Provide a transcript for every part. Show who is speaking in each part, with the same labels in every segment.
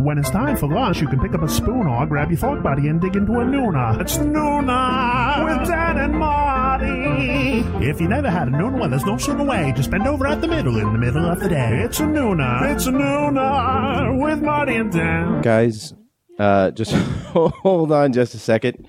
Speaker 1: when it's time for lunch, you can pick up a spoon or grab your fork buddy and dig into a Noona. It's Noona with Dan and Marty. If you never had a Noona, well, there's no sooner way. Just bend over at the middle in the middle of the day. It's a Noona. It's a Noona with Marty and Dan.
Speaker 2: guys uh just hold on just a second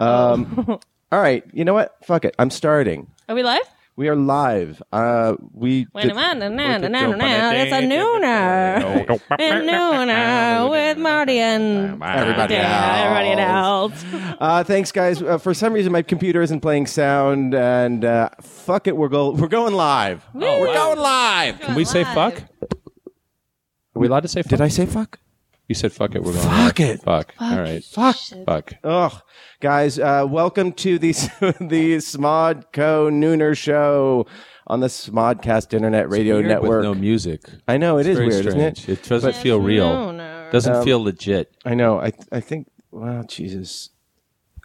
Speaker 2: um all right you know what fuck it i'm starting
Speaker 3: Are we live?
Speaker 2: we are live uh we
Speaker 3: Wait a
Speaker 2: did-
Speaker 3: minute,
Speaker 2: we
Speaker 3: now,
Speaker 2: did
Speaker 3: now,
Speaker 2: dope on
Speaker 3: now,
Speaker 2: that
Speaker 3: it's a
Speaker 2: day.
Speaker 3: nooner. A nooner with Marty and
Speaker 2: Everybody
Speaker 3: Yeah, everybody else.
Speaker 2: uh thanks guys uh, for some reason my computer isn't playing sound and uh fuck it we're go we're going live
Speaker 3: Oh,
Speaker 2: we're going live
Speaker 4: Can we say fuck? Are we allowed to say fuck?
Speaker 2: did i say fuck
Speaker 4: You said fuck it. We're going.
Speaker 2: Fuck
Speaker 4: live.
Speaker 2: it.
Speaker 4: Fuck. All right.
Speaker 2: fuck
Speaker 4: Fuck.
Speaker 2: Ugh, guys, uh, welcome to the the Smodco Nooner Show on the Smodcast Internet Radio
Speaker 4: Weird
Speaker 2: Network.
Speaker 4: With no music.
Speaker 2: I know it is
Speaker 4: Very
Speaker 2: weird,
Speaker 4: strange.
Speaker 2: isn't it? Um,
Speaker 4: doesn't feel real.
Speaker 3: Nooner.
Speaker 4: Doesn't feel legit.
Speaker 2: I know. I I think. Wow, Jesus.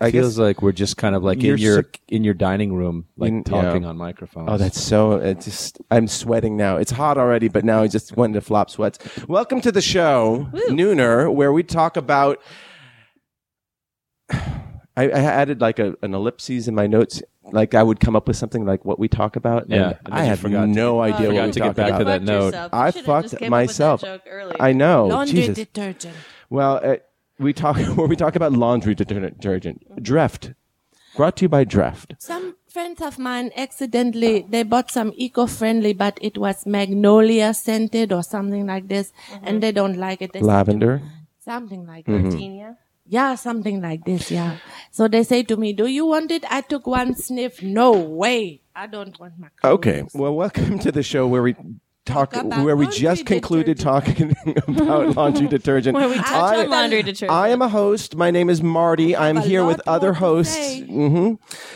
Speaker 2: I
Speaker 4: It feels
Speaker 2: guess.
Speaker 4: like we're just kind of like in
Speaker 2: You're
Speaker 4: your
Speaker 2: sick-
Speaker 4: in your dining room, like
Speaker 2: In-
Speaker 4: talking
Speaker 2: yeah.
Speaker 4: on microphones.
Speaker 2: Oh, that's so. It just. I'm sweating now. It's hot already, but now I just went into flop sweats. Welcome to the show, Nooner, where we talk about. I, I added like a, an ellipses in my notes. Like I would come up with something like what we talk about. and
Speaker 4: Yeah, and then
Speaker 2: I
Speaker 4: you
Speaker 2: have
Speaker 4: forgot to-
Speaker 2: no
Speaker 3: Oh,
Speaker 2: idea
Speaker 3: you
Speaker 2: what we
Speaker 4: to get
Speaker 2: talk
Speaker 4: back
Speaker 2: about.
Speaker 4: to that
Speaker 3: fucked
Speaker 4: note.
Speaker 3: yourself. You
Speaker 2: I
Speaker 3: should've
Speaker 2: fucked
Speaker 3: just came up with
Speaker 2: myself.
Speaker 3: that joke earlier.
Speaker 2: I know.
Speaker 5: Laundry
Speaker 2: Oh, Jesus.
Speaker 5: detergent.
Speaker 2: Well, uh, we talk where we talk about laundry detergent, detergent, Dreft, brought to you by Dreft.
Speaker 5: Some friends of mine accidentally they bought some eco-friendly, but it was magnolia scented or something like this, and they don't like it. They said
Speaker 2: Lavender.
Speaker 5: something like
Speaker 2: Mm-hmm.
Speaker 5: Virginia. Yeah, something like this. Yeah. So they say to me, "Do you want it?" I took one sniff. No way. I don't want my. clothes.
Speaker 2: Okay. Well, welcome to the show where we talk,
Speaker 5: Talk about
Speaker 2: where we
Speaker 5: laundry
Speaker 2: just concluded talking about laundry detergent.
Speaker 3: Where we touch
Speaker 2: I,
Speaker 3: on laundry detergent.
Speaker 2: I am a host. My name is Marty. I'm
Speaker 5: a
Speaker 2: here with
Speaker 5: lot
Speaker 2: other
Speaker 5: more to
Speaker 2: hosts.
Speaker 5: say.
Speaker 2: hmm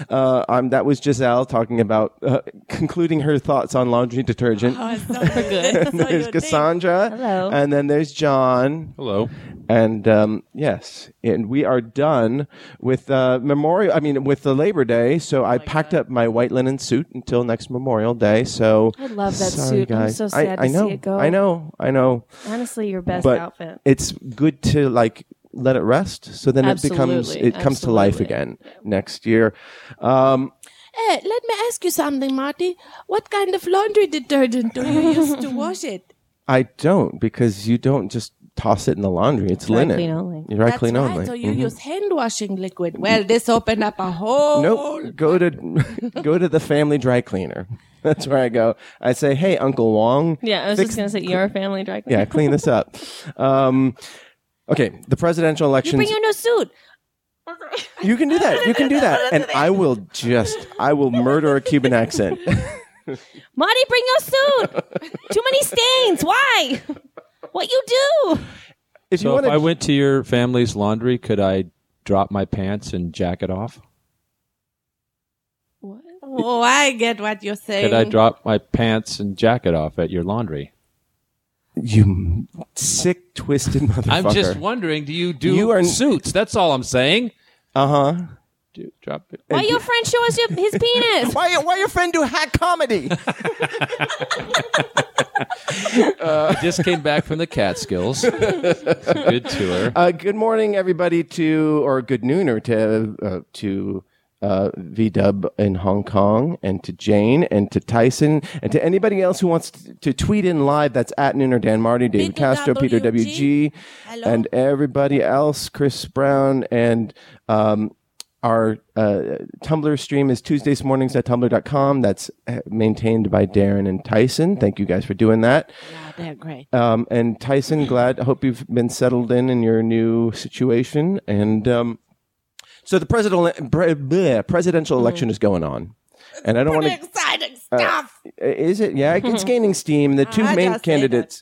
Speaker 2: Uh, I'm, that was Giselle talking about uh, concluding her thoughts on laundry detergent.
Speaker 5: Oh, it's so good. So
Speaker 2: there's
Speaker 5: you think-
Speaker 2: Cassandra.
Speaker 3: Hello.
Speaker 2: And then there's John.
Speaker 4: Hello.
Speaker 2: And um, yes, and we are done with uh, Memorial. I mean, with the Labor Day. So
Speaker 3: Oh
Speaker 2: I packed up my white linen suit until next Memorial Day. So
Speaker 3: I love that
Speaker 2: sorry,
Speaker 3: suit. I'm
Speaker 2: guys.
Speaker 3: so
Speaker 2: I,
Speaker 3: sad
Speaker 2: I
Speaker 3: to see
Speaker 2: know,
Speaker 3: it go.
Speaker 2: I know. I know.
Speaker 3: Honestly, your best
Speaker 2: but
Speaker 3: outfit.
Speaker 2: it's good to like let it rest. So then it becomes
Speaker 3: Absolutely,
Speaker 2: it comes to life
Speaker 3: absolutely.
Speaker 2: again next year. Um,
Speaker 5: Hey, Eh, let me ask you something, Marty. What kind of laundry detergent do you use to wash it?
Speaker 2: I don't because you don't just toss it in the laundry. It's
Speaker 3: Dry
Speaker 2: linen.
Speaker 3: clean only.
Speaker 2: Dry
Speaker 5: That's
Speaker 2: clean Mm-hmm.
Speaker 5: right.
Speaker 2: only.
Speaker 5: So you use hand washing liquid. Well, this opened up a whole.
Speaker 3: Oh,
Speaker 2: Nope. Go to go to the family dry cleaner. That's where I go. I say, "Hey, Uncle Wong."
Speaker 3: Yeah, I was just
Speaker 2: fix-
Speaker 3: gonna say your family drag.
Speaker 2: yeah, clean this up. Um, okay, the presidential
Speaker 3: you
Speaker 2: elections.
Speaker 3: bring your new suit.
Speaker 2: You can do that. You can do that, and I will just I will murder a Cuban accent.
Speaker 3: Marty, bring your suit. Too many stains. Why? What you do?
Speaker 2: If you
Speaker 4: So
Speaker 2: want
Speaker 4: if I
Speaker 2: to,
Speaker 4: went to your family's laundry, could I drop my pants and jacket off?
Speaker 5: Oh, I get what you're saying.
Speaker 4: Could I drop my pants and jacket off at your laundry?
Speaker 2: you sick twisted motherfucker.
Speaker 4: wondering. Do you
Speaker 2: do You are-
Speaker 4: suits? That's all I'm saying.
Speaker 2: uh huh.
Speaker 4: Do, drop it.
Speaker 3: Why your friend show us your, his penis?
Speaker 2: Why why your friend do hack comedy?
Speaker 4: I just came back from the Catskills. It's a good tour.
Speaker 2: Uh, good morning, everybody. To or good nooner to uh, to uh, V Dub in Hong Kong, and to Jane, and to Tyson, and to anybody else who wants to, to tweet in live. That's at Nooner Dan Marty, David
Speaker 5: Peter
Speaker 2: Castro, Peter WG,
Speaker 5: WG.
Speaker 2: and everybody else. Chris Brown and. Um, our uh, Tumblr stream is Tuesdays mornings at tumblr.com. That's uh, maintained by Darren and Tyson. Thank you guys for doing that.
Speaker 5: Yeah, they're great.
Speaker 2: Um, and Tyson, glad. I hope you've been settled in in your new situation. And um, so the presidential pre- bleh, presidential election is going on, and I don't want
Speaker 5: Pretty
Speaker 2: to.
Speaker 5: Mm-hmm. exciting stuff.
Speaker 2: Is it? Yeah, it's gaining steam. The two
Speaker 5: I
Speaker 2: main
Speaker 5: just say that.
Speaker 2: candidates.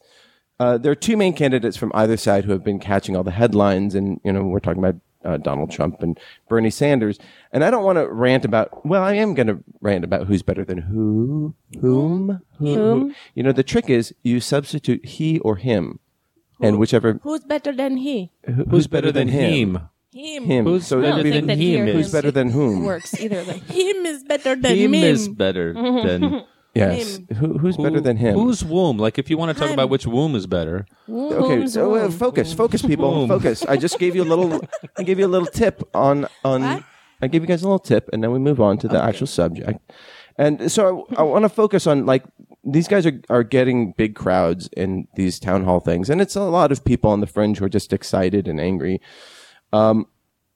Speaker 2: Uh, there are two main candidates from either side who have been catching all the headlines, and you know we're talking about uh, Donald Trump and Bernie Sanders. And I don't want to rant about. Well, I am going to rant about who's better than who, whom, who, who. You know, the trick is you substitute he or him, and whichever
Speaker 5: Who's better than he?
Speaker 2: who-
Speaker 4: Who's better than him?
Speaker 5: Him.
Speaker 2: Him.
Speaker 4: Who's
Speaker 2: so
Speaker 4: better
Speaker 2: it'd be
Speaker 4: than
Speaker 2: the-
Speaker 4: him
Speaker 3: here
Speaker 4: is-
Speaker 5: Hmm.
Speaker 2: who's better than whom?
Speaker 3: works either of them.
Speaker 5: Him is better than
Speaker 4: Him
Speaker 5: me.
Speaker 4: is better than
Speaker 2: Yes.
Speaker 5: Him.
Speaker 2: Who, who's
Speaker 4: Who-
Speaker 2: better than him?
Speaker 4: Whose womb? Like, if you want to talk
Speaker 5: Him.
Speaker 4: about which womb is better,
Speaker 2: okay?
Speaker 3: Boom's
Speaker 2: So, uh,
Speaker 3: womb.
Speaker 2: focus, focus, people,
Speaker 4: Boom.
Speaker 2: focus. I just gave you a little. I gave you a little tip on on.
Speaker 5: What?
Speaker 2: I gave you guys a little tip, and then we move on to the actual subject. And so I, I want to focus on like these guys are are getting big crowds in these town hall things, and it's a lot of people on the fringe who are just excited and angry.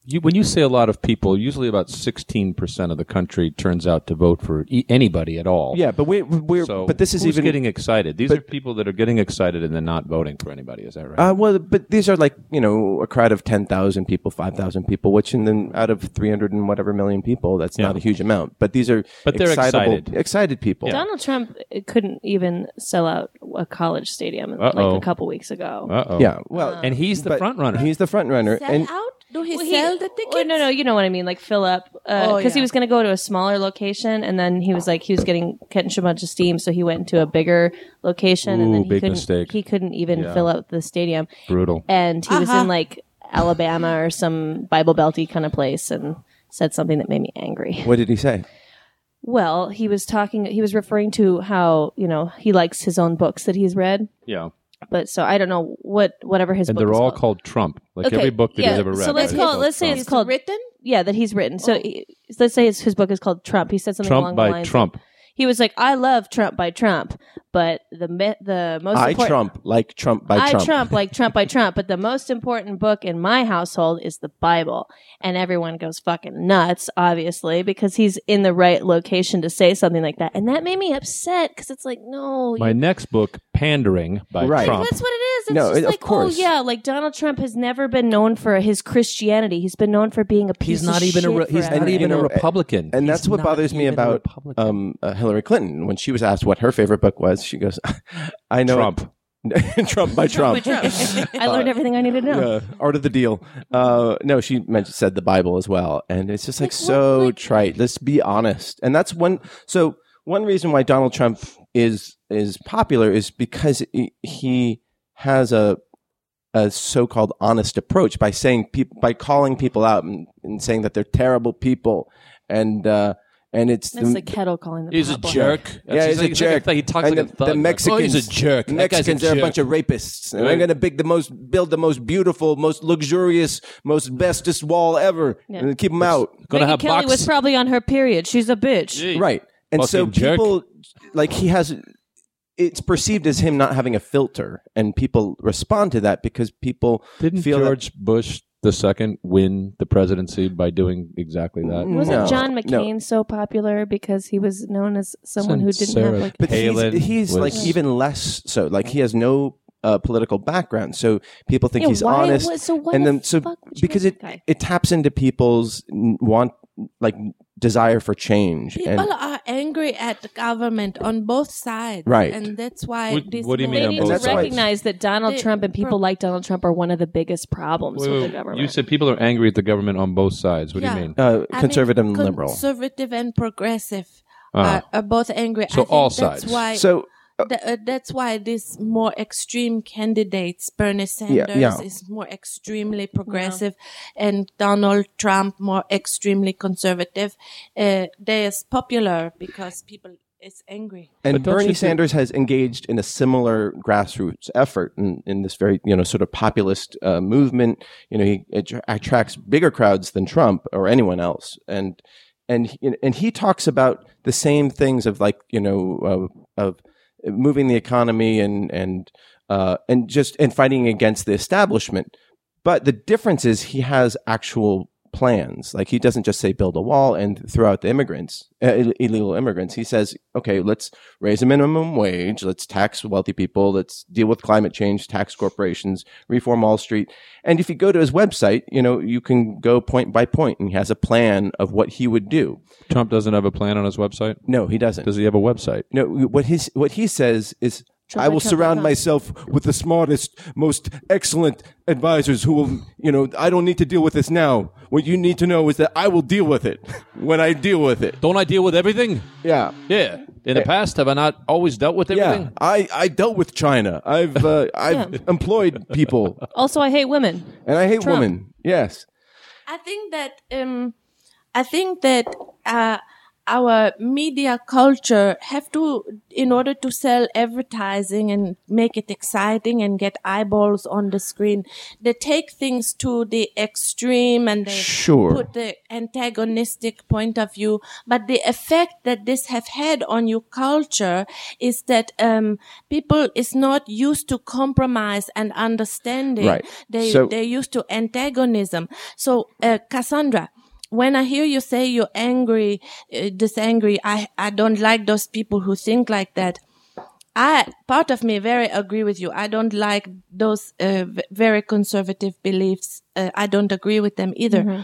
Speaker 4: you, when you say a lot of people, usually about sixteen percent of the country turns out to vote for e- anybody at all.
Speaker 2: Yeah, but we we're
Speaker 4: So
Speaker 2: but this is
Speaker 4: who's
Speaker 2: even
Speaker 4: getting excited. These
Speaker 2: but-
Speaker 4: are people that are getting excited and then not voting for anybody. Is that right?
Speaker 2: Uh, well, but these are like you know a crowd of ten thousand people, five thousand people, which in then out of three hundred and whatever million people, that's not a huge amount. But these are
Speaker 4: But they're
Speaker 2: excitable-
Speaker 4: excited.
Speaker 2: excited people.
Speaker 3: Donald Trump couldn't even sell out a college stadium
Speaker 4: Uh-oh.
Speaker 3: like a couple weeks ago.
Speaker 4: Uh oh.
Speaker 2: Yeah, well,
Speaker 4: And he's the
Speaker 2: but
Speaker 4: front runner.
Speaker 2: He's the front runner,
Speaker 5: Sell
Speaker 2: and
Speaker 5: out? Do he oh,
Speaker 3: Well, he-
Speaker 5: sell the tickets?
Speaker 3: well, no, no, you know what I mean. Like fill up because
Speaker 5: Oh,
Speaker 3: he
Speaker 5: yeah.
Speaker 3: was going to go to a smaller location, and then he was like he was getting catching a bunch of steam, so he went into a bigger location,
Speaker 4: Ooh,
Speaker 3: and then he
Speaker 4: big
Speaker 3: couldn't
Speaker 4: mistake.
Speaker 3: he couldn't even fill out the stadium,
Speaker 4: Brutal.
Speaker 3: and he was
Speaker 5: Uh-huh.
Speaker 3: in like Alabama or some Bible Belty kind of place, and said something that made me angry.
Speaker 2: what did he say?
Speaker 3: Well, he was talking. He was referring to how you know he likes his own books that he's read,
Speaker 4: Yeah.
Speaker 3: but so I don't know what whatever his
Speaker 4: And
Speaker 3: book
Speaker 4: they're
Speaker 3: is
Speaker 4: all
Speaker 3: called.
Speaker 4: called Trump. Like
Speaker 3: Okay,
Speaker 4: every book that
Speaker 3: yeah,
Speaker 4: he's ever
Speaker 3: so
Speaker 4: read.
Speaker 3: let's
Speaker 4: is
Speaker 3: call it-
Speaker 4: called
Speaker 3: let's say
Speaker 4: Trump.
Speaker 3: it's
Speaker 5: It's
Speaker 3: called-
Speaker 5: written.
Speaker 3: yeah that he's written. So he- let's say his, his book is called Trump. He said something along
Speaker 4: Trump
Speaker 3: the
Speaker 4: by
Speaker 3: lines of-
Speaker 4: Trump.
Speaker 3: he was like, "I love Trump by Trump, but the me- the most
Speaker 2: I
Speaker 3: important-
Speaker 2: Trump like Trump by
Speaker 3: I
Speaker 2: Trump.
Speaker 3: Trump. like Trump by Trump, but the most important book in my household is the Bible, and everyone goes fucking nuts, obviously, because he's in the right location to say something like that, and that made me upset because it's like, no,
Speaker 4: My
Speaker 3: you-
Speaker 4: next book, Pandering by
Speaker 2: Right.
Speaker 4: Trump.
Speaker 3: that's what it is. It's
Speaker 2: No,
Speaker 3: just
Speaker 2: it- of
Speaker 3: like, oh
Speaker 2: course.
Speaker 3: yeah, like Donald Trump has never been known for his Christianity. He's been known for being a piece.
Speaker 4: He's not
Speaker 3: of
Speaker 4: even a
Speaker 3: shit
Speaker 4: re- he's
Speaker 3: forever.
Speaker 4: not even
Speaker 2: You
Speaker 4: a
Speaker 2: know,
Speaker 4: Republican.
Speaker 2: and
Speaker 4: He's
Speaker 2: that's what
Speaker 4: not
Speaker 2: bothers me
Speaker 4: even a
Speaker 2: about
Speaker 4: Republican.
Speaker 2: um, uh, Hillary Clinton when she was asked what her favorite book was. She goes, "I know
Speaker 4: Trump.
Speaker 2: Trump by Trump."
Speaker 3: I learned everything I needed to know.
Speaker 2: Yeah, art of the deal. Uh, no, she meant, said the Bible as well, and it's just like, so trite. Let's be honest, and that's one. So one reason why Donald Trump is is popular is because he- he has a a so-called honest approach by saying peop- by calling people out and, and saying that they're terrible people, and uh, and it's
Speaker 3: That's
Speaker 2: the-
Speaker 3: the kettle calling the
Speaker 4: He's a
Speaker 3: popple.
Speaker 4: jerk.
Speaker 2: yeah, he's,
Speaker 4: like-
Speaker 2: a
Speaker 4: like
Speaker 2: jerk.
Speaker 4: he talks
Speaker 2: And
Speaker 4: like a
Speaker 2: the,
Speaker 4: thug.
Speaker 2: the
Speaker 4: Like,
Speaker 2: Mexicans,
Speaker 4: oh, he's a jerk. That guy's
Speaker 2: Mexicans are a
Speaker 4: jerk.
Speaker 2: bunch of rapists, and I'm
Speaker 4: Right.
Speaker 2: going to big the most, build the most beautiful, most luxurious, most bestest wall ever,
Speaker 3: Yeah.
Speaker 2: and keep them out.
Speaker 4: gonna
Speaker 3: Megyn
Speaker 4: have
Speaker 3: Kelly
Speaker 4: box.
Speaker 3: was probably on her period. She's a bitch.
Speaker 2: Right, and so
Speaker 4: Fucking jerk.
Speaker 2: people like he has. It's perceived as him not having a filter, and people respond to that because people
Speaker 4: Didn't
Speaker 2: feel that-
Speaker 4: George Bush the second win the presidency by doing exactly that?
Speaker 2: No.
Speaker 3: Wasn't
Speaker 2: No.
Speaker 3: John
Speaker 2: No.
Speaker 3: McCain so popular because he was known as someone who didn't
Speaker 4: Sarah
Speaker 3: have like
Speaker 2: But
Speaker 4: Palin
Speaker 2: he's, he's
Speaker 4: was-
Speaker 2: like even less so. Like he has no uh, political background, so people think
Speaker 3: Yeah,
Speaker 2: he's
Speaker 3: why
Speaker 2: honest.
Speaker 3: would- so why
Speaker 2: and
Speaker 3: the
Speaker 2: then so
Speaker 3: fuck would you
Speaker 2: because
Speaker 3: vote
Speaker 2: it
Speaker 3: for that guy?
Speaker 2: it taps into people's n- want like desire for change. and,
Speaker 5: People are angry at the government on both sides.
Speaker 2: Right.
Speaker 5: And that's why.
Speaker 4: What-
Speaker 5: this
Speaker 4: what do you mean
Speaker 3: They
Speaker 4: on
Speaker 3: need
Speaker 4: both
Speaker 3: to
Speaker 2: sides.
Speaker 3: recognize that Donald
Speaker 5: They-
Speaker 3: Trump and people like Donald Trump are one of the biggest problems
Speaker 4: Wait,
Speaker 3: with
Speaker 4: wait,
Speaker 3: the government.
Speaker 4: you said people are angry at the government on both sides. What do
Speaker 5: Yeah.
Speaker 4: you mean?
Speaker 2: uh,
Speaker 5: I mean,
Speaker 2: conservative and liberal.
Speaker 5: Conservative and progressive
Speaker 4: Ah.
Speaker 5: are, are both angry.
Speaker 4: So
Speaker 5: I think
Speaker 4: all
Speaker 5: that's
Speaker 4: sides.
Speaker 5: Why,
Speaker 2: so
Speaker 5: th- uh, that's why these more extreme candidates, Bernie Sanders
Speaker 2: yeah.
Speaker 5: is more extremely progressive, and Donald Trump more extremely conservative. Uh, they is popular because people is angry.
Speaker 2: and
Speaker 4: But don't you
Speaker 2: Bernie
Speaker 4: think-
Speaker 2: Sanders has engaged in a similar grassroots effort in, in this very you know sort of populist uh, movement. You know he attra- attracts bigger crowds than Trump or anyone else, and and he- and he talks about the same things of like you know uh, of moving the economy and and uh, and just and fighting against the establishment. But the difference is he has actual plans. Like he doesn't just say build a wall and throw out the immigrants, uh, ill- illegal immigrants. He says, okay, let's raise a minimum wage, let's tax wealthy people, let's deal with climate change, tax corporations, reform Wall Street. And if you go to his website, you know you can go point by point, and he has a plan of what he would do.
Speaker 4: Trump doesn't have a plan on his website.
Speaker 2: No, he doesn't.
Speaker 4: Does he have a website?
Speaker 2: No, what his what he says is I will surround myself with the smartest, most excellent advisors who will, you know, I don't need to deal with this now. What you need to know is that I will deal with it when I deal with it.
Speaker 4: Don't I deal with everything?
Speaker 2: Yeah.
Speaker 4: Yeah. In the past, have I not always dealt with everything?
Speaker 2: Yeah. I, I dealt with China. I've uh, I've employed people
Speaker 3: also, I hate women.
Speaker 2: and I hate
Speaker 3: Trump.
Speaker 2: women. Yes.
Speaker 5: I think that um, I think that uh, our media culture have to in order to sell advertising and make it exciting and get eyeballs on the screen they take things to the extreme and they
Speaker 2: Sure.
Speaker 5: put the antagonistic point of view but the effect that this have had on your culture is that um, people is not used to compromise and understanding
Speaker 2: Right.
Speaker 5: they
Speaker 2: So-
Speaker 5: they're used to antagonism so uh, cassandra when I hear you say you're angry, uh, this angry, I, I don't like those people who think like that. I, part of me very agree with you. I don't like those uh, v- very conservative beliefs. Uh, I don't agree with them either.
Speaker 2: Mm-hmm.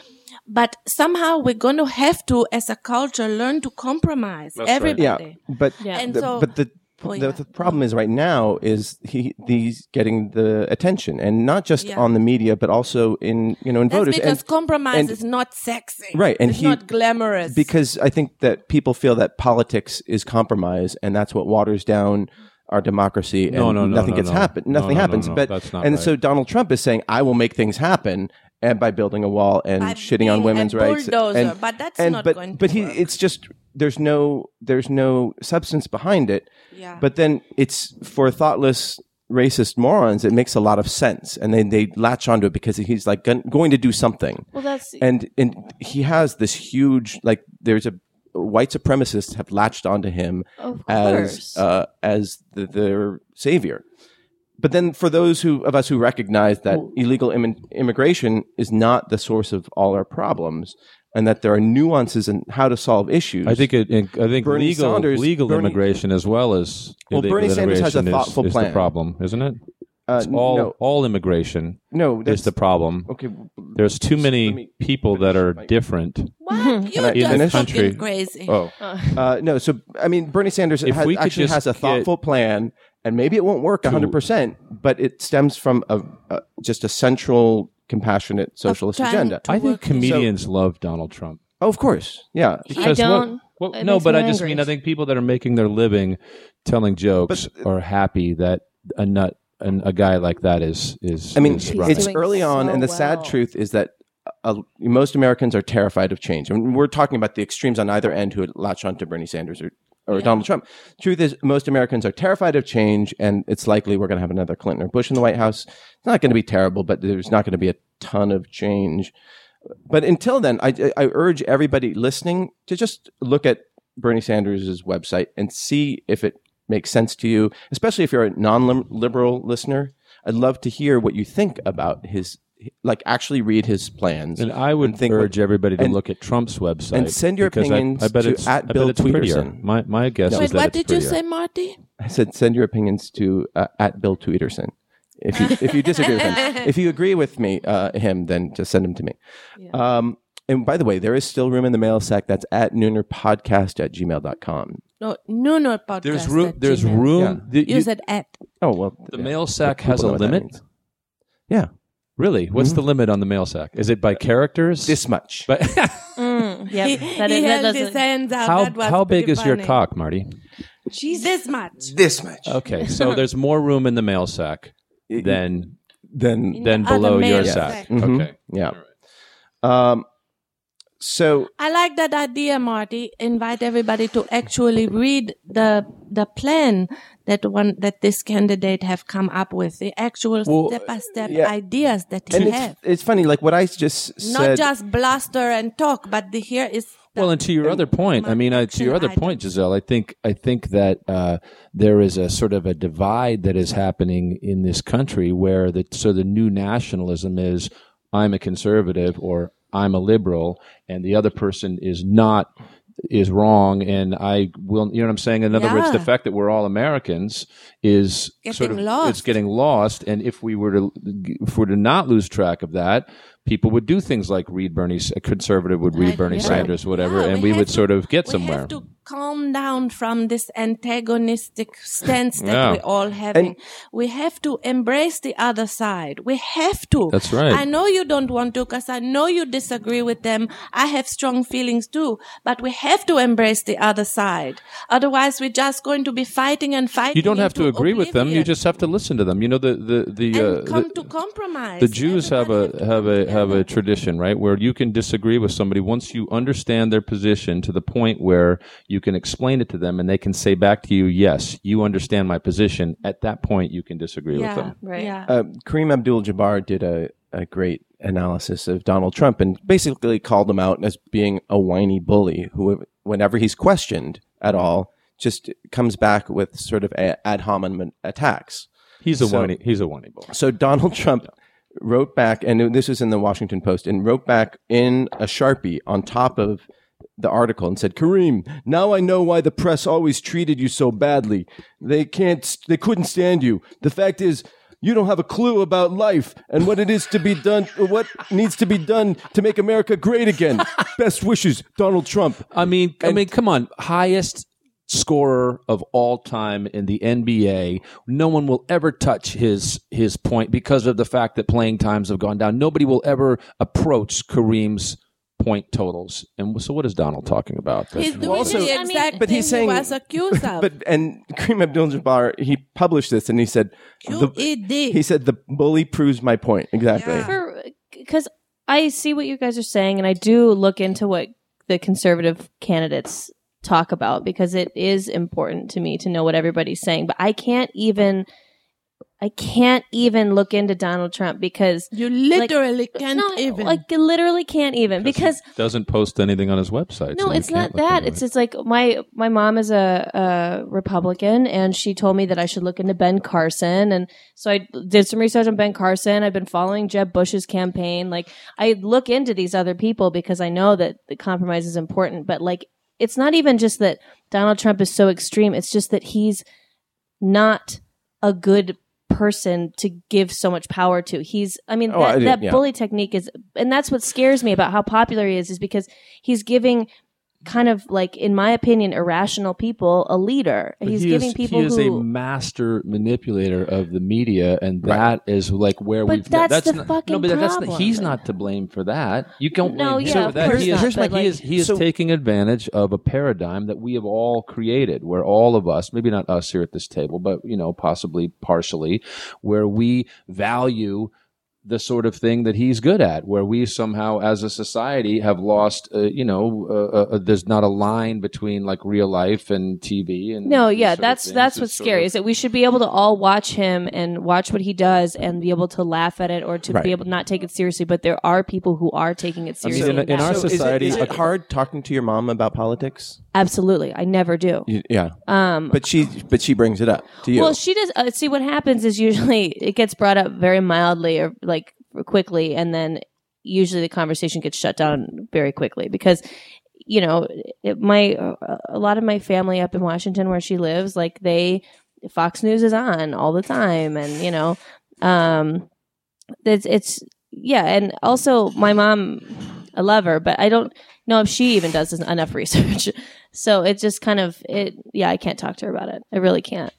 Speaker 5: But somehow we're going to have to, as a culture, learn to compromise. everybody.
Speaker 2: yeah, but
Speaker 3: Yeah.
Speaker 5: And
Speaker 2: the,
Speaker 5: so-
Speaker 2: but the,
Speaker 5: Oh,
Speaker 2: the,
Speaker 5: yeah.
Speaker 2: the problem is right now is he he's getting the attention and not just
Speaker 5: Yeah.
Speaker 2: on the media but also in you know in
Speaker 5: That's
Speaker 2: voters
Speaker 5: because
Speaker 2: and,
Speaker 5: compromise
Speaker 2: and-
Speaker 5: is not sexy.
Speaker 2: Right, and
Speaker 5: it's
Speaker 2: he-
Speaker 5: not glamorous.
Speaker 2: because I think that people feel that politics is compromise and that's what waters down our democracy and
Speaker 4: No, no, no,
Speaker 2: nothing
Speaker 4: no,
Speaker 2: gets
Speaker 4: no.
Speaker 2: happen
Speaker 4: No,
Speaker 2: nothing
Speaker 4: no, no,
Speaker 2: happens
Speaker 4: no,
Speaker 2: but
Speaker 4: that's not
Speaker 2: and
Speaker 4: right.
Speaker 2: so Donald Trump is saying I will make things happen and by building a wall and
Speaker 5: By
Speaker 2: shitting on
Speaker 5: being
Speaker 2: women's
Speaker 5: a
Speaker 2: rights
Speaker 5: bulldozer,
Speaker 2: and,
Speaker 5: but that's
Speaker 2: and-
Speaker 5: not
Speaker 2: but,
Speaker 5: going to
Speaker 2: but he
Speaker 5: work.
Speaker 2: it's just there's no there's no substance behind it
Speaker 5: Yeah.
Speaker 2: but then it's for thoughtless racist morons it makes a lot of sense and then they latch onto it because he's like gon- going to do something
Speaker 3: Well, that's
Speaker 2: and and he has this huge like there's a white supremacists have latched onto him
Speaker 3: Of
Speaker 2: as
Speaker 3: course.
Speaker 2: uh, as the, their savior but then for those who of us who recognize that illegal immi- immigration is not the source of all our problems and that there are nuances in how to solve issues
Speaker 4: I think it, I think
Speaker 2: Bernie
Speaker 4: legal
Speaker 2: Sanders-
Speaker 4: legal
Speaker 2: Bernie-
Speaker 4: immigration as well as
Speaker 2: Well,
Speaker 4: illegal
Speaker 2: Bernie Sanders has a
Speaker 4: immigration is-
Speaker 2: thoughtful
Speaker 4: is,
Speaker 2: plan.
Speaker 4: the problem, isn't it?
Speaker 2: Uh,
Speaker 4: It's all
Speaker 2: no
Speaker 4: all immigration
Speaker 2: no
Speaker 4: is
Speaker 2: that's
Speaker 4: the problem.
Speaker 2: okay
Speaker 4: There's too
Speaker 2: let
Speaker 4: many
Speaker 2: me
Speaker 4: people that
Speaker 2: finish
Speaker 4: are
Speaker 2: my-
Speaker 4: different.
Speaker 5: what?
Speaker 2: I
Speaker 5: You're just
Speaker 2: finish?
Speaker 5: fucking
Speaker 4: Country.
Speaker 5: crazy.
Speaker 4: Oh,
Speaker 2: Uh, no, so I mean, Bernie Sanders
Speaker 4: If
Speaker 2: has,
Speaker 4: we could
Speaker 2: actually
Speaker 4: just
Speaker 2: has a
Speaker 4: get-
Speaker 2: thoughtful plan, and maybe it won't work 100, percent but it stems from a, a just a central, compassionate socialist
Speaker 5: trying
Speaker 2: agenda.
Speaker 5: to-
Speaker 4: I think
Speaker 5: work is-
Speaker 4: comedians love Donald Trump.
Speaker 2: oh, of course, yeah.
Speaker 3: I
Speaker 4: what-
Speaker 3: don't.
Speaker 4: what-
Speaker 3: it
Speaker 4: no,
Speaker 3: makes
Speaker 4: but
Speaker 3: me
Speaker 4: I just
Speaker 3: angry.
Speaker 4: mean I think people that are making their living telling jokes
Speaker 2: uh,
Speaker 4: are happy that a nut and a guy like that is is.
Speaker 2: I mean,
Speaker 4: is
Speaker 3: He's
Speaker 4: running.
Speaker 2: it's
Speaker 3: doing
Speaker 2: early on,
Speaker 3: so
Speaker 2: and the sad
Speaker 3: well.
Speaker 2: truth is that uh, most Americans are terrified of change. I mean, we're talking about the extremes on either end who latch onto Bernie Sanders or, or Donald Trump. Truth is, most Americans are terrified of change, and it's likely we're going to have another Clinton or Bush in the White House. It's not going to be terrible, but there's not going to be a ton of change. But until then, I, I urge everybody listening to just look at Bernie Sanders' website and see if it makes sense to you, especially if you're a non liberal listener. I'd love to hear what you think about his, like, actually read his plans.
Speaker 4: And I would
Speaker 2: and think
Speaker 4: urge
Speaker 2: what-
Speaker 4: everybody to
Speaker 2: and-
Speaker 4: look at Trump's website
Speaker 2: and send your
Speaker 4: because I-
Speaker 2: opinions
Speaker 4: I, bet
Speaker 2: to
Speaker 4: it's,
Speaker 2: at
Speaker 4: I bet
Speaker 2: Bill
Speaker 4: it's prettier.
Speaker 2: Tweederson.
Speaker 4: My my guess is
Speaker 5: Wait,
Speaker 4: that
Speaker 5: what
Speaker 4: it's
Speaker 5: did you
Speaker 4: prettier.
Speaker 5: say, Marty?
Speaker 2: I said, send your opinions to uh, at Bill Tweederson. If you, if you disagree with him, if you agree with me, uh, him, then just send him to me. Um, and by the way, there is still room in the mail sack. That's at noonerpodcast at gmail.com.
Speaker 5: No, no, no podcast.
Speaker 4: There's room.
Speaker 5: at
Speaker 4: There's
Speaker 5: Gmail.
Speaker 4: room. the-
Speaker 5: You,
Speaker 4: you-
Speaker 5: said at.
Speaker 2: Oh, well.
Speaker 4: the
Speaker 2: yeah.
Speaker 4: mail sack
Speaker 2: People
Speaker 4: has a
Speaker 2: know what that
Speaker 4: limit.
Speaker 2: means. Yeah.
Speaker 4: Really? What's the limit on the mail sack? Is it by characters?
Speaker 2: This much.
Speaker 4: But
Speaker 3: Mm, yep,
Speaker 5: He,
Speaker 3: that,
Speaker 5: he
Speaker 3: is, that
Speaker 5: held his
Speaker 3: doesn't.
Speaker 5: hands out.
Speaker 4: how
Speaker 5: That was
Speaker 4: how big
Speaker 5: pretty
Speaker 4: is your
Speaker 5: funny.
Speaker 4: cock, Marty?
Speaker 5: This much.
Speaker 2: this much.
Speaker 4: Okay, so there's more room in the mail sack than
Speaker 2: Then,
Speaker 4: than
Speaker 5: the other
Speaker 4: below your
Speaker 5: mail
Speaker 4: sack.
Speaker 5: sack.
Speaker 2: Mhm.
Speaker 4: Okay.
Speaker 2: yeah. Um, so
Speaker 5: I like that idea, Marty. Invite everybody to actually read the the plan that one that this candidate have come up with. The actual
Speaker 4: Well,
Speaker 5: step by step
Speaker 2: yeah.
Speaker 5: ideas that
Speaker 2: and
Speaker 5: he
Speaker 2: it's,
Speaker 5: have.
Speaker 2: it's funny, like what I just
Speaker 5: Not
Speaker 2: said.
Speaker 5: just bluster and talk, but the here is the,
Speaker 4: Well, and to your other point, I mean, I, to your other
Speaker 5: action
Speaker 4: point, Giselle, I think I think that uh, there is a sort of a divide that is happening in this country where the so the new nationalism is I'm a conservative or I'm a liberal, and the other person is not is wrong, and I will. You know what I'm saying? In other words, the
Speaker 5: Yeah.
Speaker 4: fact that we're all Americans is sort
Speaker 5: Getting
Speaker 4: of
Speaker 5: lost.
Speaker 4: it's getting lost, and if we were to if we were to not lose track of that. People would do things like read Bernie. A conservative would read Bernie
Speaker 5: yeah.
Speaker 4: Sanders, whatever,
Speaker 5: Yeah,
Speaker 4: and
Speaker 5: Ah, we
Speaker 4: we,
Speaker 5: have
Speaker 4: would
Speaker 5: to-
Speaker 4: sort of get
Speaker 5: we
Speaker 4: somewhere.
Speaker 5: have to calm down from this antagonistic stance that
Speaker 4: Yeah.
Speaker 5: we're all having. we have to embrace the other side. We have to.
Speaker 4: That's right.
Speaker 5: I know you don't want to because I know you disagree with them. I have strong feelings too, but we have to embrace the other side. Otherwise, we're just going to be fighting and fighting.
Speaker 4: You don't have to
Speaker 5: into
Speaker 4: agree with them. You
Speaker 5: oblivion
Speaker 4: just have to listen to them. You know the the the,
Speaker 5: and
Speaker 4: uh,
Speaker 5: come
Speaker 4: the
Speaker 5: to compromise.
Speaker 4: the Jews have
Speaker 5: Everyone
Speaker 4: a
Speaker 5: to
Speaker 4: have
Speaker 5: come
Speaker 4: a have
Speaker 5: together.
Speaker 4: a tradition, right, where you can disagree with somebody once you understand their position to the point where you can explain it to them and they can say back to you, "Yes, you understand my position." At that point, you can disagree
Speaker 5: yeah,
Speaker 4: with them.
Speaker 3: Right.
Speaker 5: Yeah.
Speaker 2: uh, Kareem Abdul-Jabbar did a, a great analysis of Donald Trump and basically called him out as being a whiny bully who, whenever he's questioned at all, just comes back with sort of a, ad hominem attacks.
Speaker 4: He's a
Speaker 2: So-
Speaker 4: whiny. He's a whiny bull.
Speaker 2: So Donald Trump wrote back, and this was in the Washington Post, and wrote back in a sharpie on top of the article and said, "Kareem, now I know why the press always treated you so badly. They can't, they couldn't stand you. The fact is." You don't have a clue about life and what it is to be done, what needs to be done to make America great again. Best wishes, Donald Trump.
Speaker 4: I mean, I mean, come on, highest scorer of all time in the NBA. No one will ever touch his his point because of the fact that playing times have gone down. Nobody will ever approach Kareem's point totals. And so, what is Donald talking about?
Speaker 5: He's doing
Speaker 2: also-
Speaker 5: the
Speaker 2: I
Speaker 5: exact
Speaker 3: mean-
Speaker 2: But he's
Speaker 5: thing
Speaker 2: saying-
Speaker 5: he was accused of.
Speaker 2: But and Kareem Abdul-Jabbar, he published this and he said,
Speaker 5: you
Speaker 2: the-
Speaker 5: idiot.
Speaker 2: he said the bully proves my point exactly.
Speaker 5: Yeah.
Speaker 3: for because I see what you guys are saying, and I do look into what the conservative candidates talk about because it is important to me to know what everybody's saying. But I can't even, I can't even look into Donald Trump because
Speaker 5: you literally can't
Speaker 3: no,
Speaker 5: even.
Speaker 3: like I literally can't even because
Speaker 4: doesn't post anything on his website.
Speaker 3: no, it's not that. It's just like my my mom is a, a Republican, and she told me that I should look into Ben Carson, and so I did some research on Ben Carson. I've been following Jeb Bush's campaign. Like I look into these other people because I know that the compromise is important. But like, it's not even just that Donald Trump is so extreme. It's just that he's not a good person to give so much power to. He's, I mean,
Speaker 2: Oh,
Speaker 3: that,
Speaker 2: I did-
Speaker 3: that
Speaker 2: yeah.
Speaker 3: bully technique is, and that's what scares me about how popular he is, is because he's giving kind of like, in my opinion, irrational people a leader. He's giving people
Speaker 4: he is
Speaker 3: who.
Speaker 4: a master manipulator of the media, and that is like where
Speaker 3: But
Speaker 4: we've.
Speaker 3: that's the
Speaker 4: not,
Speaker 3: fucking
Speaker 4: no, but that's
Speaker 3: problem.
Speaker 4: not, he's not to blame for that. You don't
Speaker 3: No,
Speaker 4: blame
Speaker 3: yeah,
Speaker 4: him
Speaker 3: of
Speaker 4: for that.
Speaker 3: course
Speaker 4: He is,
Speaker 3: not,
Speaker 4: here's my-
Speaker 3: but,
Speaker 4: he
Speaker 3: like-
Speaker 4: is, he is
Speaker 2: So-
Speaker 4: taking advantage of a paradigm that we have all created, where all of us, maybe not us here at this table, but you know, possibly partially, where we value the sort of thing that he's good at, where we somehow, as a society, have lost. Uh, you know, uh, uh, there's not a line between like real life and TV. And
Speaker 3: no,
Speaker 4: these
Speaker 3: yeah,
Speaker 4: sort of
Speaker 3: that's
Speaker 4: things.
Speaker 3: that's
Speaker 4: It's
Speaker 3: what's
Speaker 4: sort
Speaker 3: scary
Speaker 4: of-
Speaker 3: is that we should be able to all watch him and watch what he does and be able to laugh at it or to
Speaker 2: Right.
Speaker 3: be able to not take it seriously. But there are people who are taking it
Speaker 4: I mean,
Speaker 3: seriously.
Speaker 4: in-
Speaker 3: and
Speaker 4: in
Speaker 3: that-
Speaker 4: our
Speaker 2: So is it-
Speaker 4: society-
Speaker 2: is it, hard talking to your mom about politics?
Speaker 3: absolutely, I never do.
Speaker 2: Y- Yeah,
Speaker 3: Um,
Speaker 2: but she but she brings it up to you.
Speaker 3: Well, she does. Uh, see, what happens is usually it gets brought up very mildly or like quickly, and then usually the conversation gets shut down very quickly because you know it, my uh, a lot of my family up in Washington where she lives, like they Fox News is on all the time, and you know, um, it's it's yeah, and also my mom, I love her, but I don't know if she even does enough research. So it just kind of it yeah, I can't talk to her about it. I really can't.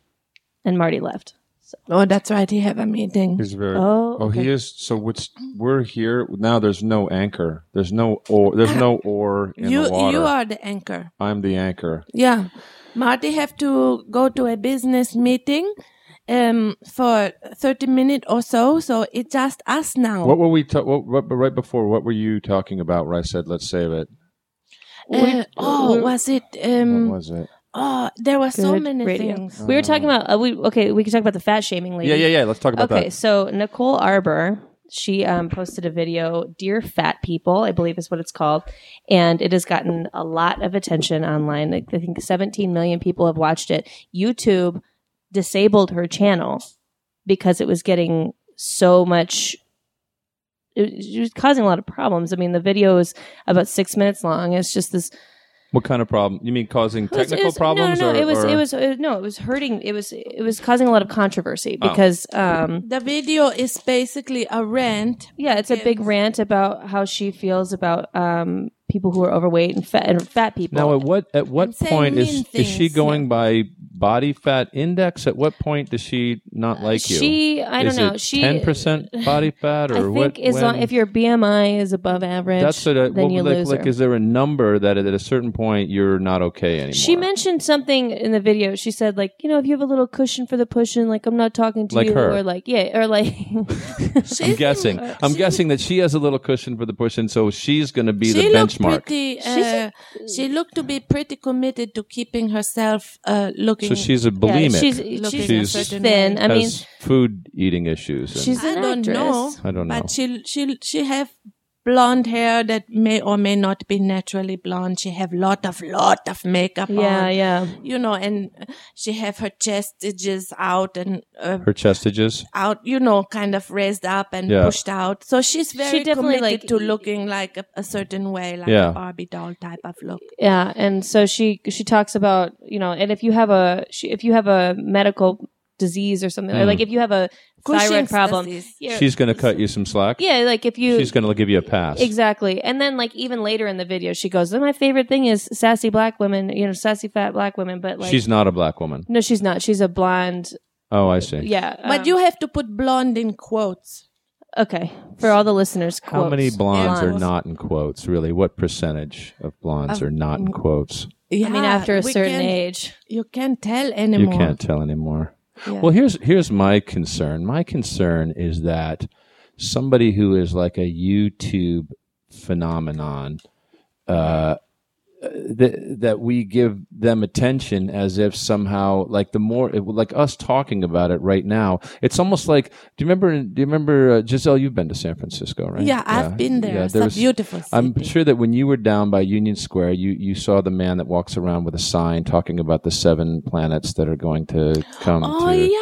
Speaker 3: And Marty left.
Speaker 5: oh, that's right. He have a meeting.
Speaker 6: He's very. Oh,
Speaker 3: Oh, okay.
Speaker 6: he is. So what's we're here now? There's no anchor. There's no or. There's no oar in
Speaker 5: you
Speaker 6: the water.
Speaker 5: you are the anchor.
Speaker 6: I'm the anchor.
Speaker 5: Yeah. Marty have to go to a business meeting um for 30 minutes or so so it's just us now
Speaker 6: What were we? Ta- what, what, right before? What were you talking about? Where I said, "Let's save it."
Speaker 5: Uh, oh was it um
Speaker 6: What was it?
Speaker 5: oh there were so
Speaker 3: Good
Speaker 5: many
Speaker 3: radio.
Speaker 5: things
Speaker 3: We were talking about uh, we okay, we can talk about the fat shaming lady.
Speaker 6: Yeah, yeah, yeah. Let's talk about
Speaker 3: Okay,
Speaker 6: that.
Speaker 3: so Nicole Arbor, she um, posted a video, Dear Fat People, I believe is what it's called. And it has gotten a lot of attention online. Like, I think 17 million people have watched it. YouTube disabled her channel because it was getting so much. It was- it was causing a lot of problems. I mean, the video is about six minutes long. It's just this
Speaker 4: What kind of problem? You mean causing
Speaker 3: it was-
Speaker 4: technical
Speaker 3: it was-
Speaker 4: problems?
Speaker 3: No, no, no.
Speaker 4: or,
Speaker 3: it was,
Speaker 4: or-
Speaker 3: it was, it, no, it was hurting. It was, it was causing a lot of controversy
Speaker 4: Oh.
Speaker 3: because, um,
Speaker 5: the video is basically a rant
Speaker 3: Yeah, it's a big
Speaker 5: Kids.
Speaker 3: rant about how she feels about um, people who are overweight and fat and fat people.
Speaker 4: Now, at what at what
Speaker 5: And saying
Speaker 4: point is
Speaker 5: mean
Speaker 4: is she
Speaker 5: things,
Speaker 4: going by body fat index? At what point does she not like you?
Speaker 3: Uh, she- I don't know. She-
Speaker 4: ten percent body fat, or
Speaker 3: I think
Speaker 4: what?
Speaker 3: as long
Speaker 4: when-
Speaker 3: if your BMI is above average,
Speaker 4: that's what I,
Speaker 3: then
Speaker 4: what,
Speaker 3: you
Speaker 4: like,
Speaker 3: lose
Speaker 4: like,
Speaker 3: her.
Speaker 4: is there a number that at a certain point you're not okay anymore?
Speaker 3: She mentioned something in the video. She said, like, you know, if you have a little cushion for the pushing, like, I'm not talking to
Speaker 4: Like
Speaker 3: you,
Speaker 4: her.
Speaker 3: or like, yeah, or like,
Speaker 4: I'm guessing.
Speaker 3: uh,
Speaker 4: I'm guessing that she has a little cushion for the push, and so she's going to be
Speaker 5: she
Speaker 4: the
Speaker 5: looked
Speaker 4: benchmark.
Speaker 5: pretty. Uh, she looked to be pretty committed to keeping herself uh, looking.
Speaker 4: So she's a
Speaker 3: yeah,
Speaker 4: bulimic.
Speaker 3: she's,
Speaker 5: Looking
Speaker 4: a
Speaker 3: she's,
Speaker 5: certain
Speaker 3: thin.
Speaker 5: way.
Speaker 3: I mean,
Speaker 4: has food eating issues. and-
Speaker 3: she's
Speaker 5: I
Speaker 3: an
Speaker 5: don't
Speaker 3: actress.
Speaker 5: know.
Speaker 4: I don't know.
Speaker 5: But she she she have blonde hair that may or may not be naturally blonde. She have lot of lot of makeup
Speaker 3: Yeah,
Speaker 5: on.
Speaker 3: yeah.
Speaker 5: You know, and she have her chestiges out and uh,
Speaker 4: her chestiges.
Speaker 5: out, you know, kind of raised up and
Speaker 4: Yeah.
Speaker 5: pushed out. So she's very
Speaker 3: definitely,
Speaker 5: committed
Speaker 3: like,
Speaker 5: to
Speaker 3: e-
Speaker 5: looking like a, a certain way, like
Speaker 4: Yeah.
Speaker 5: a Barbie doll type of look.
Speaker 3: yeah and so she she talks about you know and if you have a she, if you have a medical disease or something or like if you have a thyroid
Speaker 5: Cushing's
Speaker 3: problem
Speaker 5: disease.
Speaker 3: yeah,
Speaker 4: Mm. She's going to cut you some slack.
Speaker 3: yeah like if you
Speaker 4: She's going to give you a pass.
Speaker 3: exactly and then like even later in the video she goes my favorite thing is sassy black women you know sassy fat black women but like
Speaker 4: She's not a black woman.
Speaker 3: no she's not she's a blonde
Speaker 4: Oh, I see.
Speaker 3: yeah
Speaker 5: But
Speaker 3: um,
Speaker 5: you have to put blonde in quotes.
Speaker 3: okay for all the listeners
Speaker 4: How many
Speaker 3: quotes.
Speaker 4: blondes are
Speaker 3: Blondes.
Speaker 4: not in quotes? Really, what percentage of blondes are not in quotes?
Speaker 5: Yeah,
Speaker 3: I mean after a
Speaker 5: we
Speaker 3: certain
Speaker 5: can't-
Speaker 3: age
Speaker 5: you can't tell anymore.
Speaker 4: You can't tell anymore.
Speaker 5: Yeah.
Speaker 4: Well, here's here's my concern. My concern is that somebody who is like a YouTube phenomenon, uh, that that we give them attention as if somehow like the more like us talking about it right now, it's almost like do you remember? Do you remember uh, Giselle? You've been to San Francisco, right?
Speaker 5: Yeah, I've been there. It's a
Speaker 4: there's-
Speaker 5: beautiful
Speaker 4: I'm
Speaker 5: city.
Speaker 4: sure that when you were down by Union Square, you you saw the man that walks around with a sign talking about the seven planets that are going to come.
Speaker 5: Oh
Speaker 4: to,
Speaker 5: yeah,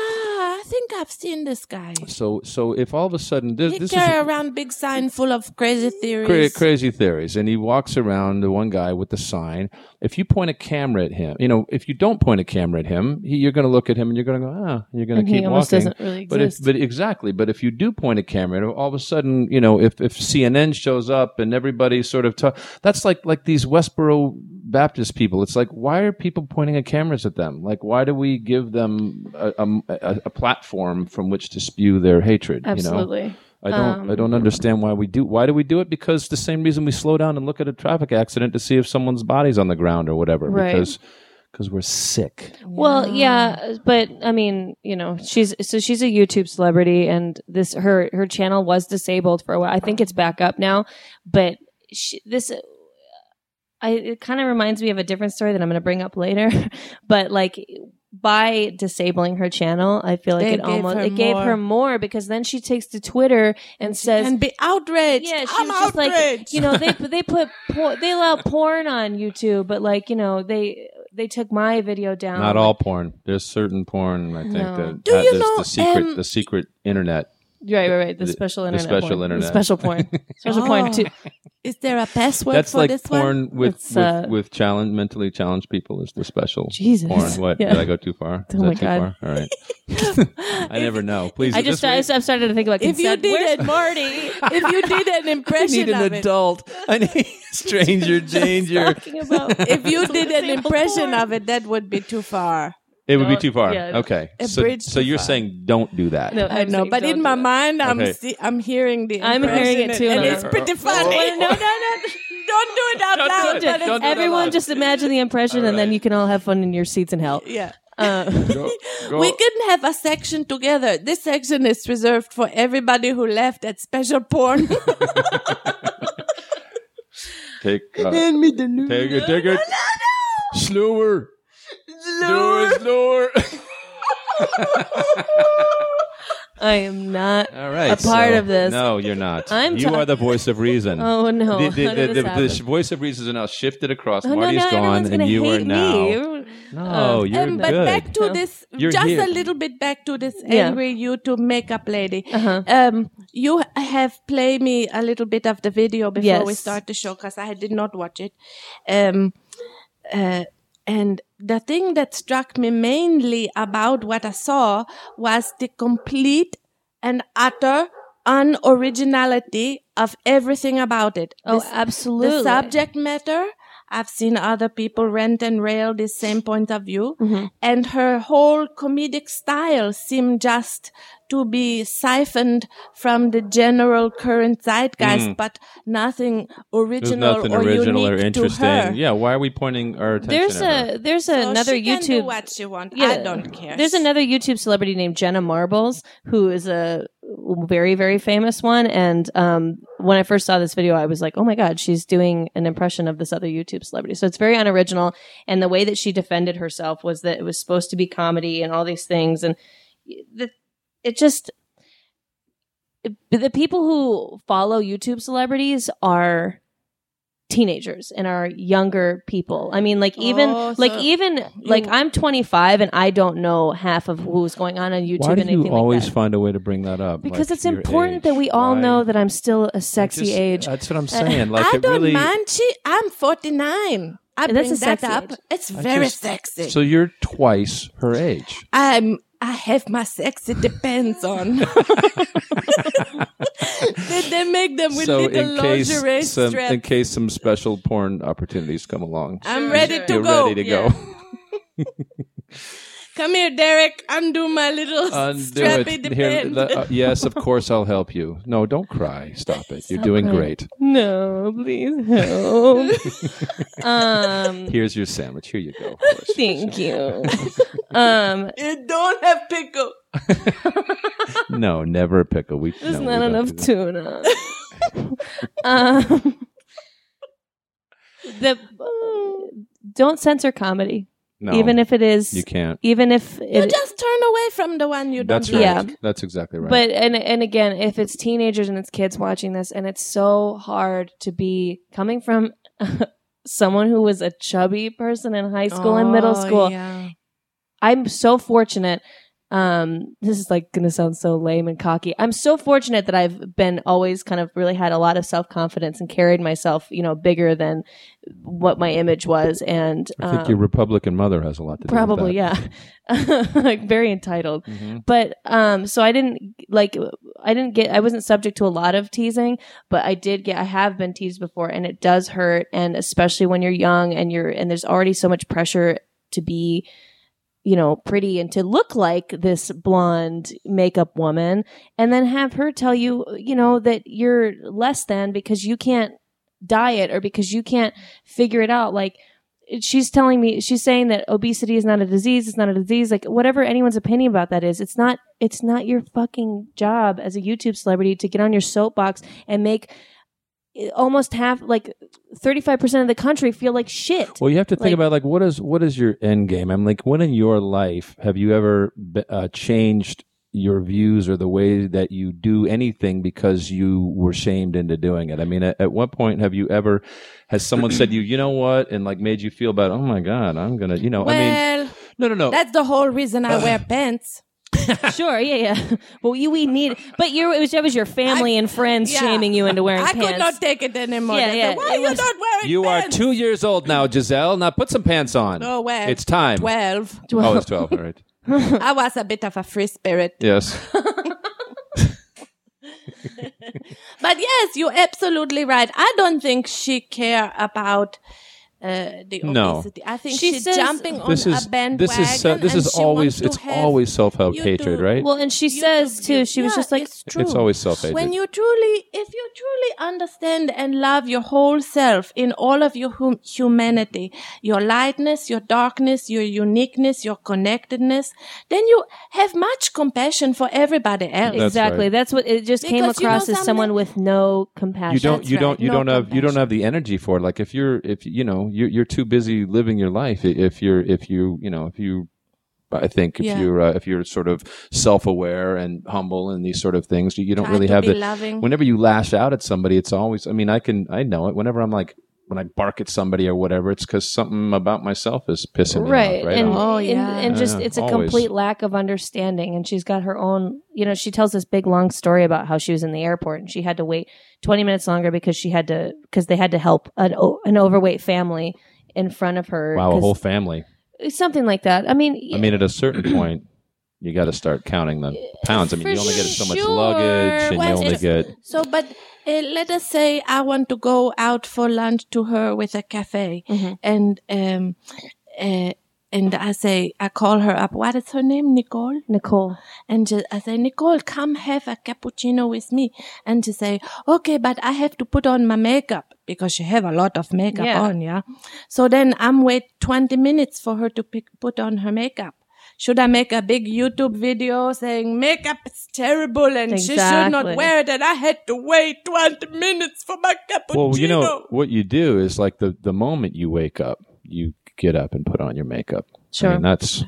Speaker 5: I think I've seen this guy.
Speaker 4: so so if all of a sudden this,
Speaker 5: He
Speaker 4: this
Speaker 5: carry
Speaker 4: is
Speaker 5: around big sign full of crazy
Speaker 4: cra-
Speaker 5: theories.
Speaker 4: crazy theories, and he walks around the one guy with the sign. If you point a camera at him, you know, if you don't point a camera at him, he, you're going to look at him and you're going to go, ah, and you're going
Speaker 3: And
Speaker 4: to
Speaker 3: he
Speaker 4: keep
Speaker 3: almost
Speaker 4: walking.
Speaker 3: doesn't really
Speaker 4: but if,
Speaker 3: exist.
Speaker 4: but exactly, but if you do point a camera, and all of a sudden, you know, if if CNN shows up and everybody sort of ta- that's like like these Westboro Baptist people. It's like why are people pointing at cameras at them? Like why do we give them a, a, a- a platform from which to spew their hatred? You know?
Speaker 3: absolutely
Speaker 4: I don't I don't understand why we do why do we do it because the same reason we slow down and look at a traffic accident to see if someone's body's on the ground or whatever
Speaker 3: Right.
Speaker 4: because because we're sick.
Speaker 3: Well, yeah, uh, but I mean, you know, she's so she's a YouTube celebrity, and this her her channel was disabled for a while. I think it's back up now, but she, this uh, I it kind of reminds me of a different story that I'm going to bring up later. but like by disabling her channel, I feel like
Speaker 5: They
Speaker 3: it
Speaker 5: gave
Speaker 3: almost
Speaker 5: her
Speaker 3: it gave
Speaker 5: more.
Speaker 3: her more because then she takes to Twitter and says
Speaker 5: and be outraged.
Speaker 3: yeah, she
Speaker 5: I'm
Speaker 3: was just like
Speaker 5: outraged.
Speaker 3: you know they they put por- they allow porn on YouTube, but like you know they they took my video down.
Speaker 4: Not all porn. There's certain porn I think
Speaker 3: No.
Speaker 4: that
Speaker 5: Do you
Speaker 4: there's
Speaker 5: know,
Speaker 4: the secret
Speaker 5: um,
Speaker 4: the secret internet.
Speaker 3: Right, right, right. The,
Speaker 4: The-
Speaker 3: special
Speaker 4: the
Speaker 3: internet.
Speaker 4: special
Speaker 3: porn.
Speaker 4: internet.
Speaker 3: The special porn. special porn
Speaker 5: Oh.
Speaker 3: too.
Speaker 5: Is there a password
Speaker 4: That's
Speaker 5: for
Speaker 4: like
Speaker 5: this one?
Speaker 4: porn with
Speaker 3: It's,
Speaker 4: with,
Speaker 3: uh,
Speaker 4: with challenge mentally challenged people is the special
Speaker 3: Jesus.
Speaker 4: porn. What
Speaker 3: Yeah.
Speaker 4: did I go too far? Is
Speaker 3: Oh
Speaker 4: that
Speaker 3: my
Speaker 4: too
Speaker 3: God.
Speaker 4: far? All right. I never know. Please
Speaker 3: I just
Speaker 4: this
Speaker 3: I,
Speaker 4: week-
Speaker 3: I'm starting to think about
Speaker 5: If you
Speaker 3: consent.
Speaker 5: did
Speaker 3: Where's
Speaker 5: it-
Speaker 3: Marty?
Speaker 5: if you did an
Speaker 4: I
Speaker 5: impression
Speaker 4: need
Speaker 5: of
Speaker 4: an
Speaker 5: it,
Speaker 4: adult. I need stranger danger.
Speaker 3: talking about
Speaker 5: if you did an
Speaker 3: Disabled
Speaker 5: impression
Speaker 3: porn.
Speaker 5: of it, that would be too far.
Speaker 4: It would be
Speaker 3: Don't-
Speaker 4: too far.
Speaker 3: yeah.
Speaker 4: okay.
Speaker 5: A
Speaker 4: So,
Speaker 5: bridge
Speaker 4: so
Speaker 5: too
Speaker 4: you're
Speaker 5: far.
Speaker 4: saying don't do that.
Speaker 3: No,
Speaker 5: I
Speaker 3: I'm
Speaker 5: know,
Speaker 3: saying
Speaker 5: but
Speaker 3: don't
Speaker 5: in
Speaker 3: do
Speaker 5: my
Speaker 3: that.
Speaker 5: mind, I'm
Speaker 4: Okay.
Speaker 5: see, I'm hearing the.
Speaker 3: I'm hearing
Speaker 5: impression
Speaker 3: it too,
Speaker 5: and
Speaker 3: and
Speaker 5: it's
Speaker 3: I'm-
Speaker 5: pretty funny.
Speaker 3: Oh, no, no,
Speaker 5: don't do it
Speaker 4: Don't
Speaker 5: out
Speaker 4: do it.
Speaker 5: loud. but it's-
Speaker 4: Don't do it out
Speaker 3: Everyone
Speaker 4: loud.
Speaker 3: just imagine the impression, and then you can all have fun in your seats in hell.
Speaker 5: yeah.
Speaker 3: Uh,
Speaker 5: We can have a section together. This section is reserved for everybody who laughed at special porn.
Speaker 4: Take, uh, Hand me the news. Take it, take it. Slower. Slower. Slower.
Speaker 3: I am not.
Speaker 4: All right.
Speaker 3: A part
Speaker 4: so-
Speaker 3: of this.
Speaker 4: No, you're not.
Speaker 3: I'm
Speaker 4: you
Speaker 3: ta-
Speaker 4: are the voice of reason.
Speaker 3: Oh no!
Speaker 4: The, the,
Speaker 3: How
Speaker 4: the,
Speaker 3: did this
Speaker 4: the, the
Speaker 3: happen?
Speaker 4: sh- voice of reason is now shifted across.
Speaker 3: Oh, no,
Speaker 4: Marty's
Speaker 3: no, everyone's
Speaker 4: gone,
Speaker 3: gonna
Speaker 4: and you
Speaker 3: hate
Speaker 4: are now.
Speaker 3: me. uh,
Speaker 4: No, you're
Speaker 5: Um, but
Speaker 4: good.
Speaker 5: back to this,
Speaker 4: You're
Speaker 5: just
Speaker 4: here.
Speaker 5: a little bit back to this
Speaker 3: Yeah. Uh-huh.
Speaker 5: angry YouTube makeup lady. Um, you have play me a little bit of the video before we
Speaker 3: Yes.
Speaker 5: start the show because I did not watch it. Um, uh, and the thing that struck me mainly about what I saw was the complete and utter unoriginality of everything about it.
Speaker 3: Oh,
Speaker 5: The s-
Speaker 3: absolutely.
Speaker 5: The subject matter. I've seen other people rant and rail this same point of view.
Speaker 3: Mm-hmm.
Speaker 5: And her whole comedic style seemed just to be siphoned from the general current zeitgeist, but
Speaker 4: Mm.
Speaker 5: nothing
Speaker 4: There's
Speaker 5: original
Speaker 4: nothing
Speaker 5: or
Speaker 4: original
Speaker 5: unique
Speaker 4: or
Speaker 5: to her.
Speaker 4: interesting. Yeah, why are we pointing our attention?
Speaker 3: There's
Speaker 4: at her?
Speaker 3: a there's
Speaker 5: So
Speaker 3: another
Speaker 5: she
Speaker 3: YouTube
Speaker 5: Can do what she wants. I don't care.
Speaker 3: There's another YouTube celebrity named Jenna Marbles who is a very very famous one. And um, when I first saw this video, I was like, oh my god, she's doing an impression of this other YouTube celebrity. So it's very unoriginal. And the way that she defended herself was that it was supposed to be comedy and all these things, and the, it just the people who follow YouTube celebrities are teenagers and are younger people. I mean, like even
Speaker 5: Oh,
Speaker 3: like
Speaker 5: so
Speaker 3: even like I'm 25 and I don't know half of who's going on on YouTube
Speaker 4: Why
Speaker 3: and
Speaker 4: do
Speaker 3: anything
Speaker 4: you always
Speaker 3: like that.
Speaker 4: find a way to bring that up?
Speaker 3: Because
Speaker 4: like,
Speaker 3: it's
Speaker 4: your
Speaker 3: important
Speaker 4: age?
Speaker 3: that we all
Speaker 4: Why?
Speaker 3: know that I'm still a
Speaker 4: I
Speaker 3: sexy
Speaker 4: just-
Speaker 3: age.
Speaker 4: That's what I'm saying. Like
Speaker 5: I
Speaker 4: it
Speaker 5: don't
Speaker 4: really,
Speaker 5: mind. She, I'm 49. I
Speaker 3: That's
Speaker 5: bring
Speaker 3: a
Speaker 5: that
Speaker 3: sexy
Speaker 5: up.
Speaker 3: age.
Speaker 5: It's
Speaker 4: I
Speaker 5: very
Speaker 4: just-
Speaker 5: sexy.
Speaker 4: So you're twice her age.
Speaker 5: I'm. I have my sex. It depends on. they, they make them with
Speaker 4: so
Speaker 5: little
Speaker 4: in
Speaker 5: lingerie
Speaker 4: case some,
Speaker 5: strap.
Speaker 4: in case some special porn opportunities come along,
Speaker 5: I'm ready to
Speaker 4: you're
Speaker 5: go.
Speaker 4: ready to
Speaker 5: Yeah.
Speaker 4: go.
Speaker 5: Come here, Derek. Undo my little
Speaker 4: Undo
Speaker 5: strappy
Speaker 4: it. Here,
Speaker 5: depend.
Speaker 4: le- uh, yes, of course I'll help you. No, don't cry. Stop it. You're doing great.
Speaker 3: no, please help. um,
Speaker 4: Here's your sandwich. Here you go. of course.
Speaker 3: thank you. um,
Speaker 5: you don't have pickle.
Speaker 4: no, never a pickle. We
Speaker 3: there's
Speaker 4: no, we
Speaker 3: not
Speaker 4: don't
Speaker 3: enough
Speaker 4: do that.
Speaker 3: tuna. um, the uh, don't censor comedy,
Speaker 4: No,
Speaker 3: even if it is
Speaker 4: you can't.
Speaker 3: even if
Speaker 5: You
Speaker 3: it,
Speaker 5: just turn away from the one you don't.
Speaker 4: That's right.
Speaker 5: like.
Speaker 3: Yeah.
Speaker 4: That's exactly right.
Speaker 3: But and and again, if it's teenagers and it's kids watching this, and it's so hard to be coming from someone who was a chubby person in high school and middle
Speaker 5: Oh,
Speaker 3: school.
Speaker 5: yeah.
Speaker 3: I'm so fortunate. Um, this is like gonna sound so lame and cocky. I'm so fortunate that I've been always kind of really had a lot of self confidence and carried myself, you know, bigger than what my image was. And
Speaker 4: I think
Speaker 3: um,
Speaker 4: your Republican mother has a lot to do
Speaker 3: probably,
Speaker 4: with that. Mm-hmm.
Speaker 3: yeah, like very entitled
Speaker 4: yeah.
Speaker 3: but um so i didn't like i didn't get i wasn't subject to a lot of teasing but i did get i have been teased before and it does hurt and especially when you're young and you're and there's already so much pressure to be you know pretty and to look like this blonde makeup woman and then have her tell you you know that you're less than because you can't diet or because you can't figure it out like it- she's telling me she's saying that obesity is not a disease it's not a disease like whatever anyone's opinion about that is it's not it's not your fucking job as a youtube celebrity to get on your soapbox and make eh, almost half like 35% of the country feel like shit
Speaker 4: Well, you have to think
Speaker 3: Like-
Speaker 4: about like what is what is your end game? I'm like, when in your life have you ever be- uh, changed your views or the way that you do anything because you were shamed into doing it? I mean, at, at what point have you ever has someone said to you, you know what, and like made you feel bad? Oh my god, I'm gonna, you know, I mean,
Speaker 5: Well,
Speaker 4: no, no, no.
Speaker 5: that's the whole reason I wear pants.
Speaker 3: sure yeah yeah well you we need but you it was, it was your family and friends
Speaker 5: yeah.
Speaker 3: shaming you into wearing
Speaker 5: I
Speaker 3: pants
Speaker 5: could not take it anymore.
Speaker 3: Yeah,
Speaker 5: They
Speaker 3: yeah,
Speaker 5: said, Why
Speaker 3: it
Speaker 5: you
Speaker 3: was-
Speaker 5: not wearing
Speaker 4: You are
Speaker 5: pants?"
Speaker 4: two years old now, Giselle. Now put some pants on.
Speaker 5: Oh, well.
Speaker 4: It's time.
Speaker 5: 12.
Speaker 4: Oh, it's twelve. All right.
Speaker 5: I was a bit of a free spirit.
Speaker 4: Yes.
Speaker 5: But yes, you're absolutely right. I don't think she care about uh, the
Speaker 4: No.
Speaker 5: obesity. I think
Speaker 3: She
Speaker 5: she's
Speaker 3: says-
Speaker 5: jumping on
Speaker 4: this is
Speaker 5: a bandwagon.
Speaker 4: this is so, this
Speaker 5: and
Speaker 4: is
Speaker 5: she
Speaker 4: always
Speaker 5: wants to
Speaker 4: it's
Speaker 5: have
Speaker 4: always self help
Speaker 5: you
Speaker 4: hatred,
Speaker 5: do-
Speaker 4: right?
Speaker 3: well and she
Speaker 5: you
Speaker 3: says
Speaker 5: to
Speaker 3: too
Speaker 5: be-
Speaker 3: she was
Speaker 5: Yeah,
Speaker 3: just like
Speaker 5: it's, true.
Speaker 4: It's always self hatred.
Speaker 5: when you truly, if you truly understand and love your whole self in all of your hum- humanity, your lightness, your darkness, your uniqueness, your connectedness, then you have much compassion for everybody else.
Speaker 4: That's
Speaker 3: exactly
Speaker 4: right.
Speaker 3: that's what it just came
Speaker 5: Because you know
Speaker 3: across as someone
Speaker 5: something-
Speaker 3: with no compassion
Speaker 4: you don't
Speaker 5: That's
Speaker 4: you
Speaker 5: right.
Speaker 4: don't you
Speaker 5: No
Speaker 4: don't have you don't
Speaker 5: compassion.
Speaker 4: have the energy for it. Like if you're if you know you're you're too busy living your life. I- If you're if you you know if you I think if
Speaker 5: Yeah.
Speaker 4: you're uh, if you're sort of self aware and humble and these sort of things, you, you don't
Speaker 5: Try
Speaker 4: really
Speaker 5: to
Speaker 4: have
Speaker 5: be
Speaker 4: the
Speaker 5: loving.
Speaker 4: whenever you lash out at somebody, it's always. I mean, I can I know it. Whenever I'm like. When I bark at somebody or whatever, it's because something about myself is pissing me
Speaker 3: right
Speaker 4: off. Right,
Speaker 3: and
Speaker 4: I'm-
Speaker 5: Oh,
Speaker 3: and-
Speaker 5: yeah.
Speaker 3: and, just
Speaker 4: Yeah,
Speaker 3: it's a
Speaker 4: always.
Speaker 3: complete lack of understanding and she's got her own you know she tells this big long story about how she was in the airport and she had to wait 20 minutes longer because she had to because they had to help an, o- an overweight family in front of her
Speaker 4: wow, a
Speaker 3: 'cause-
Speaker 4: whole family.
Speaker 3: something like that i mean
Speaker 4: I mean, at a certain point, you got to start counting the pounds. I mean,
Speaker 5: For
Speaker 4: you only get so much
Speaker 5: sure.
Speaker 4: luggage, and you
Speaker 5: Well,
Speaker 4: only
Speaker 5: it's-
Speaker 4: get
Speaker 5: So, but uh, let us say I want to go out for lunch to her with a cafe,
Speaker 3: Mhm.
Speaker 5: and um, uh, and I say I call her up. What is her name? Nicole.
Speaker 3: Nicole.
Speaker 5: And ju- I say, Nicole, come have a cappuccino with me. And she say, okay, but I have to put on my makeup because she have a lot of makeup
Speaker 3: Yeah.
Speaker 5: on, yeah. So then I'm wait 20 minutes for her to pick, put on her makeup. Should I make a big YouTube video saying makeup is terrible and she should
Speaker 3: Exactly.
Speaker 5: not wear it and I had to wait 20 minutes for my cappuccino?
Speaker 4: Well, you know what you do is like the the moment you wake up, you get up and put on your makeup.
Speaker 3: Sure.
Speaker 4: I mean, that's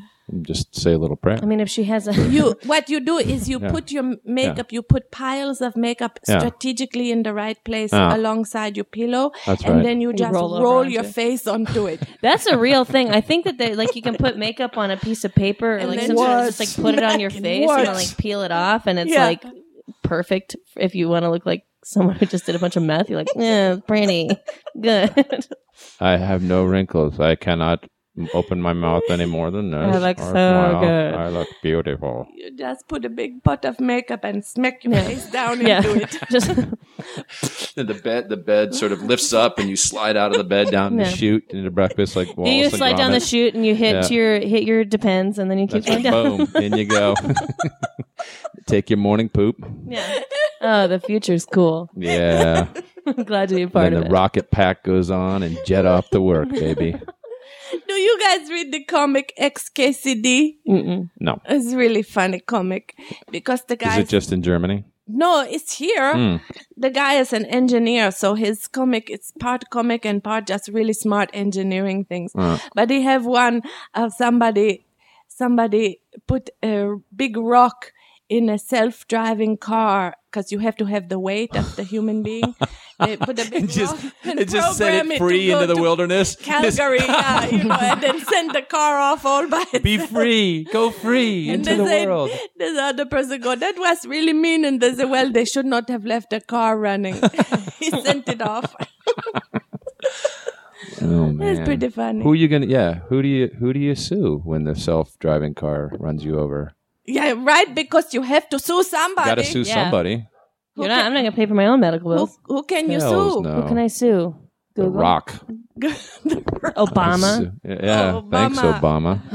Speaker 4: just say a little prayer.
Speaker 3: I mean, if she has a
Speaker 5: you what you do is you put your m- makeup you put piles of makeup
Speaker 4: Yeah.
Speaker 5: strategically in the right place
Speaker 4: Ah.
Speaker 5: alongside your pillow
Speaker 4: That's
Speaker 5: and
Speaker 4: right.
Speaker 5: then you just
Speaker 3: roll
Speaker 5: roll,
Speaker 3: over onto
Speaker 5: your
Speaker 3: it.
Speaker 5: face onto it
Speaker 3: That's a real thing. I think that they like you can put makeup on a piece of paper or
Speaker 5: And
Speaker 3: like
Speaker 5: then
Speaker 3: sometimes
Speaker 5: just
Speaker 3: just like put it on your
Speaker 5: smack
Speaker 3: face and
Speaker 5: what?
Speaker 3: then, like peel it off and it's
Speaker 5: Yeah.
Speaker 3: like perfect if you want to look like someone who just did a bunch of meth. You're like, yeah, pretty good.
Speaker 4: I have no wrinkles. I cannot m- open my mouth any more than this.
Speaker 3: I look
Speaker 4: Or
Speaker 3: so
Speaker 4: smile.
Speaker 3: good.
Speaker 4: I look beautiful.
Speaker 5: you just put a big pot of makeup and smack your face down
Speaker 3: yeah.
Speaker 5: into it
Speaker 3: Just
Speaker 4: And the bed, the bed sort of lifts up, and you slide out of the bed down
Speaker 3: Yeah.
Speaker 4: the chute into breakfast like walls.
Speaker 3: you
Speaker 4: and
Speaker 3: slide down the
Speaker 4: grommets.
Speaker 3: chute and you hit
Speaker 4: Yeah.
Speaker 3: to your hit your depends and then you keep
Speaker 4: That's
Speaker 3: going
Speaker 4: right.
Speaker 3: down.
Speaker 4: Boom! In you go. Take your morning poop.
Speaker 3: Yeah. Oh, the future's cool.
Speaker 4: Yeah.
Speaker 3: I'm glad to be a part
Speaker 4: then
Speaker 3: of
Speaker 4: the
Speaker 3: it.
Speaker 4: rocket pack goes on and jet off to work, baby.
Speaker 5: do you guys read the comic xkcd
Speaker 3: Mm-mm.
Speaker 4: No.
Speaker 5: it's really funny comic because the
Speaker 4: Is
Speaker 5: guy
Speaker 4: it just in Germany?
Speaker 5: no it's here
Speaker 4: Mm.
Speaker 5: the guy is an engineer so his comic it's part comic and part just really smart engineering things
Speaker 4: Uh.
Speaker 5: but they have one of somebody somebody put a big rock in a self-driving car because you have to have the weight of the human being they put a big rock and program to go to
Speaker 4: wilderness.
Speaker 5: calgary yeah, you know and then send the car off all by itself
Speaker 4: free. Go free
Speaker 5: and they say, This other person go, that was really mean. And they say, well, they should not have left the car running. he sent it off.
Speaker 4: Oh man.
Speaker 5: That's pretty funny.
Speaker 4: Who are you gonna? Yeah. Who do you who do you sue when the self driving car runs you over?
Speaker 5: yeah, right. Because you have to sue somebody.
Speaker 4: Got to sue
Speaker 3: Yeah.
Speaker 4: somebody.
Speaker 3: You're not, I'm not gonna pay for my own medical
Speaker 5: Who,
Speaker 3: bills.
Speaker 5: who can you
Speaker 4: Hells
Speaker 5: sue?
Speaker 4: no.
Speaker 3: Who can I sue?
Speaker 4: Oh. The
Speaker 3: Google?
Speaker 4: Rock.
Speaker 3: Obama.
Speaker 4: Sue- Yeah.
Speaker 5: Oh, Obama.
Speaker 4: Thanks, Obama.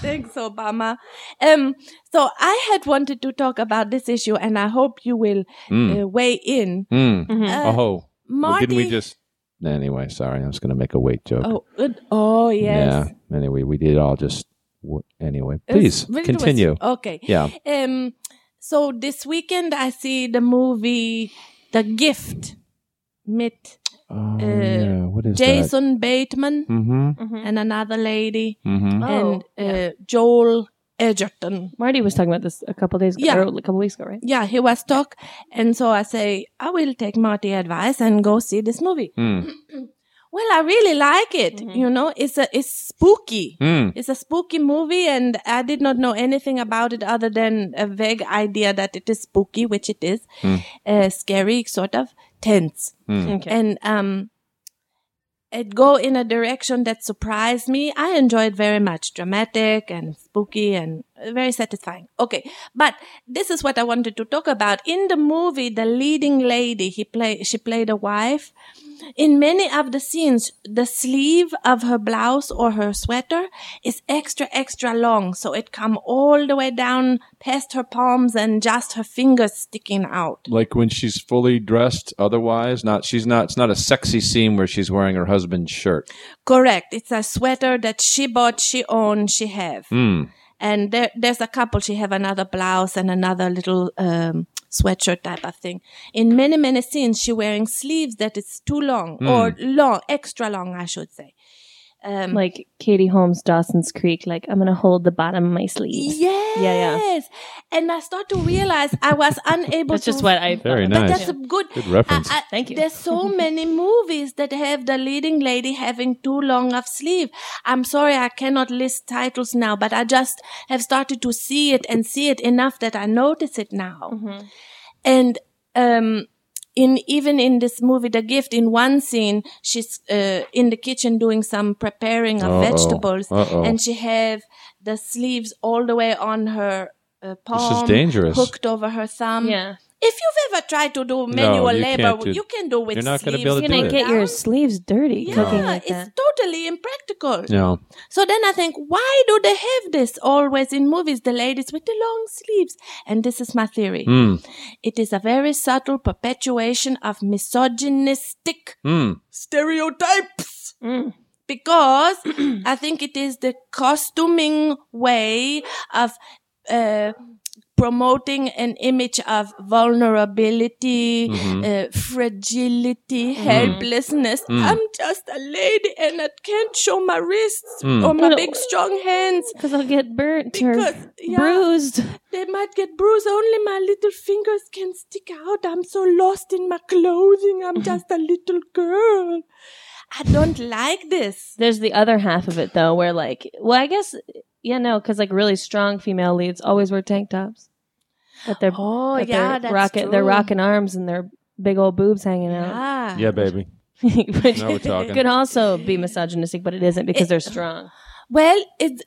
Speaker 5: Thanks, Obama. Um, so I had wanted to talk about this issue, and I hope you will
Speaker 4: Mm.
Speaker 5: uh, weigh in.
Speaker 4: Mm.
Speaker 3: Mhm.
Speaker 5: Uh,
Speaker 4: oh. Well,
Speaker 5: Marty.
Speaker 4: didn't we just? Anyway, sorry. I was gonna make a weight joke.
Speaker 5: Oh, good. oh yes.
Speaker 4: Yeah. Anyway, we did all just. w- Anyway,
Speaker 5: It was
Speaker 4: please
Speaker 5: really was-
Speaker 4: continue.
Speaker 5: Okay.
Speaker 4: Yeah.
Speaker 5: Um, so this weekend I see the movie The Gift with
Speaker 4: Oh,
Speaker 5: Uh,
Speaker 4: yeah. What is that?
Speaker 5: Jason Bateman
Speaker 4: Mm-hmm.
Speaker 3: Mhm.
Speaker 5: and another lady
Speaker 4: Mm-hmm.
Speaker 3: Oh,
Speaker 5: and uh, Joel Edgerton.
Speaker 3: Marty was talking about this a couple days ago,
Speaker 5: Yeah.
Speaker 3: or a couple weeks ago, right?
Speaker 5: Yeah, he was talk, and so I say I will take Marty advice and go see this movie.
Speaker 4: Mm.
Speaker 5: Well, I really like it. You know, it's a it's spooky.
Speaker 4: Mm.
Speaker 5: It's a spooky movie, and I did not know anything about it other than a vague idea that it is spooky, which it is,
Speaker 4: Mm.
Speaker 5: uh, scary, sort of tense,
Speaker 4: Mm.
Speaker 3: Okay.
Speaker 5: and um, it go in a direction that surprised me. I enjoyed very much, dramatic and spooky and very satisfying. Okay, but this is what I wanted to talk about in the movie. The leading lady, he play, she played a wife. In many of the scenes, the sleeve of her blouse or her sweater is extra, extra long. So it come all the way down past her palms and just her fingers sticking out.
Speaker 4: Like when she's fully dressed, otherwise not. She's not. It's not a sexy scene where she's wearing her husband's shirt.
Speaker 5: Correct. It's a sweater that she bought, she owned, she have.
Speaker 4: Mm.
Speaker 5: And there, there's a couple. She have another blouse and another little um, sweatshirt type of thing. In many, many scenes, she wearing sleeves that is too long or long, extra long, I should say. Um,
Speaker 3: like Katie Holmes, Dawson's Creek. Like I'm gonna hold the bottom of my sleeves.
Speaker 5: Yes.
Speaker 3: yeah.
Speaker 5: And I start to realize I was unable
Speaker 3: That's
Speaker 5: to.
Speaker 3: just what I.
Speaker 4: Very
Speaker 5: But
Speaker 4: nice.
Speaker 5: that's a good.
Speaker 4: Good reference.
Speaker 5: I- I-
Speaker 3: Thank you.
Speaker 5: There's so many movies that have the leading lady having too long of sleeve. I'm sorry, I cannot list titles now, but I just have started to see it and see it enough that I notice it now.
Speaker 3: Mm-hmm.
Speaker 5: And um, in even in this movie, The Gift, in one scene, she's uh, in the kitchen doing some preparing of
Speaker 4: Uh-oh.
Speaker 5: vegetables,
Speaker 4: Uh-oh.
Speaker 5: and she have the sleeves all the way on her uh, palm
Speaker 4: dangerous.
Speaker 5: hooked over her thumb.
Speaker 3: Yeah.
Speaker 5: If you've ever tried to do manual
Speaker 4: you
Speaker 5: labor,
Speaker 4: can't do-
Speaker 5: you can do with
Speaker 4: you're not gonna
Speaker 5: sleeves.
Speaker 4: be able
Speaker 3: You're
Speaker 4: to do
Speaker 3: gonna
Speaker 4: it.
Speaker 3: get your sleeves dirty
Speaker 5: yeah,
Speaker 3: cooking like
Speaker 5: it's
Speaker 3: that.
Speaker 5: totally impractical.
Speaker 4: No.
Speaker 5: So then I think, why do they have this always in movies, the ladies with the long sleeves? And this is my theory.
Speaker 4: Hmm. Mm.
Speaker 5: It is a very subtle perpetuation of misogynistic
Speaker 4: Mm.
Speaker 5: stereotypes.
Speaker 3: Mm.
Speaker 5: Because I think it is the costuming way of uh, promoting an image of vulnerability, uh, fragility, helplessness. I'm just a lady and I can't show my wrists or my
Speaker 3: But-
Speaker 5: big strong hands.
Speaker 3: Because I'll get burnt or
Speaker 5: Because, yeah.
Speaker 3: bruised.
Speaker 5: They might get bruised. Only my little fingers can stick out. I'm so lost in my clothing. I'm just a little girl. I don't like this.
Speaker 3: There's the other half of it though, where like, well, I guess yeah, no, because like really strong female leads always wear tank tops, but they're
Speaker 5: Oh,
Speaker 3: but
Speaker 5: yeah,
Speaker 3: they're
Speaker 5: that's
Speaker 3: rocket, they're
Speaker 5: true.
Speaker 3: rocking arms and their big old boobs hanging out,
Speaker 5: Ah.
Speaker 6: Yeah, baby.
Speaker 3: which
Speaker 6: Now we're talking.
Speaker 3: could also be misogynistic, but it isn't because they're strong.
Speaker 5: Well, it,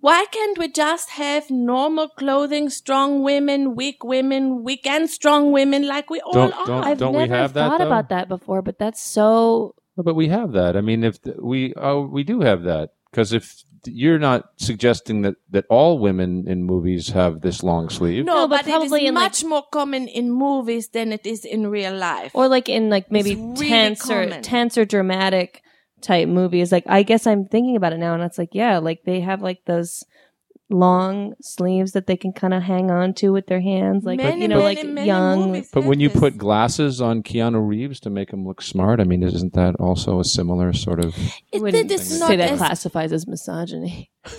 Speaker 5: why can't we just have normal clothing, strong women, weak women, weak and strong women, like we all
Speaker 6: Don't-
Speaker 5: are?
Speaker 6: don't-
Speaker 3: I've
Speaker 6: we
Speaker 3: never
Speaker 6: have that,
Speaker 3: thought
Speaker 6: though?
Speaker 3: about that before, but that's so
Speaker 4: No, but we have that. I mean, if th- we oh, we do have that because if you're not suggesting that that all women in movies have this long sleeve,
Speaker 5: no,
Speaker 3: No, but
Speaker 5: but, it
Speaker 3: probably
Speaker 5: is
Speaker 3: in, like-
Speaker 5: much more common in movies than it is in real life.
Speaker 3: or like in like maybe
Speaker 5: It's really
Speaker 3: tense or
Speaker 5: common.
Speaker 3: tense or dramatic type movies like i guess i'm thinking about it now and it's like yeah like they have like those long sleeves that they can kind of hang on to with their hands like
Speaker 5: many,
Speaker 3: you know
Speaker 5: many,
Speaker 3: like
Speaker 5: many
Speaker 3: young
Speaker 5: movies
Speaker 4: But
Speaker 5: have
Speaker 4: when you
Speaker 5: this.
Speaker 4: put glasses on Keanu Reeves to make him look smart, I mean, isn't that also a similar sort of?
Speaker 5: It-
Speaker 3: wouldn't
Speaker 5: it is
Speaker 3: say
Speaker 5: not
Speaker 3: that
Speaker 5: as-
Speaker 3: classifies as misogyny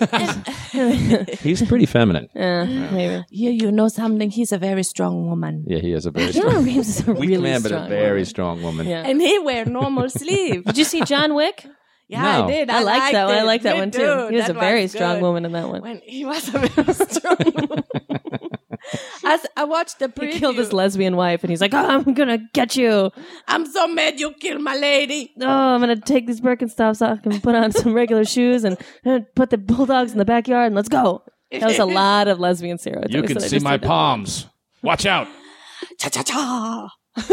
Speaker 4: He's pretty feminine.
Speaker 3: yeah maybe
Speaker 5: Yeah, you know something. He's a very strong woman.
Speaker 4: Yeah, he is a very strong,
Speaker 3: Keanu Reeves is a
Speaker 4: weak
Speaker 3: really
Speaker 4: man, but
Speaker 3: strong
Speaker 4: a very
Speaker 3: woman.
Speaker 4: strong woman.
Speaker 3: yeah
Speaker 5: And he wear normal sleeve.
Speaker 3: did you see john wick
Speaker 5: Yeah,
Speaker 4: No.
Speaker 5: I did.
Speaker 3: i liked that one i
Speaker 5: it.
Speaker 3: like that
Speaker 5: Me
Speaker 3: one too he was
Speaker 5: That
Speaker 3: a very
Speaker 5: was
Speaker 3: strong
Speaker 5: good.
Speaker 3: woman in that one
Speaker 5: When he was a very strong woman. As I watched the
Speaker 3: he
Speaker 5: preview,
Speaker 3: killed his lesbian wife and he's like oh, i'm gonna get you
Speaker 5: I'm so mad you killed my lady.
Speaker 3: oh, I'm gonna take these Birkenstocks off and put on some regular shoes and uh, put the bulldogs in the backyard and let's go. That was a lot of lesbian stereotypes.
Speaker 4: You can
Speaker 3: that I
Speaker 4: see
Speaker 3: just
Speaker 4: my
Speaker 3: did.
Speaker 4: palms. Watch out!
Speaker 5: Cha cha cha.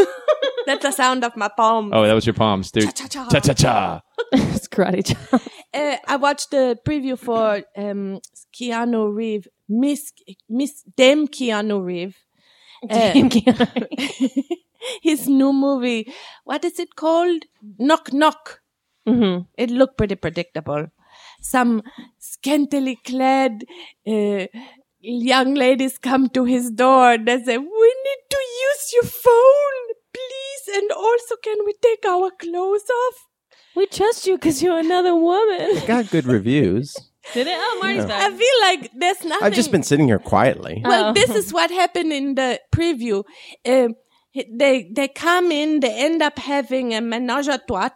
Speaker 5: That's the sound of my palm.
Speaker 4: Oh, that was your palms, dude.
Speaker 5: Cha-cha-cha.
Speaker 4: Cha cha cha.
Speaker 3: It's karate chop.
Speaker 5: Uh, I watched the preview for um, Keanu Reeves, Miss Miss Dame Keanu Reeves. Uh,
Speaker 3: Game Keanu.
Speaker 5: his new movie. What is it called? Knock Knock.
Speaker 3: Mhm.
Speaker 5: It looked pretty predictable. Some scantily clad uh, young ladies come to his door and they say, We need to use your phone, please. And also, can we take our clothes off?
Speaker 3: We trust you because you're another woman.
Speaker 2: Got good reviews.
Speaker 3: Did it? Oh, Marty's
Speaker 5: I
Speaker 3: back.
Speaker 5: feel like there's nothing.
Speaker 2: I've just been sitting here quietly.
Speaker 3: Oh.
Speaker 5: Well, this is what happened in the preview. Um, he- they they come in, they end up having a menage a trois,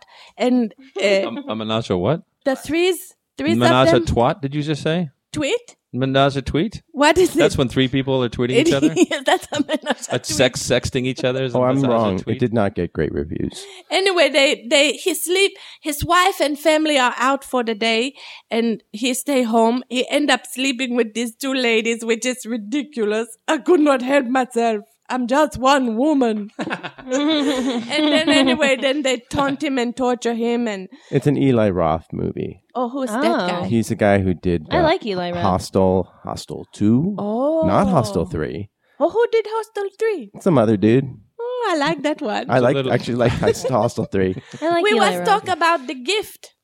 Speaker 5: and uh,
Speaker 4: A menage a what?
Speaker 5: the threes, threes
Speaker 4: Menage
Speaker 5: of
Speaker 4: a
Speaker 5: them
Speaker 4: twat? Did you just say
Speaker 5: tweet.
Speaker 4: menage a tweet?
Speaker 5: What is
Speaker 4: That's
Speaker 5: it?
Speaker 4: when three people are tweeting each other.
Speaker 5: It- That's a menage a
Speaker 4: A
Speaker 5: tweet.
Speaker 4: sex sexting each other. is a
Speaker 2: Oh, I'm
Speaker 4: menage a
Speaker 2: wrong.
Speaker 4: tweet?
Speaker 2: It did not get great reviews.
Speaker 5: Anyway, they they he sleep. His wife and family are out for the day, and he stay home. He end up sleeping with these two ladies, which is ridiculous. I could not help myself. I'm just one woman. and then anyway, then they taunt him and torture him, and
Speaker 2: It's an Eli Roth movie.
Speaker 5: oh, who's
Speaker 3: Oh.
Speaker 5: that guy?
Speaker 2: He's the guy who did uh,
Speaker 3: I like Eli Roth.
Speaker 2: Hostel, Hostel 2,
Speaker 5: Oh,
Speaker 2: not Hostel 3.
Speaker 5: Oh, who did Hostel Three?
Speaker 2: Some other dude.
Speaker 5: Oh, I like that one.
Speaker 2: I like
Speaker 4: little-
Speaker 2: actually like Hostel 3.
Speaker 3: I like
Speaker 5: we
Speaker 3: Eli
Speaker 5: must
Speaker 3: Roth.
Speaker 5: talk about the gift.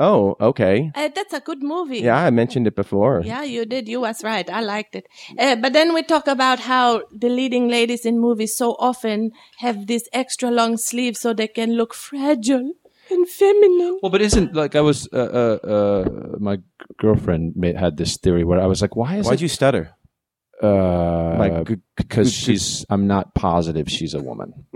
Speaker 2: Oh, okay.
Speaker 5: Uh, that's a good movie.
Speaker 2: Yeah, I mentioned it before.
Speaker 5: Yeah, you did. You was right. I liked it. Uh, but then we talk about how the leading ladies in movies so often have these extra long sleeves so they can look fragile and feminine.
Speaker 4: Well, but isn't like I was uh, uh, uh, my g- girlfriend ma- had this theory where I was like, why is
Speaker 2: Why'd
Speaker 4: it?
Speaker 2: you stutter?
Speaker 4: uh,
Speaker 2: Like, g-
Speaker 4: because
Speaker 2: g-
Speaker 4: she's I'm not positive she's a woman.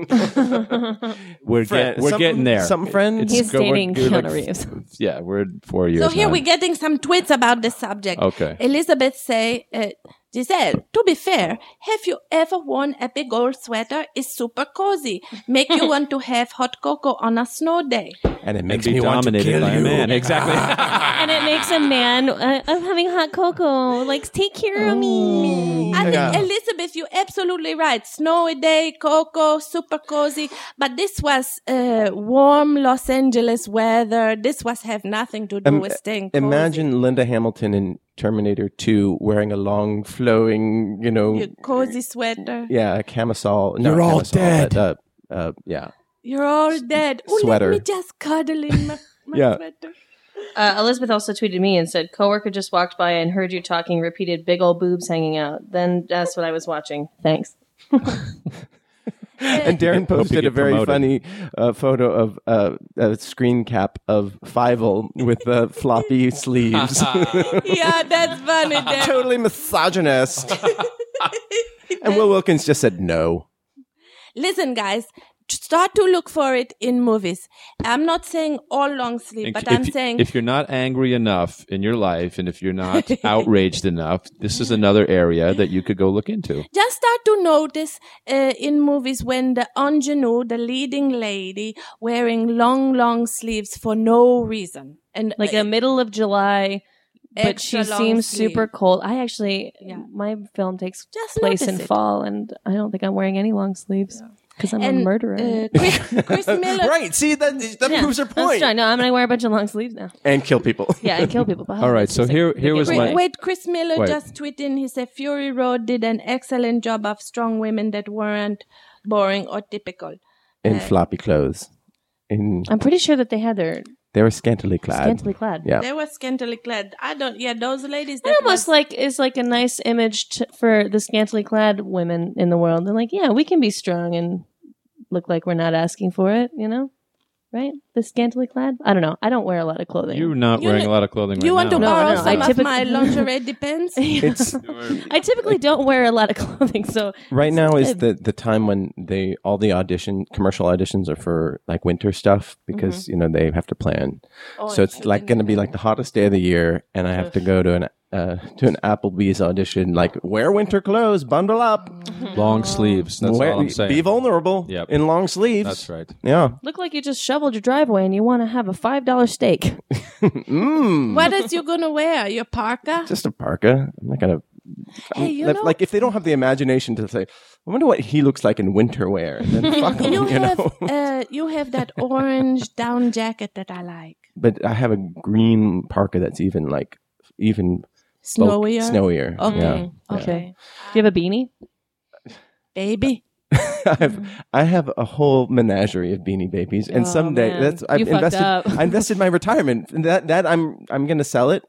Speaker 4: we're get, we're
Speaker 2: Some-
Speaker 4: getting there.
Speaker 2: Some friend.
Speaker 4: It's
Speaker 3: He's
Speaker 4: go- we're-
Speaker 3: dating
Speaker 4: we're like
Speaker 3: Keanu Reeves.
Speaker 4: yeah, we're four years.
Speaker 5: So here
Speaker 4: on.
Speaker 5: we're getting some tweets about this subject.
Speaker 4: Okay.
Speaker 5: Elizabeth say, uh, Giselle, to be fair, have you ever worn a big old sweater? It's super cozy. Make you want to have hot cocoa on a snow day.
Speaker 2: and it
Speaker 4: and
Speaker 2: makes
Speaker 4: be
Speaker 2: me want to
Speaker 4: dominated
Speaker 2: kill
Speaker 4: by
Speaker 2: you.
Speaker 4: a man. Exactly. "Ah."
Speaker 3: and it makes a man. Uh, I'm having hot cocoa. Like, take care of me.
Speaker 5: I
Speaker 2: Yeah.
Speaker 5: think Elizabeth, you're absolutely right. Snowy day, cocoa, super cozy. But this was uh, warm Los Angeles weather. This was have nothing to do
Speaker 2: Im-
Speaker 5: with staying cozy.
Speaker 2: Imagine Linda Hamilton in Terminator 2 wearing a long, flowing, you know,
Speaker 5: your cozy sweater.
Speaker 2: yeah, a camisole. No,
Speaker 7: You're all
Speaker 2: camisole,
Speaker 7: dead.
Speaker 2: but, uh, uh, yeah.
Speaker 5: You're all dead. Oh,
Speaker 2: sweater.
Speaker 5: let me just cuddle in my, my
Speaker 2: Yeah.
Speaker 5: sweater.
Speaker 3: Uh, Elizabeth also tweeted me and said, "Coworker just walked by and heard you talking. Repeated, big old boobs hanging out. Then that's what I was watching. Thanks."
Speaker 2: And Darren
Speaker 4: hope you
Speaker 2: posted
Speaker 4: get
Speaker 2: a very
Speaker 4: promoted.
Speaker 2: funny uh, photo of uh, a screen cap of Fievel with uh, floppy sleeves.
Speaker 5: Yeah, that's funny. Dad.
Speaker 2: totally misogynist. and Will Wilkins just said no.
Speaker 5: Listen, guys, start to look for it in movies. I'm not saying all long sleeve, but I'm
Speaker 4: if,
Speaker 5: saying
Speaker 4: if you're not angry enough in your life and if you're not outraged enough, this is another area that you could go look into.
Speaker 5: just start to notice uh, in movies when the ingenue, the leading lady, wearing long, long sleeves for no reason. And
Speaker 3: Like a middle of July, but she
Speaker 5: extra long
Speaker 3: seems
Speaker 5: sleeve.
Speaker 3: super cold. I actually,
Speaker 5: Yeah.
Speaker 3: my film takes
Speaker 5: Just
Speaker 3: place in
Speaker 5: notice it.
Speaker 3: fall, and I don't think I'm wearing any long sleeves because I'm a
Speaker 5: And,
Speaker 3: murderer.
Speaker 5: Uh, Chris, Chris Miller.
Speaker 2: Right. See, that, that
Speaker 3: Yeah,
Speaker 2: proves her
Speaker 3: that's
Speaker 2: point.
Speaker 3: fine. No, I'm gonna wear a bunch of long sleeves now.
Speaker 2: And kill people.
Speaker 3: Yeah, and kill people.
Speaker 4: All right, so here- here was
Speaker 5: Chris-
Speaker 4: my-
Speaker 5: wait, Chris Miller
Speaker 4: Wait.
Speaker 5: just tweeted in. He said, Fury Road did an excellent job of strong women that weren't boring or typical.
Speaker 2: In floppy clothes. In
Speaker 3: I'm pretty sure that they had their
Speaker 2: They were scantily clad.
Speaker 3: scantily clad.
Speaker 2: Yeah.
Speaker 5: They were scantily clad. I don't, yeah, those ladies.
Speaker 3: It
Speaker 5: That
Speaker 3: almost
Speaker 5: was-
Speaker 3: like is like a nice image t- for the scantily clad women in the world. They're like, yeah, we can be strong and look like we're not asking for it, you know, right? The scantily clad. I don't know. I don't wear a lot of clothing.
Speaker 4: You're not
Speaker 5: You
Speaker 4: wearing
Speaker 5: know-
Speaker 4: a lot of clothing right
Speaker 5: you want
Speaker 4: now.
Speaker 5: to
Speaker 3: No,
Speaker 5: borrow
Speaker 3: no, I
Speaker 5: some of
Speaker 3: typic-
Speaker 5: my lingerie depends?
Speaker 2: It's
Speaker 3: I typically don't wear a lot of clothing, so
Speaker 2: right now is the the time when they all the audition commercial auditions are for like winter stuff
Speaker 5: Mm-hmm.
Speaker 2: because you know they have to plan.
Speaker 5: Oh,
Speaker 2: so it's like going to be like the hottest day of the year, and I have to go to an uh, to an Applebee's audition. Like wear winter clothes, bundle up,
Speaker 5: Mm.
Speaker 4: Long sleeves. That's
Speaker 2: wear-
Speaker 4: all I'm saying.
Speaker 2: be vulnerable
Speaker 4: Yep.
Speaker 2: in long sleeves.
Speaker 4: That's right.
Speaker 2: Yeah,
Speaker 3: look like you just shoveled your driveway and you want to have a five dollar steak.
Speaker 2: mm,
Speaker 5: What else you gonna wear? Your parka?
Speaker 2: just a parka. I'm not gonna.
Speaker 5: Hey, you
Speaker 2: like,
Speaker 5: know-
Speaker 2: like if they don't have the imagination to say, I wonder what he looks like in winter wear. Then fuck him,
Speaker 5: You
Speaker 2: you
Speaker 5: have
Speaker 2: know.
Speaker 5: uh, you have that orange down jacket that I like.
Speaker 2: but I have a green parka that's even like even bulk-
Speaker 5: Snowier.
Speaker 2: snowier.
Speaker 5: Okay.
Speaker 2: Yeah.
Speaker 5: Okay.
Speaker 3: Do you have a beanie?
Speaker 5: Baby.
Speaker 2: I have I have a whole menagerie of beanie babies, and
Speaker 3: Mm-hmm. Oh,
Speaker 2: someday
Speaker 3: man.
Speaker 2: that's I've
Speaker 3: You fucked
Speaker 2: invested.
Speaker 3: up.
Speaker 2: I invested my retirement. And That that I'm I'm gonna sell it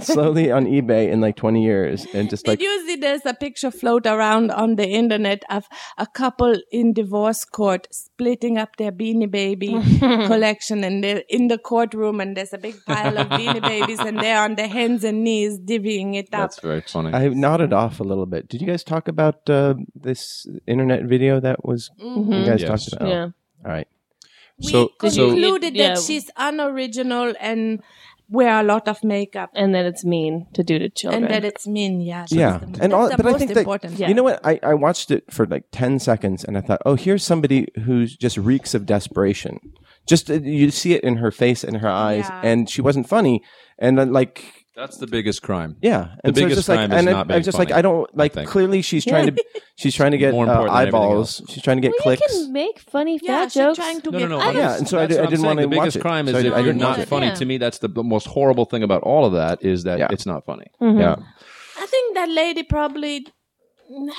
Speaker 2: slowly on eBay in like 20 years, and just like
Speaker 5: Did you see there's a picture float around on the internet of a couple in divorce court splitting up their beanie baby collection and they're in the courtroom and there's a big pile of beanie babies and they're on their hands and knees divvying it up.
Speaker 4: That's very funny.
Speaker 2: I nodded off a little bit. Did you guys talk about uh, this internet video that was you guys
Speaker 4: Yes.
Speaker 2: talked about?
Speaker 3: Mm-hmm. Yeah.
Speaker 2: All right.
Speaker 5: We
Speaker 4: So- so-
Speaker 5: concluded
Speaker 3: Yeah.
Speaker 5: that she's unoriginal and wear a lot of makeup.
Speaker 3: And that it's mean to do to children.
Speaker 5: and that it's mean. Yeah, that's
Speaker 2: yeah,
Speaker 5: the-
Speaker 2: and
Speaker 5: that's
Speaker 2: all,
Speaker 5: the
Speaker 2: but I
Speaker 5: most
Speaker 2: think that
Speaker 5: important.
Speaker 3: Yeah.
Speaker 2: you know what I, I watched it for like ten seconds and I thought, oh, here's somebody who's just reeks of desperation. Just uh, you see it in her face and her eyes,
Speaker 5: Yeah.
Speaker 2: and she wasn't funny. And uh, like,
Speaker 4: That's the biggest crime.
Speaker 2: yeah, and it's
Speaker 4: biggest
Speaker 2: just like,
Speaker 4: crime is
Speaker 2: and I-
Speaker 4: not
Speaker 2: I'm
Speaker 4: being
Speaker 2: just like,
Speaker 4: funny,
Speaker 2: I don't like.
Speaker 4: think.
Speaker 2: clearly, she's trying to, she's trying to get
Speaker 4: More
Speaker 2: uh,
Speaker 4: important than everything
Speaker 2: eyeballs. She's trying to get
Speaker 3: well, you
Speaker 2: clicks.
Speaker 3: can make funny
Speaker 5: Yeah,
Speaker 3: fat
Speaker 5: she's
Speaker 3: jokes.
Speaker 5: trying to
Speaker 4: No, no,
Speaker 5: get
Speaker 4: no.
Speaker 5: other-
Speaker 4: but
Speaker 2: Yeah, and so I
Speaker 4: that's
Speaker 2: di- I
Speaker 4: what I'm
Speaker 2: didn't
Speaker 4: saying.
Speaker 2: wanna
Speaker 4: The biggest
Speaker 2: watch it.
Speaker 4: crime is
Speaker 2: So I
Speaker 4: if
Speaker 2: did- I
Speaker 4: you're
Speaker 2: didn't
Speaker 4: not
Speaker 2: watch it.
Speaker 4: funny.
Speaker 3: Yeah.
Speaker 4: To me, that's the b- most horrible thing about all of that is that
Speaker 2: Yeah.
Speaker 4: it's not funny.
Speaker 2: Yeah,
Speaker 5: I think that lady probably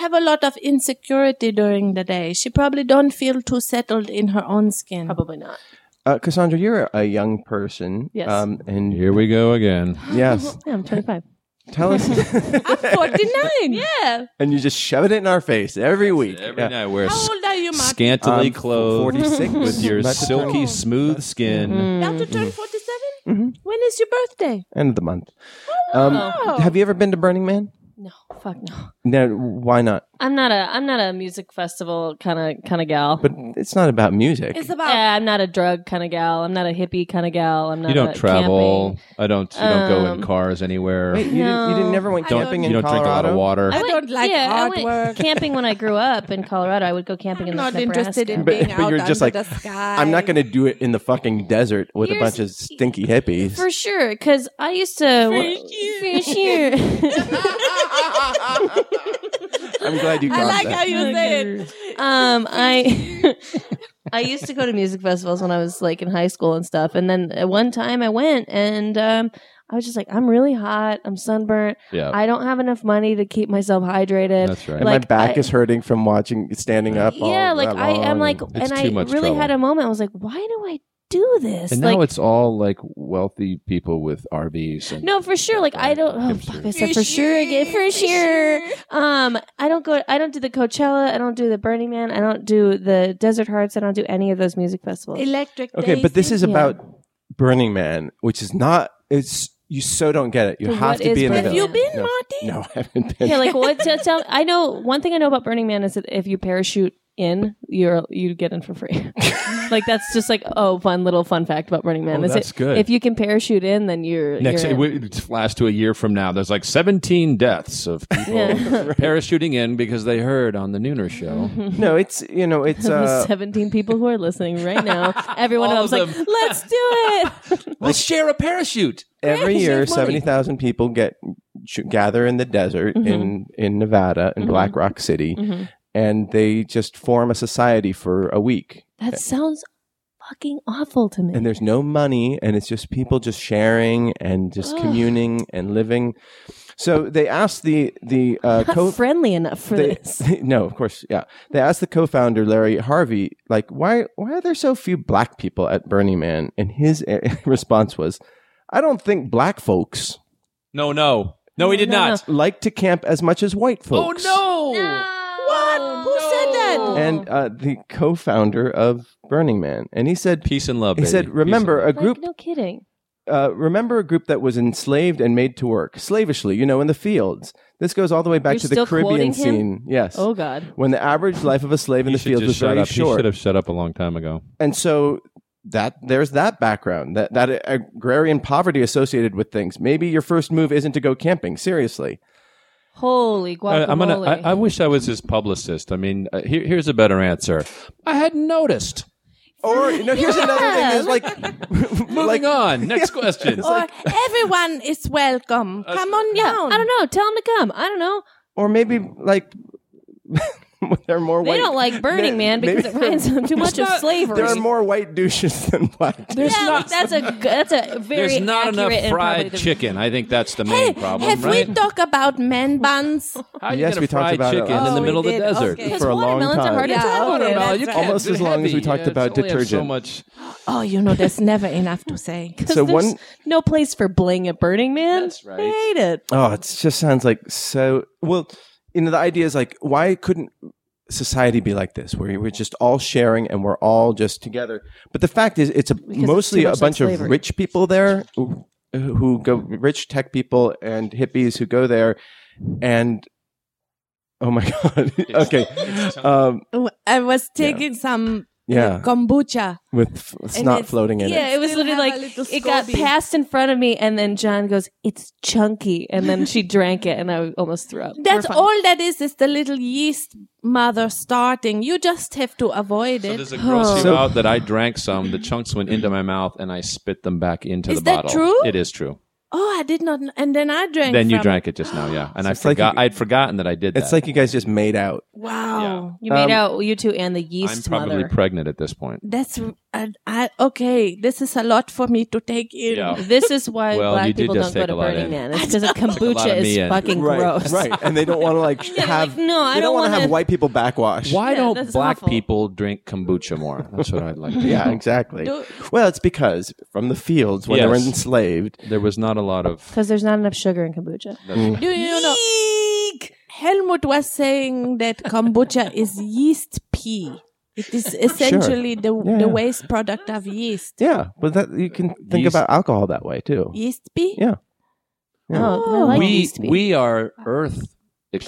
Speaker 5: have a lot of insecurity during the day. She probably don't feel too settled in her own skin.
Speaker 3: Probably not.
Speaker 2: uh, Cassandra, you're a young person.
Speaker 3: Yes.
Speaker 2: um, and
Speaker 4: Here we go again.
Speaker 2: yes,
Speaker 3: Yeah, I'm 25.
Speaker 2: tell us,
Speaker 5: Forty Oh, nine. yeah.
Speaker 2: and you just shove it in our face every week.
Speaker 4: Every
Speaker 2: Yeah.
Speaker 4: night we're
Speaker 5: How old are you, Mark?
Speaker 4: scantily
Speaker 2: Um,
Speaker 4: clothed,
Speaker 2: 46
Speaker 4: with your
Speaker 2: About to turn-
Speaker 4: silky smooth skin.
Speaker 2: Mm.
Speaker 5: About to turn forty
Speaker 3: Mm-hmm.
Speaker 5: is your birthday? Oh.
Speaker 2: end of the month. Um, Have you ever been to Burning Man?
Speaker 3: No, fuck no.
Speaker 2: No, why not?
Speaker 3: I'm not a I'm not a music festival kind of kind of gal.
Speaker 2: But it's not about music.
Speaker 5: It's about
Speaker 3: yeah, I'm not a drug kind of gal. I'm not a hippie kind of gal. I'm not.
Speaker 4: You
Speaker 3: a
Speaker 4: don't travel.
Speaker 3: camping-
Speaker 4: I don't. You don't go in
Speaker 3: Um,
Speaker 4: cars anywhere.
Speaker 2: Wait, you, didn't, you didn't never went
Speaker 5: I don't-
Speaker 2: camping
Speaker 4: you
Speaker 2: in
Speaker 4: don't
Speaker 2: Colorado.
Speaker 4: drink a lot of water.
Speaker 5: I don't like
Speaker 3: I
Speaker 5: hard
Speaker 3: went
Speaker 5: work.
Speaker 3: Camping when I grew up in Colorado, I would go camping
Speaker 5: I'm
Speaker 3: in
Speaker 5: not
Speaker 3: Nebraska.
Speaker 5: interested in
Speaker 2: But,
Speaker 5: being
Speaker 2: but
Speaker 5: out
Speaker 2: you're just like,
Speaker 5: under the sky.
Speaker 2: I'm not going to do it in the fucking desert with a
Speaker 3: Here's-
Speaker 2: bunch of stinky hippies.
Speaker 3: for sure because I used to for sure.
Speaker 2: I'm glad you
Speaker 5: I
Speaker 2: caught
Speaker 5: like
Speaker 2: that.
Speaker 5: how you
Speaker 3: Oh,
Speaker 5: say it.
Speaker 3: um, I I used to go to music festivals when I was like in high school and stuff, and then at one time I went and. um I was just like, I'm really hot. I'm sunburnt.
Speaker 4: Yeah.
Speaker 3: I don't have enough money to keep myself hydrated.
Speaker 4: Oh. That's right.
Speaker 2: and my
Speaker 3: like,
Speaker 2: back
Speaker 3: I-
Speaker 2: is hurting from watching standing up. all
Speaker 3: yeah, like
Speaker 2: that
Speaker 3: I
Speaker 2: long
Speaker 3: am like,
Speaker 2: and-
Speaker 4: It's
Speaker 3: and I
Speaker 4: too much
Speaker 3: really
Speaker 4: trouble.
Speaker 3: had a moment. I was like, why do I do this?
Speaker 4: and
Speaker 3: like,
Speaker 4: now it's all like wealthy people with RVs. And,
Speaker 3: No, for sure. Like I don't. Oh,
Speaker 4: Hipster.
Speaker 3: fuck, I said for sure again. For sure. Um, I don't go. I don't do the Coachella. I don't do the Burning Man. I don't do the Desert Hearts. I don't do any of those music festivals.
Speaker 5: Electric.
Speaker 2: okay, but this
Speaker 5: Daisy.
Speaker 2: is
Speaker 3: Yeah.
Speaker 2: about Burning Man, which is not. It's you so don't get it. You
Speaker 3: So
Speaker 2: have
Speaker 3: what
Speaker 2: to
Speaker 3: is
Speaker 2: be in the
Speaker 3: Burning
Speaker 5: Have
Speaker 2: village.
Speaker 3: Man?
Speaker 5: you been,
Speaker 2: No. No,
Speaker 5: Marty?
Speaker 2: I haven't been.
Speaker 3: yeah, like what? Tell, tell, I know one thing I know about Burning Man is that if you parachute in, you're you get in for free. like that's just like oh, fun little fun fact about Burning Man.
Speaker 4: Oh,
Speaker 3: is
Speaker 4: that's
Speaker 3: it,
Speaker 4: good.
Speaker 3: If you can parachute in, then you're
Speaker 4: Next,
Speaker 3: you're
Speaker 4: it
Speaker 3: in.
Speaker 4: would it's flashed to a year from now. There's like 17 deaths of people
Speaker 3: Yeah.
Speaker 4: parachuting in because they heard on the Nooner show.
Speaker 2: no, it's you know it's
Speaker 3: Of the
Speaker 2: uh,
Speaker 3: 17 people who are listening right now, every one
Speaker 4: All
Speaker 3: of
Speaker 4: of
Speaker 3: them's
Speaker 4: them.
Speaker 3: like, let's do it.
Speaker 4: we'll share a parachute.
Speaker 2: every
Speaker 4: Great,
Speaker 2: year
Speaker 4: save money.
Speaker 2: seventy thousand people get sh- gather in the desert
Speaker 3: Mm-hmm.
Speaker 2: in in Nevada in Black Rock City, and they just form a society for a week.
Speaker 3: That sounds fucking awful to me.
Speaker 2: And there's no money, and it's just people just sharing and just
Speaker 3: Ugh.
Speaker 2: communing and living. So they asked the the uh,
Speaker 3: not
Speaker 2: co
Speaker 3: friendly enough for
Speaker 2: they,
Speaker 3: this.
Speaker 2: no, of course, yeah. They asked the co-founder Larry Harvey, like, why why are there so few black people at Burning Man? And his uh, response was, I don't think black folks
Speaker 4: No, no. No, he did
Speaker 3: No, no.
Speaker 4: not.
Speaker 2: like to camp as much as white folks.
Speaker 4: Oh, no.
Speaker 3: What?
Speaker 5: Who said that?
Speaker 2: And uh, the co-founder of Burning Man, and he said,
Speaker 4: Peace and love.
Speaker 2: he
Speaker 4: baby.
Speaker 2: said,
Speaker 4: Peace
Speaker 2: remember
Speaker 4: and
Speaker 2: a
Speaker 4: love.
Speaker 2: group,
Speaker 3: Like, no kidding.
Speaker 2: uh, remember a group that was enslaved and made to work slavishly, you know, in the fields. This goes all the way back
Speaker 3: You're
Speaker 2: to the
Speaker 3: still
Speaker 2: Caribbean
Speaker 3: quoting him?
Speaker 2: scene. Yes.
Speaker 3: Oh God.
Speaker 2: When the average life of a slave in
Speaker 4: You
Speaker 2: the
Speaker 4: should
Speaker 2: fields was
Speaker 4: just shut
Speaker 2: very
Speaker 4: up. You
Speaker 2: short.
Speaker 4: should have shut up a long time ago.
Speaker 2: and so that there's that background that that agrarian poverty associated with things maybe your first move isn't to go camping seriously
Speaker 3: Holy
Speaker 4: I,
Speaker 3: guacamole.
Speaker 4: I'm gonna. I, I wish I was his publicist. I mean, uh, here, here's a better answer. I hadn't noticed.
Speaker 2: or you know here's another thing is like
Speaker 4: Moving on. Next question.
Speaker 5: Or everyone is welcome. Come on down.
Speaker 3: I don't know. Tell them to come. I don't know.
Speaker 2: or maybe like there are more
Speaker 3: They
Speaker 2: white
Speaker 3: don't like Burning
Speaker 2: May-
Speaker 3: Man because it
Speaker 2: maybe-
Speaker 3: reminds them too much of slavery.
Speaker 2: there are more white douches than black
Speaker 4: there's
Speaker 3: yeah, like,
Speaker 4: not.
Speaker 3: that's a g- that's a very
Speaker 4: There's not enough
Speaker 3: accurate and probably
Speaker 4: fried
Speaker 3: the-
Speaker 4: chicken. I think that's the
Speaker 5: Hey,
Speaker 4: main problem,
Speaker 5: have
Speaker 4: right?
Speaker 5: we talked about man buns?
Speaker 4: How you
Speaker 2: Yes,
Speaker 4: gonna
Speaker 2: we talked
Speaker 4: fry
Speaker 2: about it
Speaker 4: chicken
Speaker 2: last
Speaker 4: in the
Speaker 5: week.
Speaker 4: middle of
Speaker 5: Oh,
Speaker 4: the
Speaker 5: we did.
Speaker 4: desert.
Speaker 5: Okay.
Speaker 3: Because
Speaker 2: for a long
Speaker 3: watermelons
Speaker 2: time.
Speaker 3: are hard
Speaker 5: Yeah,
Speaker 3: to travel with.
Speaker 5: watermelon,
Speaker 4: Watermelon,
Speaker 5: That's
Speaker 4: you
Speaker 5: right.
Speaker 4: can't
Speaker 2: Almost
Speaker 4: do
Speaker 2: as long as we
Speaker 4: heavy.
Speaker 2: talked
Speaker 4: Yeah, it's
Speaker 2: about
Speaker 4: only has So
Speaker 2: detergent.
Speaker 4: much.
Speaker 5: Oh, you know, there's never enough to say.
Speaker 3: 'Cause
Speaker 2: So
Speaker 3: there's
Speaker 2: one-
Speaker 3: no place for bling at Burning Man.
Speaker 4: That's right.
Speaker 3: I hate it.
Speaker 2: oh it just sounds like so well you know the idea is like why couldn't society be like this where we're just all sharing and we're all just together but the fact is it's a,
Speaker 3: it's
Speaker 2: mostly
Speaker 3: too
Speaker 2: a
Speaker 3: much like
Speaker 2: bunch of
Speaker 3: slavery.
Speaker 2: rich people there who who go rich tech people and hippies who go there and oh my god okay um
Speaker 5: I was taking some uh,
Speaker 2: yeah
Speaker 5: kombucha.
Speaker 2: with f- snot
Speaker 5: it's-
Speaker 2: floating in
Speaker 3: Yeah,
Speaker 2: it
Speaker 3: it was
Speaker 5: Still
Speaker 3: literally
Speaker 5: have a
Speaker 3: like
Speaker 5: little
Speaker 3: it got
Speaker 5: scoby.
Speaker 3: passed in front of me, and then John goes, "It's chunky," and then she drank it, and I almost threw up. We're
Speaker 5: That's
Speaker 3: fine.
Speaker 5: all that is, is the little yeast mother starting. You just have to avoid
Speaker 4: So
Speaker 5: it. Oh.
Speaker 4: there's a gross
Speaker 2: So-
Speaker 4: you out that I drank some. The chunks went into my mouth, and I spit them back into
Speaker 5: Is
Speaker 4: the
Speaker 5: that
Speaker 4: bottle.
Speaker 5: true?
Speaker 4: It is true.
Speaker 5: oh, I did not. kn- And then I drank.
Speaker 4: then you
Speaker 5: from-
Speaker 4: drank it just now, yeah. And I
Speaker 2: it's like
Speaker 4: forgot.
Speaker 2: you-
Speaker 4: I'd forgotten that I did that.
Speaker 2: it's like you guys just made out
Speaker 5: Wow.
Speaker 3: You made out you two and the
Speaker 4: Um, I'm
Speaker 3: yeast
Speaker 4: probably
Speaker 3: mother.
Speaker 4: pregnant at this point.
Speaker 5: That's I, I, okay. This is a lot for me to take in.
Speaker 4: Yeah.
Speaker 3: this is why
Speaker 4: Well, you
Speaker 3: black
Speaker 4: did
Speaker 3: people
Speaker 4: just
Speaker 3: don't go
Speaker 4: take
Speaker 3: to
Speaker 4: a lot
Speaker 3: Burning
Speaker 4: in.
Speaker 3: Man. It's because
Speaker 4: lot
Speaker 3: kombucha
Speaker 4: of
Speaker 3: is
Speaker 4: me in.
Speaker 3: fucking
Speaker 2: right
Speaker 3: gross.
Speaker 2: right and they don't want to like have
Speaker 3: like, no, I
Speaker 2: they
Speaker 3: don't
Speaker 2: want to
Speaker 3: wanna-
Speaker 2: have white people backwash
Speaker 4: Why
Speaker 3: Yeah,
Speaker 4: don't
Speaker 3: that's
Speaker 4: black
Speaker 3: awful.
Speaker 4: people drink kombucha more? That's what I'd like. to
Speaker 2: Yeah,
Speaker 4: know.
Speaker 2: exactly.
Speaker 5: Do-
Speaker 2: Well, it's because from the fields when they were
Speaker 4: Yes.
Speaker 2: enslaved.
Speaker 4: There was not a lot of.
Speaker 3: Because there's not enough sugar in kombucha.
Speaker 5: Do you know? Helmut was saying that kombucha is yeast pea. It is essentially the
Speaker 2: Yeah, yeah.
Speaker 5: the waste product of yeast.
Speaker 2: Yeah, but that you can think
Speaker 4: Yeast-
Speaker 2: about alcohol that way too.
Speaker 5: Yeast pea.
Speaker 2: Yeah.
Speaker 3: Oh, I like
Speaker 4: we
Speaker 3: yeast pea.
Speaker 4: we are earth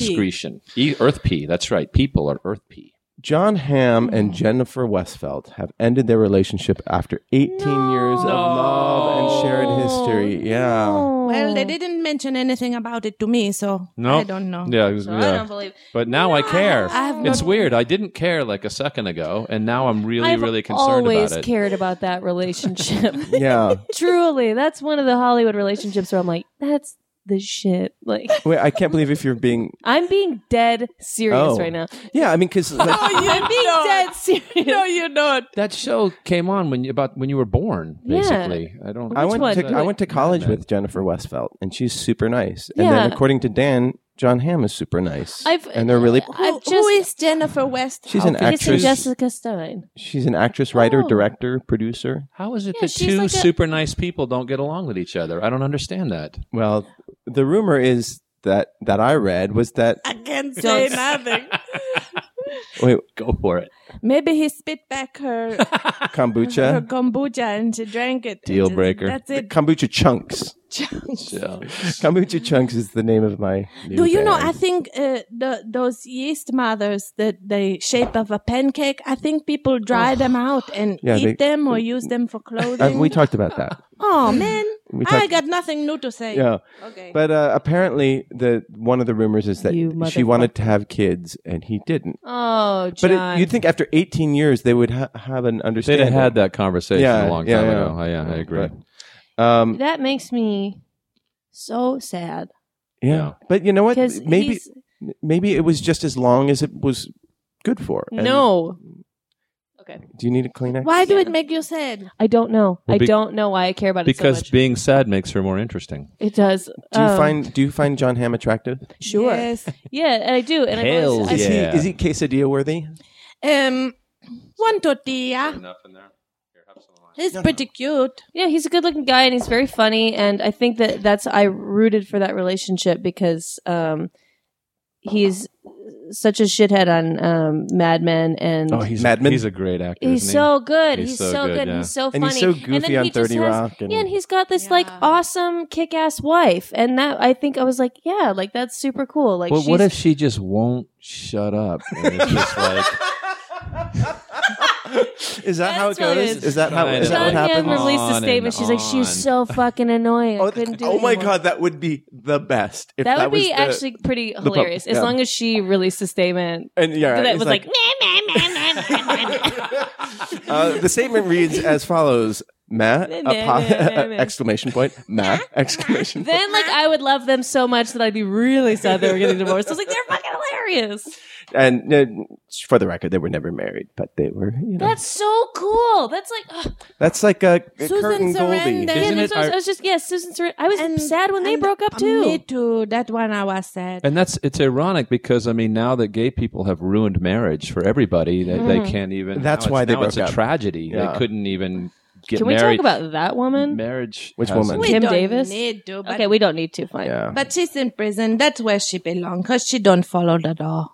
Speaker 4: excretion. E- earth pea. That's right. People are earth pea.
Speaker 2: John Hamm
Speaker 3: Mm.
Speaker 2: and Jennifer Westfeld have ended their relationship after 18 years of love and shared history. Yeah.
Speaker 5: Well, they didn't mention anything about it to me, so
Speaker 4: No.
Speaker 5: I don't know.
Speaker 4: Yeah,
Speaker 3: So
Speaker 4: yeah.
Speaker 3: I don't believe.
Speaker 4: But now I care.
Speaker 5: I have
Speaker 4: it's
Speaker 5: not-
Speaker 4: weird. I didn't care like a second ago, and now I'm really,
Speaker 3: I've
Speaker 4: really concerned
Speaker 3: always
Speaker 4: about it.
Speaker 3: cared about that relationship.
Speaker 2: Yeah.
Speaker 3: Truly, that's one of the Hollywood relationships where I'm like, that's the shit. Like,
Speaker 2: Wait, I can't believe if you're being.
Speaker 3: I'm being dead serious
Speaker 2: Oh.
Speaker 3: right now.
Speaker 2: Yeah, I mean, because. Like,
Speaker 3: I'm being dead serious.
Speaker 5: No, you're not.
Speaker 4: That show came on when you, about when you were born,
Speaker 3: Yeah.
Speaker 4: basically. I don't.
Speaker 2: I
Speaker 3: Which
Speaker 2: went,
Speaker 3: one?
Speaker 2: to, I went to college with Jennifer Westfeld, and she's super nice. And then,
Speaker 3: Yeah.
Speaker 2: according to Dan, John Hamm is super nice.
Speaker 3: I've-
Speaker 2: and they're really.
Speaker 3: I've
Speaker 5: Who,
Speaker 3: just-
Speaker 5: who is Jennifer West?
Speaker 2: She's an
Speaker 3: It's in
Speaker 2: actress.
Speaker 3: Jessica Stein.
Speaker 2: She's an actress, writer,
Speaker 3: Oh.
Speaker 2: director, producer.
Speaker 4: How is it
Speaker 3: Yeah,
Speaker 4: that
Speaker 3: she's
Speaker 4: two
Speaker 3: like a-
Speaker 4: super nice people don't get along with each other? I don't understand that.
Speaker 2: Well, the rumor is that that I read was that
Speaker 5: I can't say nothing.
Speaker 2: wait,
Speaker 4: Go for it.
Speaker 5: Maybe he spit back her, her
Speaker 2: kombucha,
Speaker 5: kombucha and she drank it.
Speaker 4: Deal
Speaker 5: Just-
Speaker 4: breaker.
Speaker 5: That's it.
Speaker 2: kombucha chunks. Kombucha chunks is the name of my. New
Speaker 5: Do you know? I
Speaker 2: band.
Speaker 5: think uh, the, those yeast mothers, that the shape of a pancake, I think people dry them out and
Speaker 2: Yeah,
Speaker 5: eat
Speaker 2: they-
Speaker 5: them or use them for
Speaker 2: Uh,
Speaker 5: clothing.
Speaker 2: we talked about that.
Speaker 5: oh man,
Speaker 2: We
Speaker 5: I
Speaker 2: talked,
Speaker 5: got nothing new to say.
Speaker 2: yeah,
Speaker 5: Okay.
Speaker 2: but uh, apparently the one of the rumors is that
Speaker 3: You
Speaker 2: she wanted to have kids and he didn't.
Speaker 3: Oh,
Speaker 2: But
Speaker 3: John.
Speaker 2: it, you'd think after 18 years they would ha- have an
Speaker 4: They'd
Speaker 2: understanding.
Speaker 4: have had that conversation
Speaker 2: Yeah,
Speaker 4: a long
Speaker 2: yeah,
Speaker 4: time
Speaker 2: yeah.
Speaker 4: ago. Oh, yeah, I agree.
Speaker 2: But, um,
Speaker 3: that makes me so sad
Speaker 2: yeah.
Speaker 4: Yeah.
Speaker 2: but you know what?
Speaker 3: because
Speaker 2: Maybe
Speaker 3: he's
Speaker 2: maybe it was just as long as it was good for. And
Speaker 3: no.
Speaker 2: Do you need a Kleenex?
Speaker 5: Why do
Speaker 3: Yeah.
Speaker 5: it make you sad?
Speaker 3: I don't know.
Speaker 4: Well,
Speaker 3: I
Speaker 4: be-
Speaker 3: don't know why I care about it
Speaker 4: Because
Speaker 3: so much.
Speaker 4: being sad makes her more interesting.
Speaker 3: it does.
Speaker 2: Do you
Speaker 3: um,
Speaker 2: find do you find John Hamm attractive?
Speaker 3: sure?
Speaker 5: Yes.
Speaker 3: Yeah, I do. And I've always-
Speaker 4: Hells
Speaker 3: I,
Speaker 2: Is
Speaker 4: Yeah.
Speaker 2: he is he quesadilla worthy?
Speaker 5: Um, one tortilla.
Speaker 4: Enough in there.
Speaker 5: He's pretty cute.
Speaker 3: Yeah, he's a good-looking guy, and he's very funny. And I think that that's I rooted for that relationship because um, he's such a shithead on um, Mad Men, and
Speaker 4: Oh, he's
Speaker 2: Mad Men?
Speaker 4: he's a great actor.
Speaker 3: he's
Speaker 4: isn't he?
Speaker 3: so good. He's, so, good.
Speaker 4: yeah.
Speaker 3: He's so funny.
Speaker 2: And he's so
Speaker 3: And
Speaker 2: goofy
Speaker 3: then
Speaker 2: on
Speaker 3: he just
Speaker 2: 30
Speaker 3: has-
Speaker 2: Rock. And,
Speaker 3: Yeah, and he's got this like
Speaker 5: Yeah.
Speaker 3: awesome kick-ass wife, and that I think I was like, yeah, like that's super cool. Like,
Speaker 4: But
Speaker 3: she's,
Speaker 4: what if she just won't shut up? And it's just like
Speaker 2: is that how it
Speaker 3: That's what it
Speaker 2: goes? Oh.
Speaker 3: is.
Speaker 2: Is that how
Speaker 4: Kinda.
Speaker 2: is that what
Speaker 3: John Hamm
Speaker 2: happens?
Speaker 3: released
Speaker 4: On
Speaker 3: a
Speaker 4: and
Speaker 3: statement? She's like,
Speaker 4: on.
Speaker 3: she's so fucking annoying. I
Speaker 2: Oh,
Speaker 3: couldn't do
Speaker 2: oh
Speaker 3: it
Speaker 2: my
Speaker 3: anymore."
Speaker 2: god, that would be the best. If
Speaker 3: That,
Speaker 2: that,
Speaker 3: would
Speaker 2: was
Speaker 3: be
Speaker 2: the-
Speaker 3: actually pretty
Speaker 2: pub-
Speaker 3: hilarious as
Speaker 2: yeah.
Speaker 3: long as she released a statement
Speaker 2: and yeah,
Speaker 3: that
Speaker 2: it's
Speaker 3: was like,
Speaker 2: uh, the statement reads as follows: Matt
Speaker 3: Meh, meh,
Speaker 2: apo-
Speaker 3: meh, meh, meh.
Speaker 2: exclamation point Matt exclamation point.
Speaker 3: then like I would love them so much that I'd be really sad they were getting divorced. I was like, they're fucking hilarious.
Speaker 2: And uh, for the record, they were never married, but they were. You know,
Speaker 3: That's so cool. That's like, ugh.
Speaker 2: that's like a, a
Speaker 5: Susan
Speaker 2: Curtin Goldie.
Speaker 5: Sarandon.
Speaker 3: yeah, that's what
Speaker 4: Isn't it
Speaker 3: I, was,
Speaker 4: our-
Speaker 3: I was just yeah, Susan Sarandon. I was
Speaker 5: And-
Speaker 3: sad when they
Speaker 5: and-
Speaker 3: broke up
Speaker 5: uh,
Speaker 3: too.
Speaker 5: Me too. That one I was sad.
Speaker 2: Uh,
Speaker 4: And that's it's ironic because I mean now that gay people have ruined marriage for everybody, they,
Speaker 3: Mm-hmm.
Speaker 4: they can't even.
Speaker 2: That's
Speaker 4: now
Speaker 2: why
Speaker 4: it's,
Speaker 2: they
Speaker 4: now it's
Speaker 2: broke
Speaker 4: a
Speaker 2: up.
Speaker 4: tragedy.
Speaker 2: Yeah.
Speaker 4: They couldn't even get
Speaker 3: Can we
Speaker 4: married.
Speaker 3: talk about that woman?
Speaker 4: marriage?
Speaker 2: Which
Speaker 4: has-
Speaker 2: woman?
Speaker 5: we
Speaker 3: Kim
Speaker 5: don't
Speaker 3: Davis?
Speaker 5: Need to, but,
Speaker 3: okay, we don't need to. Fine.
Speaker 2: Yeah.
Speaker 5: but she's in prison. That's where she belongs. Cause she don't follow the law.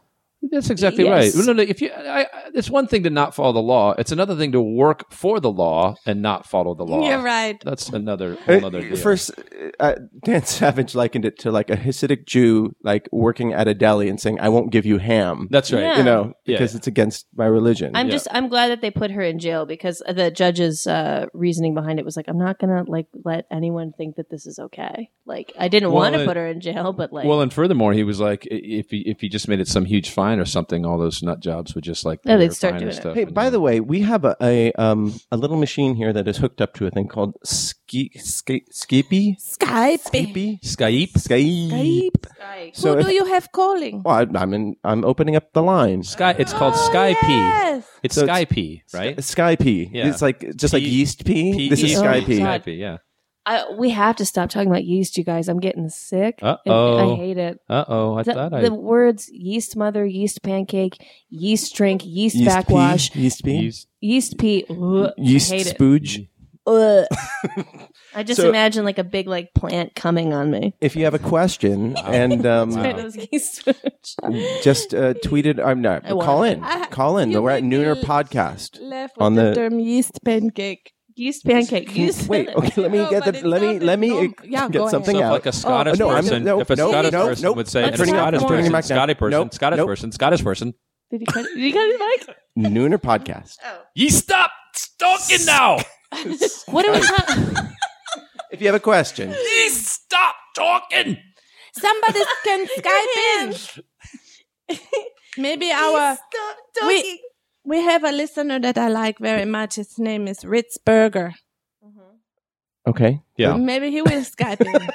Speaker 4: That's exactly
Speaker 3: Yes.
Speaker 4: right. No, no. If you, I, I, it's one thing to not follow the law. It's another thing to work for the law and not follow the law.
Speaker 5: You're right.
Speaker 4: That's another whole other
Speaker 2: Uh,
Speaker 4: deal.
Speaker 2: First, uh, Dan Savage likened it to like a Hasidic Jew, like working at a deli and saying, "I won't give you ham,"
Speaker 4: that's right.
Speaker 3: Yeah.
Speaker 2: you know,
Speaker 4: Yeah.
Speaker 2: because it's against my religion.
Speaker 3: I'm
Speaker 4: Yeah.
Speaker 3: just I'm glad that they put her in jail because the judge's uh, reasoning behind it was like I'm not gonna like let anyone think that this is okay. Like I didn't
Speaker 4: Well,
Speaker 3: want to
Speaker 4: it-
Speaker 3: put her in jail, but like
Speaker 4: Well, and furthermore, he was like, i- if he if he just made it some huge fine or something, all those nut jobs would just like
Speaker 3: Yeah,
Speaker 4: pay
Speaker 3: they'd
Speaker 4: their
Speaker 3: start
Speaker 4: fine
Speaker 3: doing
Speaker 4: and
Speaker 3: it.
Speaker 4: stuff
Speaker 2: Hey,
Speaker 4: and
Speaker 2: by
Speaker 4: then-
Speaker 2: the way, we have a a, um, a little machine here that is hooked up to a thing called Ski Ski Skippy
Speaker 5: Skype.
Speaker 2: Skippy
Speaker 4: Skype.
Speaker 2: E? Skype.
Speaker 5: Skype.
Speaker 2: So
Speaker 5: Who
Speaker 2: if-
Speaker 5: do you have calling?
Speaker 2: Well, I, I'm in, I'm opening up the line.
Speaker 4: Sky. It's called
Speaker 5: Oh,
Speaker 4: Skype.
Speaker 5: Yes.
Speaker 4: It's
Speaker 2: So it's-
Speaker 4: Skype, right?
Speaker 2: Skype.
Speaker 4: Yeah.
Speaker 2: It's like just like
Speaker 4: P-
Speaker 2: yeast pea. this is
Speaker 7: E.
Speaker 3: Oh,
Speaker 2: Skype.
Speaker 3: P. God.
Speaker 4: Skype, yeah.
Speaker 3: I, we have to stop talking about yeast, you guys. I'm getting sick. and
Speaker 4: Uh-oh.
Speaker 3: I hate it.
Speaker 4: Uh oh, I
Speaker 3: The,
Speaker 4: thought
Speaker 3: the
Speaker 4: I
Speaker 3: words yeast mother, yeast pancake, yeast drink, yeast,
Speaker 2: Yeast
Speaker 3: backwash,
Speaker 2: pea. Yeast pea.
Speaker 4: used.
Speaker 3: yeast pea. Ugh,
Speaker 2: Yeast
Speaker 3: I hate it.
Speaker 2: spooge.
Speaker 3: Ugh. I just
Speaker 2: So-
Speaker 3: imagine like a big like plant coming on me.
Speaker 2: If you have a question and um,
Speaker 3: Sorry, that was yeast smooch.
Speaker 2: just uh, tweeted. I'm not.
Speaker 3: I won't.
Speaker 2: Call in.
Speaker 5: I-
Speaker 2: Call in.
Speaker 5: you
Speaker 2: We're at
Speaker 5: make me
Speaker 2: Nooner
Speaker 5: l-
Speaker 2: Podcast.
Speaker 5: Left
Speaker 2: On
Speaker 5: on the,
Speaker 2: the-
Speaker 5: term yeast pancake.
Speaker 3: yeast pancake. Yeast
Speaker 2: Wait,
Speaker 3: and-
Speaker 2: okay. Let me
Speaker 5: No,
Speaker 2: get
Speaker 5: but
Speaker 2: the.
Speaker 5: it's
Speaker 2: Let me
Speaker 5: not-
Speaker 2: let me
Speaker 5: it's not- yeah,
Speaker 2: get
Speaker 5: go
Speaker 2: something
Speaker 5: ahead.
Speaker 2: out. Oh,
Speaker 5: So
Speaker 7: like a Scottish
Speaker 2: no, I'm-
Speaker 7: person,
Speaker 2: no,
Speaker 7: if a
Speaker 2: no,
Speaker 7: Scottish
Speaker 2: no,
Speaker 7: person
Speaker 2: nope.
Speaker 7: would say,
Speaker 3: Let's
Speaker 7: and a
Speaker 3: not
Speaker 7: Scottish
Speaker 3: bring
Speaker 7: person,
Speaker 3: it
Speaker 2: back down.
Speaker 7: Scottish person,
Speaker 2: Nope,
Speaker 7: Scottish
Speaker 2: nope.
Speaker 7: person, Scottish person.
Speaker 3: Did you cut it? Did you cut his mic?
Speaker 2: Nooner podcast.
Speaker 7: Ye stop talking now.
Speaker 3: What do we have?
Speaker 2: If you have a question,
Speaker 7: Ye stop talking.
Speaker 5: Somebody can Skype in. Maybe our we we have a listener that I like very much. His name is Ritz Burger.
Speaker 2: okay.
Speaker 6: Yeah.
Speaker 5: Maybe he will Skype in.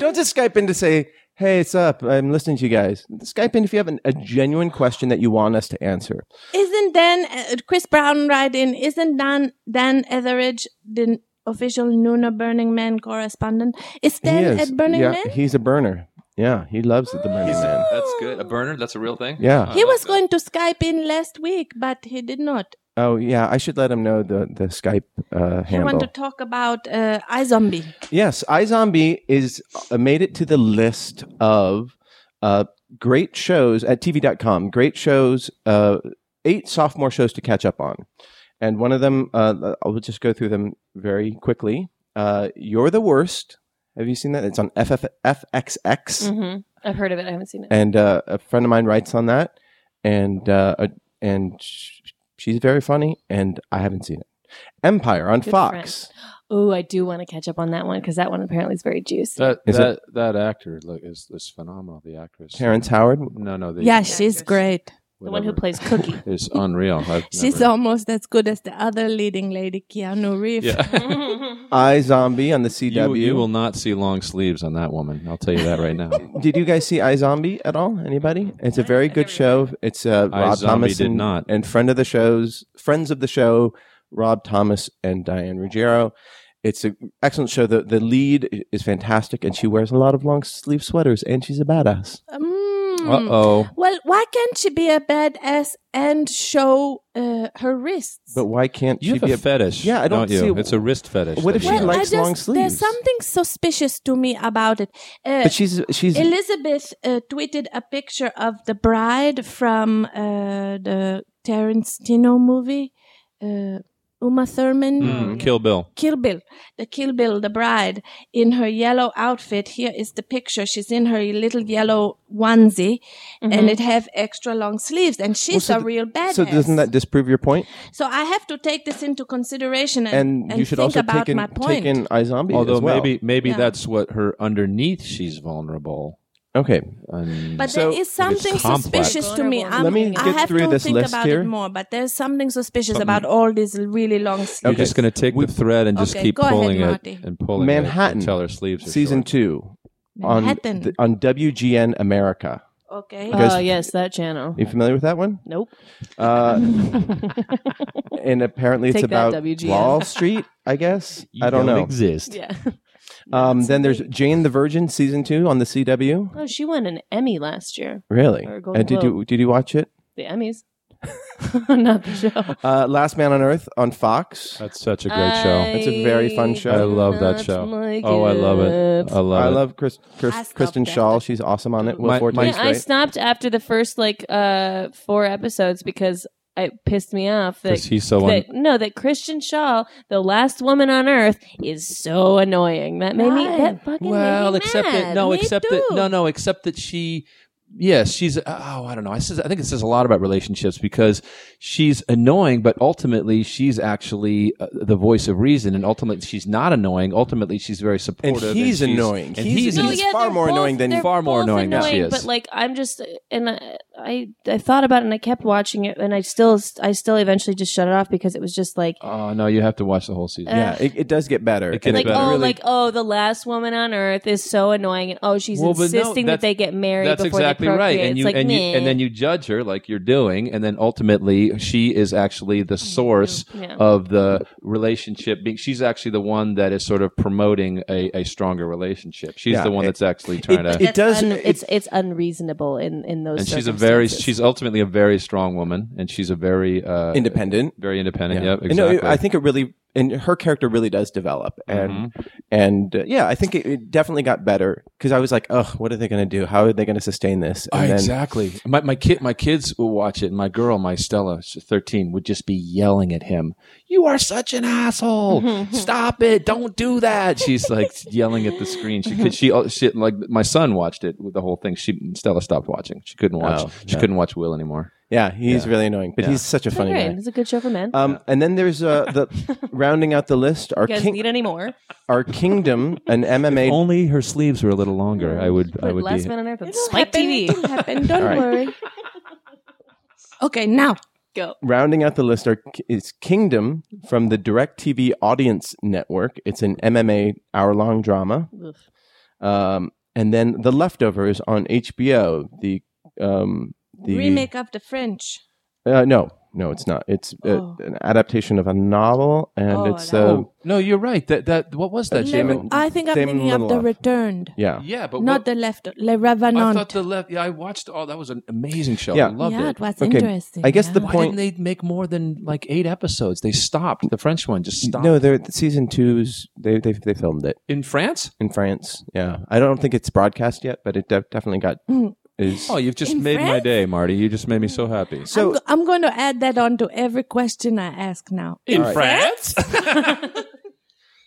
Speaker 2: Don't just Skype in to say, "Hey, it's up. I'm listening to you guys." Skype in if you have an, a genuine question that you want us to answer.
Speaker 5: Isn't then uh, Chris Brown writing? Isn't Dan Dan Etheridge the official Nuna Burning Man correspondent? Is
Speaker 2: He
Speaker 5: Dan
Speaker 2: is.
Speaker 5: at Burning
Speaker 2: yeah,
Speaker 5: Man?
Speaker 2: he's a burner. Yeah, he loves it, the Burning Man.
Speaker 7: That's good. A burner. That's a real thing. Uh,
Speaker 2: Yeah.
Speaker 5: He was going to Skype in last week, but he did not.
Speaker 2: Oh, yeah. I should let him know the the Skype uh,
Speaker 5: He
Speaker 2: handle.
Speaker 5: wanted to talk about uh, iZombie.
Speaker 2: Yes, iZombie is uh, made it to the list of uh, great shows at TV.com. Great shows, uh, eight sophomore shows to catch up on, and one of them uh, I will just go through them very quickly. Uh, You're the worst. Have you seen that? It's on FF- FXX,
Speaker 3: hmm I've heard of it. I haven't seen it.
Speaker 2: and uh, a friend of mine writes on that, and uh, a- and sh- she's very funny, and I haven't seen it. Empire on
Speaker 3: Good
Speaker 2: Fox.
Speaker 3: Oh, I do want to catch up on that one because that one apparently is very juicy.
Speaker 4: That
Speaker 2: Is
Speaker 4: that, that actor look, is is phenomenal. The actress.
Speaker 2: Terrence Howard.
Speaker 4: No, no. The,
Speaker 5: Yeah, she's great.
Speaker 3: the one who
Speaker 4: whatever,
Speaker 3: plays Cookie.
Speaker 4: is unreal. I've
Speaker 5: She's
Speaker 4: never-
Speaker 5: almost as good as the other leading lady, Keanu Reeves.
Speaker 2: Uh, I Zombie on the
Speaker 4: You,
Speaker 2: CW.
Speaker 4: you will not see long sleeves on that woman. I'll tell you that right now.
Speaker 2: Did you guys see iZombie at all? Anybody? It's a very good show. It's uh, Rob
Speaker 4: iZombie
Speaker 2: Thomas
Speaker 4: did
Speaker 2: and,
Speaker 4: not.
Speaker 2: and friend of the shows, friends of the show, Rob Thomas and Diane Ruggiero. It's an excellent show. The the lead i- is fantastic, and she wears a lot of long sleeve sweaters, and she's a badass.
Speaker 5: Mm.
Speaker 4: Uh oh.
Speaker 5: Well, why can't she be a badass and show uh, her wrists?
Speaker 2: But why can't
Speaker 4: You
Speaker 2: she
Speaker 4: have
Speaker 2: be
Speaker 4: a fetish.
Speaker 2: Yeah, I don't
Speaker 4: you?
Speaker 2: see-
Speaker 4: It's a wrist fetish.
Speaker 2: What if
Speaker 4: that
Speaker 2: she
Speaker 4: you have.
Speaker 2: likes long
Speaker 5: There's
Speaker 2: sleeves?
Speaker 5: something suspicious to me about it. Uh,
Speaker 2: But she's she's
Speaker 5: Elizabeth uh, tweeted a picture of the bride from uh, the Terrence Tino movie, uh, Uma Thurman.
Speaker 4: Mhm. Kill Bill?
Speaker 5: Kill Bill, the Kill Bill, the bride in her yellow outfit. Here is the picture. She's in her little yellow onesie, and it have extra long sleeves. And she's
Speaker 2: Mm-hmm. Well, so
Speaker 5: a
Speaker 2: th-
Speaker 5: real badass.
Speaker 2: so doesn't that disprove your point?
Speaker 5: So I have to take this into consideration, and,
Speaker 2: And, you should
Speaker 5: think
Speaker 2: also
Speaker 5: about
Speaker 2: take in
Speaker 5: my
Speaker 2: take
Speaker 5: point.
Speaker 2: in iZombie.
Speaker 4: Although
Speaker 2: as well.
Speaker 4: maybe maybe
Speaker 5: Yeah.
Speaker 4: that's what her underneath. She's vulnerable.
Speaker 2: okay,
Speaker 4: And
Speaker 5: but
Speaker 2: So-
Speaker 5: there is something
Speaker 4: It's complex.
Speaker 5: suspicious to me.
Speaker 3: Vulnerable.
Speaker 5: I'm,
Speaker 2: Let me
Speaker 5: I
Speaker 2: get
Speaker 5: have
Speaker 2: through
Speaker 5: to
Speaker 2: this
Speaker 5: think
Speaker 2: list
Speaker 5: about
Speaker 2: here.
Speaker 5: it more, but there's something suspicious about all these really long
Speaker 4: you're
Speaker 5: sleeves.
Speaker 2: Okay.
Speaker 4: just going to take the thread and just
Speaker 5: Okay,
Speaker 4: keep
Speaker 5: go ahead,
Speaker 4: pulling
Speaker 5: Marty.
Speaker 4: it and pulling it
Speaker 2: Manhattan,
Speaker 4: until her sleeves are
Speaker 2: season
Speaker 4: short.
Speaker 2: two on
Speaker 5: Manhattan.
Speaker 2: the, on WGN America.
Speaker 5: okay.
Speaker 2: Because-
Speaker 3: Oh yes, that channel.
Speaker 2: Are you familiar with that one?
Speaker 3: Nope.
Speaker 2: Uh, and apparently it's
Speaker 3: Take that,
Speaker 2: about
Speaker 3: WGN.
Speaker 2: Wall Street, I guess. I don't, know.
Speaker 4: exist.
Speaker 3: Yeah.
Speaker 2: Um, then there's Jane the Virgin season two on the CW.
Speaker 3: Oh, she won an Emmy last year.
Speaker 2: Really?
Speaker 3: Or Golden
Speaker 2: Uh, did you did you watch it?
Speaker 3: The Emmys, not the show.
Speaker 2: Uh, Last Man on Earth on Fox.
Speaker 4: That's such a great show.
Speaker 2: It's a very fun show.
Speaker 4: I love that show. oh, I love it. I love
Speaker 2: I
Speaker 4: it.
Speaker 2: love Chris,
Speaker 5: I
Speaker 2: Chris
Speaker 5: stopped
Speaker 2: Kristen Shaw.
Speaker 5: after-
Speaker 2: She's awesome on it. Will
Speaker 4: My-
Speaker 2: Forte's
Speaker 4: my-
Speaker 3: Yeah, I
Speaker 2: great.
Speaker 3: stopped after the first like uh four episodes because it pissed me off that.
Speaker 4: because he's so un-
Speaker 3: that- no, that Christian Shaw, the last woman on Earth, is so annoying. That made me
Speaker 5: Why?
Speaker 3: that fucking
Speaker 4: well,
Speaker 3: made me
Speaker 4: except
Speaker 3: mad.
Speaker 4: that no,
Speaker 5: Me
Speaker 4: except
Speaker 5: too.
Speaker 4: that no, no, except that she, yes, she's oh, I don't know. I says I think it says a lot about relationships because she's annoying, but ultimately she's actually uh, the voice of reason, and ultimately she's not annoying. Ultimately, she's very
Speaker 2: And
Speaker 4: supportive.
Speaker 2: he's
Speaker 4: she's-
Speaker 2: annoying.
Speaker 4: and he's,
Speaker 2: he's,
Speaker 3: No,
Speaker 2: he's
Speaker 3: yeah,
Speaker 2: far
Speaker 3: they're
Speaker 2: more
Speaker 3: both-
Speaker 2: annoying than
Speaker 3: they're
Speaker 4: far more
Speaker 3: both
Speaker 4: annoying than she is.
Speaker 3: But like, I'm just, and I, I, I thought about it and I kept watching it, and I still, I still eventually just shut it off because it was just like,
Speaker 4: Oh no, you have to watch the whole season.
Speaker 3: Uh,
Speaker 2: yeah. It, it does get better.
Speaker 4: It gets
Speaker 2: And
Speaker 3: like,
Speaker 4: better.
Speaker 3: oh,
Speaker 2: really-
Speaker 3: like, oh, the last woman on Earth is so annoying, and oh, she's
Speaker 4: Well, but no,
Speaker 3: insisting that
Speaker 4: that's-
Speaker 3: they get married.
Speaker 4: That's
Speaker 3: before
Speaker 4: exactly
Speaker 3: they procreate.
Speaker 4: right, and
Speaker 3: It's
Speaker 4: you
Speaker 3: like,
Speaker 4: and you
Speaker 3: meh.
Speaker 4: and then you judge her like you're doing, and then ultimately she is actually the source
Speaker 3: Yeah.
Speaker 4: of the relationship. Being she's actually the one that is sort of promoting a, a stronger relationship. She's
Speaker 2: Yeah,
Speaker 4: the one
Speaker 2: it-
Speaker 4: that's actually trying to.
Speaker 2: it does.
Speaker 3: Un-
Speaker 2: it-
Speaker 3: it's it's unreasonable in in those.
Speaker 4: and she's a very
Speaker 3: circumstances.
Speaker 4: she's ultimately a very strong woman, and she's a very uh,
Speaker 2: independent.
Speaker 4: very independent.
Speaker 2: Yeah.
Speaker 4: Yep,
Speaker 2: And no,
Speaker 4: exactly.
Speaker 2: I think it really and her character really does develop and
Speaker 4: Mm-hmm.
Speaker 2: and uh, yeah i think it, it definitely got better because i was like oh what are they going to do how are they going to sustain this
Speaker 4: Ah,
Speaker 2: and then
Speaker 4: exactly. My my kid, my kids will watch it, and my girl, my Stella, she's thirteen, would just be yelling at him. You are such an asshole! Stop it! Don't do that! She's like yelling at the screen. She could she uh, she like my son watched it with the whole thing. She Stella stopped watching. She couldn't watch.
Speaker 2: Oh,
Speaker 4: she
Speaker 2: yeah.
Speaker 4: couldn't watch Will anymore.
Speaker 2: yeah he's really annoying but
Speaker 4: Yeah.
Speaker 2: he's such a funny
Speaker 3: Great.
Speaker 2: guy
Speaker 3: It's a good show for men.
Speaker 2: um, and then there's uh, the rounding out the list our,
Speaker 3: you guys
Speaker 2: king-
Speaker 3: need any more?
Speaker 2: our kingdom an mma
Speaker 4: Only her sleeves were a little longer. I would I
Speaker 3: Put
Speaker 4: would
Speaker 3: last
Speaker 4: be.
Speaker 3: man on earth on
Speaker 5: It'll
Speaker 3: Spike
Speaker 5: happen,
Speaker 3: TV.
Speaker 5: It'll happen. Don't
Speaker 2: All right.
Speaker 5: worry. Okay, now
Speaker 3: Go.
Speaker 2: rounding out the list are is Kingdom from the DirecTV Audience Network. It's an MMA hour-long drama, um, and then The Leftovers on HBO. The um, the
Speaker 5: remake of the French.
Speaker 2: Uh, no, no, it's not. It's uh,
Speaker 5: Oh.
Speaker 2: an adaptation of a novel, and
Speaker 5: Oh,
Speaker 2: it's
Speaker 5: I
Speaker 2: uh,
Speaker 4: Oh no, you're right. That that what was that?
Speaker 2: Damon-
Speaker 4: Damon?
Speaker 5: I think I'm
Speaker 2: Damon
Speaker 5: thinking of the
Speaker 2: Lindelof.
Speaker 5: Returned,
Speaker 2: yeah,
Speaker 4: Yeah, but
Speaker 5: not
Speaker 4: what-
Speaker 5: the left, Le
Speaker 4: I
Speaker 5: Revenant.
Speaker 4: thought the left. Yeah, I watched. Oh, that was an amazing show.
Speaker 2: Yeah.
Speaker 4: I loved
Speaker 5: yeah,
Speaker 4: it.
Speaker 5: it was
Speaker 2: Okay,
Speaker 5: interesting.
Speaker 2: I guess
Speaker 5: yeah.
Speaker 2: the
Speaker 4: Why
Speaker 2: point-
Speaker 4: didn't they make more than like eight episodes? They stopped. The French one just stopped.
Speaker 2: No, they're season two's. They they they filmed it
Speaker 4: in France.
Speaker 2: in France. Yeah, I don't think it's broadcast yet, but it def- definitely got
Speaker 5: Mm.
Speaker 2: is.
Speaker 4: Oh, you've just
Speaker 5: In made my France?
Speaker 4: day, Marty. You just made me so happy.
Speaker 5: Oh, I'm,
Speaker 2: so
Speaker 5: go- I'm going to add that on to every question I ask now.
Speaker 7: In France?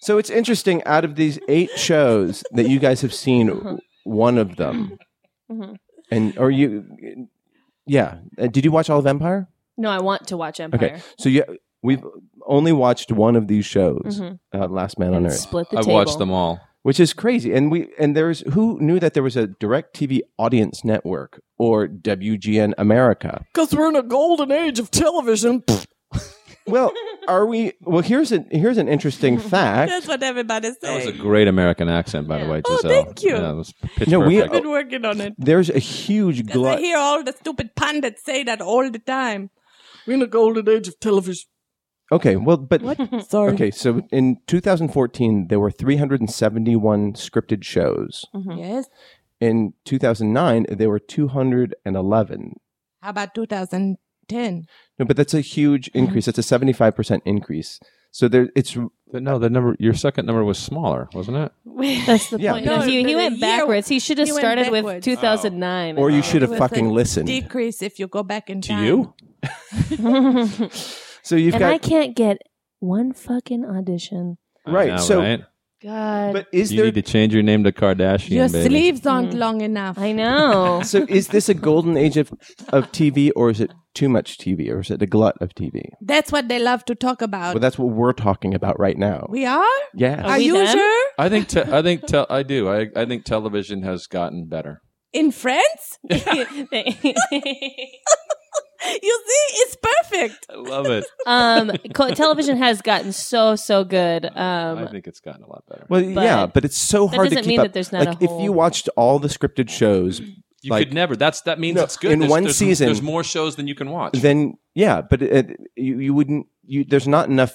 Speaker 2: So it's interesting. Out of these eight shows that you guys have seen,
Speaker 5: Uh-huh.
Speaker 2: w- one of them,
Speaker 3: Mhm.
Speaker 2: and or you, yeah. Uh, did you watch all of Empire?
Speaker 3: No, I want to watch Empire.
Speaker 2: Okay, so yeah, we've only watched one of these shows,
Speaker 3: Mhm.
Speaker 5: Mm-hmm.
Speaker 2: uh, Last Man on
Speaker 3: And
Speaker 2: Earth,
Speaker 3: Split the
Speaker 4: I
Speaker 3: table.
Speaker 4: watched them all.
Speaker 2: which is crazy. And we and there's who knew that there was a Direct TV Audience Network or WGN America.
Speaker 4: Because we're in a golden age of television.
Speaker 2: Well, are we? Well, here's a here's an interesting fact.
Speaker 5: That's what everybody
Speaker 4: that was a
Speaker 5: says.
Speaker 4: great American accent, by the way,
Speaker 5: Oh,
Speaker 4: Giselle.
Speaker 5: thank you.
Speaker 4: Yeah, it was pitch
Speaker 2: No, we-
Speaker 4: perfect.
Speaker 5: I've been working on it.
Speaker 2: There's a huge
Speaker 5: Because I
Speaker 2: glut.
Speaker 5: hear all the stupid pundits say that all the time.
Speaker 4: We're in a golden age of television.
Speaker 2: Okay, well, but
Speaker 5: Sorry.
Speaker 2: Okay, so in 2014, there were 371 scripted shows.
Speaker 3: Mm-hmm.
Speaker 5: Yes.
Speaker 2: In 2009, there were 211.
Speaker 5: How about 2010?
Speaker 2: No, but that's a huge
Speaker 3: Mm-hmm.
Speaker 2: increase. That's a 75% increase. So there, it's
Speaker 4: No, the number your second number was smaller, wasn't it?
Speaker 3: That's the
Speaker 2: Yeah.
Speaker 3: point.
Speaker 5: No,
Speaker 3: No, he,
Speaker 5: the-
Speaker 3: he
Speaker 5: the
Speaker 3: went
Speaker 5: year-
Speaker 3: backwards. He should have
Speaker 5: he went
Speaker 3: started with
Speaker 5: backwards.
Speaker 3: 2009.
Speaker 2: or you should have
Speaker 5: With a
Speaker 2: fucking listened.
Speaker 5: Decrease if you go back in
Speaker 4: To
Speaker 5: time.
Speaker 4: you?
Speaker 2: so you've
Speaker 3: and
Speaker 2: got
Speaker 3: I can't get one fucking audition.
Speaker 4: I
Speaker 2: Right,
Speaker 4: know,
Speaker 2: so-
Speaker 4: right?
Speaker 3: God,
Speaker 2: But is
Speaker 4: you
Speaker 2: there
Speaker 4: need to change your name to Kardashian.
Speaker 5: Your
Speaker 4: baby.
Speaker 5: sleeves
Speaker 4: Mm.
Speaker 5: aren't long enough.
Speaker 3: I know.
Speaker 2: so is this a golden age of of TV or is it too much TV or is it a glut of TV?
Speaker 5: That's what they love to talk about.
Speaker 2: Well, that's what we're talking about right now.
Speaker 5: we are?
Speaker 2: yeah.
Speaker 5: Are
Speaker 3: we
Speaker 5: you
Speaker 3: them?
Speaker 5: sure?
Speaker 4: I think. Te- I think. Te- I do. I, I think television has gotten better.
Speaker 5: In France? You see, it's perfect.
Speaker 4: I love it.
Speaker 3: um, co- television has gotten so so good.
Speaker 4: I
Speaker 3: Um,
Speaker 4: think it's gotten a lot better.
Speaker 2: Well,
Speaker 3: But
Speaker 2: yeah, but it's so
Speaker 3: that
Speaker 2: hard to
Speaker 3: doesn't
Speaker 2: keep
Speaker 3: mean
Speaker 2: up.
Speaker 3: that there's not
Speaker 2: like
Speaker 3: a
Speaker 2: if you
Speaker 3: whole-
Speaker 2: watched all the scripted shows,
Speaker 4: You
Speaker 2: Like-
Speaker 4: could never. That's that means
Speaker 2: No,
Speaker 4: it's good.
Speaker 2: in
Speaker 4: There's-
Speaker 2: one
Speaker 4: there's-
Speaker 2: season-
Speaker 4: there's more shows than you can watch.
Speaker 2: then yeah, but it, it- you you wouldn't. You, there's not enough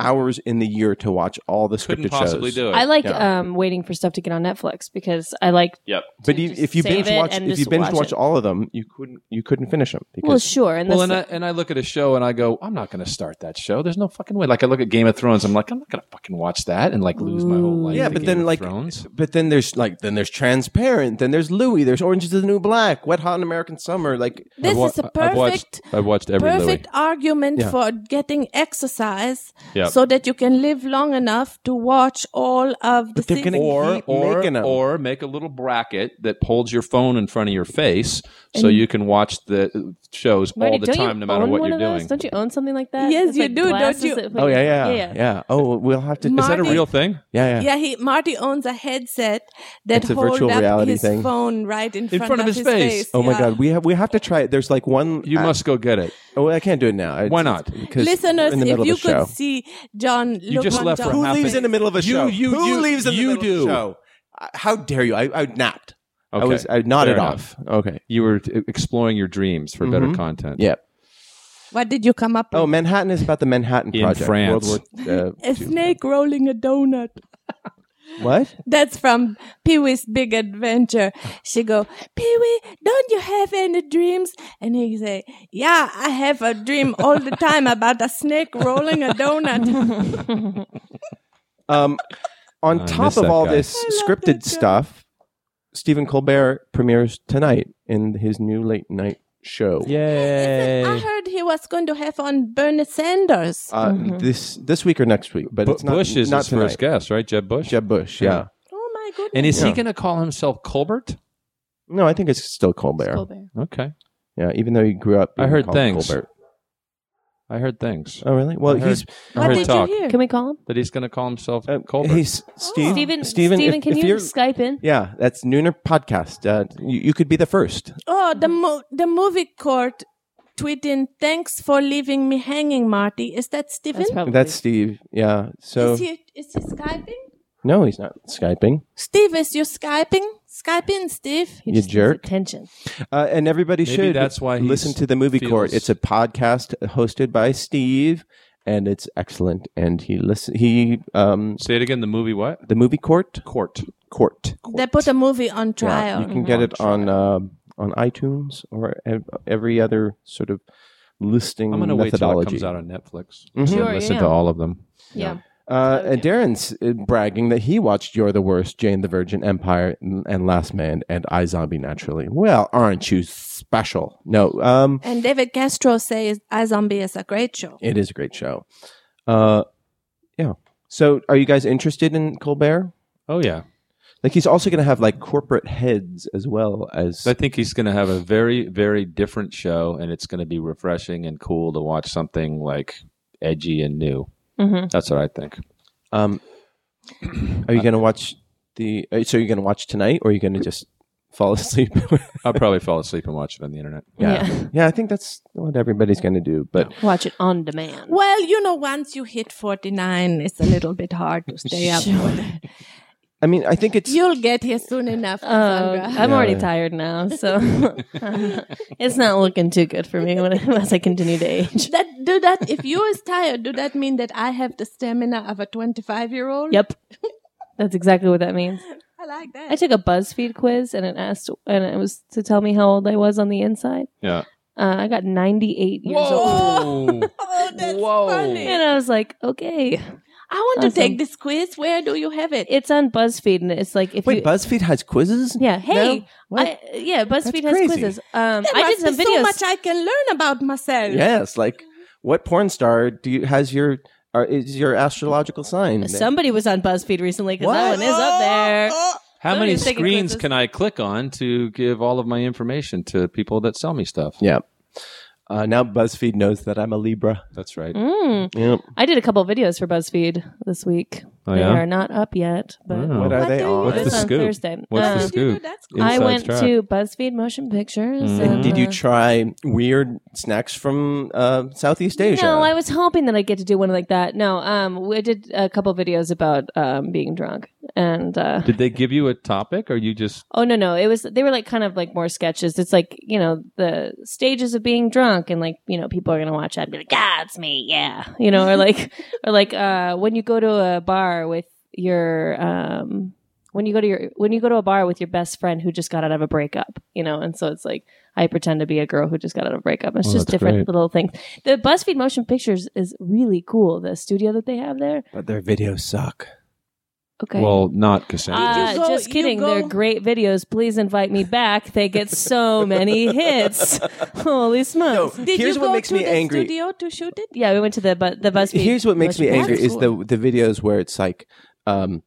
Speaker 2: hours in the year to watch all the
Speaker 4: Couldn't
Speaker 2: scripted
Speaker 4: possibly
Speaker 2: shows.
Speaker 4: do it.
Speaker 3: I like
Speaker 2: Yeah.
Speaker 3: um, waiting for stuff to get on Netflix because I like.
Speaker 7: Yep.
Speaker 2: But
Speaker 3: to
Speaker 2: you,
Speaker 3: just
Speaker 2: if you
Speaker 3: save
Speaker 2: binge
Speaker 3: it
Speaker 2: watch,
Speaker 3: and
Speaker 2: if you
Speaker 3: just
Speaker 2: binge watch,
Speaker 3: watch it.
Speaker 2: all of them, you couldn't you couldn't finish them because
Speaker 3: Well, sure, and
Speaker 4: well,
Speaker 3: that's
Speaker 4: and I, and I look at a show and I go, I'm not going to start that show. There's no fucking way. Like I look at Game of Thrones, I'm like, I'm not going to fucking watch that and like lose my whole life.
Speaker 2: yeah,
Speaker 4: to
Speaker 2: but
Speaker 4: Game
Speaker 2: then
Speaker 4: of
Speaker 2: like
Speaker 4: Thrones.
Speaker 2: but then there's like then there's Transparent, then there's Louis, there's Orange is the New Black, Wet Hot American Summer, like
Speaker 5: This is a
Speaker 4: I've watched,
Speaker 5: perfect,
Speaker 4: I've watched every
Speaker 5: perfect argument
Speaker 2: Yeah.
Speaker 5: for getting exercise
Speaker 4: Yeah.
Speaker 5: so that you can live long enough to watch all of the
Speaker 2: they're
Speaker 5: things.
Speaker 2: gonna-
Speaker 4: Louis. Or
Speaker 2: Keep making
Speaker 4: or
Speaker 2: 'em.
Speaker 4: or make a little bracket that holds your phone in front of your face so you can watch the uh, shows
Speaker 3: Marty,
Speaker 4: all the
Speaker 3: don't
Speaker 4: time,
Speaker 3: you
Speaker 4: no matter
Speaker 3: own
Speaker 4: what
Speaker 3: one
Speaker 4: you're
Speaker 3: of
Speaker 4: doing.
Speaker 3: Those? Don't you own something like that?
Speaker 5: Yes,
Speaker 3: It's
Speaker 5: you
Speaker 3: like
Speaker 5: do, don't
Speaker 3: glasses
Speaker 5: you?
Speaker 3: that-
Speaker 2: oh yeah yeah
Speaker 3: yeah.
Speaker 2: yeah. Oh, we'll have to.
Speaker 4: Is that a
Speaker 5: Marty-
Speaker 4: real thing?
Speaker 2: yeah, yeah.
Speaker 5: Yeah, he Marty owns a headset that
Speaker 2: It's a
Speaker 5: holds
Speaker 2: virtual
Speaker 5: up
Speaker 2: reality
Speaker 5: his
Speaker 2: thing.
Speaker 5: phone right in,
Speaker 4: front of his face.
Speaker 2: Oh my
Speaker 5: Yeah.
Speaker 2: god, we have we have to try it. There's like one.
Speaker 4: You
Speaker 2: I-
Speaker 4: must go get it.
Speaker 2: Oh, I can't do it now.
Speaker 4: Why not?
Speaker 2: Because
Speaker 5: Listeners,
Speaker 2: in the
Speaker 5: if
Speaker 2: middle
Speaker 5: you
Speaker 2: of the show.
Speaker 5: could see John, look
Speaker 4: just
Speaker 5: on
Speaker 4: left for
Speaker 5: John's
Speaker 4: half
Speaker 2: Who
Speaker 4: a-
Speaker 2: leaves
Speaker 5: face.
Speaker 2: in the middle of a
Speaker 4: You-
Speaker 2: show?
Speaker 4: you-
Speaker 2: Who
Speaker 4: you-
Speaker 2: leaves in the
Speaker 4: you
Speaker 2: middle of
Speaker 4: do.
Speaker 2: a show? I- How dare you? I, I napped.
Speaker 4: Okay.
Speaker 2: I was I nodded
Speaker 4: Fair
Speaker 2: off.
Speaker 4: enough.
Speaker 2: Okay.
Speaker 4: You were t- exploring your dreams for better content.
Speaker 2: Mm-hmm. Yeah.
Speaker 5: What did you come up with?
Speaker 2: Oh, Manhattan is about the Manhattan
Speaker 4: In
Speaker 2: Project.
Speaker 4: France.
Speaker 2: World War. Uh,
Speaker 5: a snake rolling a donut.
Speaker 2: What?
Speaker 5: That's from Pee Wee's Big Adventure. She go, Pee Wee, don't you have any dreams? And he say, Yeah, I have a dream all the time about a snake rolling a donut.
Speaker 2: Um, on
Speaker 4: I
Speaker 2: top
Speaker 4: miss
Speaker 2: of
Speaker 4: that
Speaker 2: all
Speaker 4: guy.
Speaker 2: this
Speaker 5: I love
Speaker 2: scripted
Speaker 5: that guy.
Speaker 2: stuff, Stephen Colbert premieres tonight in his new late night show.
Speaker 4: Yay!
Speaker 5: I heard he was going to have on Bernie Sanders.
Speaker 2: Uh, This this week or next week, but
Speaker 4: Bu-
Speaker 2: it's not
Speaker 4: Bush is
Speaker 2: not
Speaker 4: his
Speaker 2: tonight.
Speaker 4: first guest, right? Jeb Bush.
Speaker 2: Jeb Bush, yeah.
Speaker 5: oh my goodness.
Speaker 4: And is he
Speaker 2: Yeah.
Speaker 4: going to call himself Colbert?
Speaker 2: No, I think it's still Colbert.
Speaker 4: Okay.
Speaker 2: Yeah, even though he grew up.
Speaker 4: I
Speaker 2: being
Speaker 4: heard
Speaker 2: called
Speaker 4: things.
Speaker 2: Colbert.
Speaker 4: I heard things.
Speaker 2: Oh, really? Well,
Speaker 4: I heard-
Speaker 2: he's
Speaker 4: I
Speaker 5: what
Speaker 4: heard
Speaker 5: did
Speaker 4: talk
Speaker 5: you hear?
Speaker 3: Can we call him?
Speaker 4: that he's going to call himself
Speaker 2: uh,
Speaker 4: Colbert.
Speaker 2: He's Steve.
Speaker 3: Steven,
Speaker 2: Steven,
Speaker 3: Steven,
Speaker 2: if-
Speaker 3: can
Speaker 2: if
Speaker 3: you
Speaker 2: you're-
Speaker 3: Skype in?
Speaker 2: Yeah, that's Nooner podcast. Uh, you, you could be the first.
Speaker 5: Oh, the mo- the movie court tweeting, "Thanks for leaving me hanging, Marty." Is that Stephen?
Speaker 3: That's probably
Speaker 2: That's Steve. Yeah. So
Speaker 5: is he is he skyping?
Speaker 2: no, he's not skyping.
Speaker 5: Steve, is you skyping? Skype in, Steve.
Speaker 3: He
Speaker 2: you
Speaker 3: just needs
Speaker 2: jerk.
Speaker 3: Attention.
Speaker 2: Uh, and everybody
Speaker 4: Maybe
Speaker 2: should.
Speaker 4: that's why he's-
Speaker 2: listen to the movie court. It's
Speaker 4: feels-
Speaker 2: a podcast hosted by Steve, and it's excellent. And he listen. He um
Speaker 4: Say it again. The movie what?
Speaker 2: the movie court
Speaker 4: Court.
Speaker 2: court.
Speaker 5: They put a movie on
Speaker 2: Yeah,
Speaker 5: trial.
Speaker 2: you can get it on uh, on iTunes or ev- every other sort of listing
Speaker 4: I'm going to wait till it
Speaker 2: methodology.
Speaker 4: comes out on Netflix.
Speaker 2: Mhm.
Speaker 4: and
Speaker 3: Sure,
Speaker 4: listen
Speaker 3: yeah.
Speaker 4: to all of them.
Speaker 3: Yeah.
Speaker 2: Uh, and Darren's uh, bragging that he watched "You're the Worst," "Jane the Virgin," "Empire," and, and "Last Man," and "I Zombie." Naturally, well, aren't you special? No, um,
Speaker 5: And David Castro says "I Zombie" is a great show.
Speaker 2: it is a great show. Uh, yeah. So, are you guys interested in Colbert?
Speaker 4: Oh yeah.
Speaker 2: Like, he's also going to have like corporate heads as well as.
Speaker 4: I think he's going to have a very very different show, and it's going to be refreshing and cool to watch something like edgy and new.
Speaker 3: Mhm.
Speaker 4: That's what I think.
Speaker 2: um, are you going to watch the? uh, So, you're going to watch tonight, or are you going to just fall asleep?
Speaker 4: I'll probably fall asleep and watch it on the internet.
Speaker 2: Yeah.
Speaker 3: Yeah.
Speaker 2: yeah, I think that's what everybody's going to do. But
Speaker 3: Watch it on demand.
Speaker 5: Well, you know, once you hit forty-nine, it's a little bit hard to stay up.
Speaker 2: I mean, I think it's.
Speaker 5: You'll get here soon enough,
Speaker 3: Oh,
Speaker 5: Cassandra.
Speaker 3: I'm already tired now, so it's not looking too good for me when, as I continue to age.
Speaker 5: that do that if you is tired do that mean that i have the stamina of a 25 year old
Speaker 3: Yep, that's exactly what that means.
Speaker 5: i like that
Speaker 3: I took a BuzzFeed quiz and it asked, and it was to tell me how old I was on the inside.
Speaker 4: Yeah.
Speaker 3: Uh, I got 98 years old.
Speaker 5: Whoa. oh that's
Speaker 4: Whoa.
Speaker 5: funny
Speaker 3: And I was like, okay.
Speaker 5: i want to
Speaker 3: Awesome.
Speaker 5: take this quiz where do you have it
Speaker 3: It's on BuzzFeed and it's like, if
Speaker 2: Wait,
Speaker 3: you.
Speaker 2: BuzzFeed has quizzes?
Speaker 3: yeah, hey.
Speaker 2: What?
Speaker 3: I, yeah, BuzzFeed
Speaker 2: crazy.
Speaker 3: has quizzes. Um,
Speaker 5: There
Speaker 3: I did
Speaker 5: must
Speaker 3: some
Speaker 5: be
Speaker 3: videos.
Speaker 5: so much i can learn about myself
Speaker 2: Yes, like what porn star do you has your or is your astrological sign?
Speaker 3: Somebody was on BuzzFeed recently because that
Speaker 2: What?
Speaker 3: one is up there.
Speaker 4: How
Speaker 3: Somebody
Speaker 4: many
Speaker 3: was taking
Speaker 4: screens
Speaker 3: quizzes.
Speaker 4: can I click on to give all of my information to people that sell me stuff?
Speaker 2: Yeah. Uh, now BuzzFeed knows that I'm a Libra.
Speaker 4: That's right.
Speaker 3: Mm.
Speaker 2: Yep.
Speaker 3: I did a couple videos for BuzzFeed this week.
Speaker 4: Oh,
Speaker 3: they
Speaker 4: yeah?
Speaker 3: are not up yet, but
Speaker 4: Oh.
Speaker 2: What
Speaker 5: What
Speaker 2: are they
Speaker 5: do you-
Speaker 2: on?
Speaker 4: What's
Speaker 3: it's
Speaker 4: the
Speaker 3: on
Speaker 4: scoop?
Speaker 3: Thursday.
Speaker 4: What's
Speaker 3: Uh,
Speaker 4: the scoop?
Speaker 5: that's
Speaker 3: I
Speaker 4: Inside
Speaker 3: went
Speaker 4: track.
Speaker 3: to BuzzFeed Motion Pictures.
Speaker 4: Mhm.
Speaker 3: and,
Speaker 2: Mm-hmm. Did you
Speaker 3: uh,
Speaker 2: try weird snacks from uh, Southeast Asia?
Speaker 3: No, I was hoping that I'd get to do one like that. No, um, we did a couple videos about um, being drunk, and uh,
Speaker 4: Did they give you a topic, or you just
Speaker 3: oh no, no, it was they were like kind of like more sketches. It's like you know the stages of being drunk, and like you know people are gonna watch that and be like, ah, it's me, yeah, you know, or like or like uh, when you go to a bar with your um, when you go to your when you go to a bar with your best friend who just got out of a breakup, you know, and so it's like I pretend to be a girl who just got out of a breakup. It's
Speaker 4: Oh,
Speaker 3: just
Speaker 4: that's
Speaker 3: different
Speaker 4: great.
Speaker 3: little things. The BuzzFeed Motion Pictures is really cool. The studio that they have there.
Speaker 2: but their videos suck.
Speaker 3: Okay.
Speaker 4: well not Cassandra?
Speaker 5: you
Speaker 3: Uh,
Speaker 5: go-
Speaker 3: just
Speaker 5: you
Speaker 3: kidding. They're
Speaker 5: go-
Speaker 3: great videos. Please invite me back. They get so many hits. Holy smokes!
Speaker 2: No.
Speaker 5: did
Speaker 2: Here's
Speaker 5: you
Speaker 2: what
Speaker 5: go
Speaker 2: makes
Speaker 5: to
Speaker 2: me
Speaker 5: the
Speaker 2: angry.
Speaker 5: studio to shoot it
Speaker 3: Yeah, we went to the bu- the BuzzFeed.
Speaker 2: Here's what makes me
Speaker 3: Motion
Speaker 2: angry
Speaker 3: Pictures.
Speaker 2: is the the videos where it's like, um,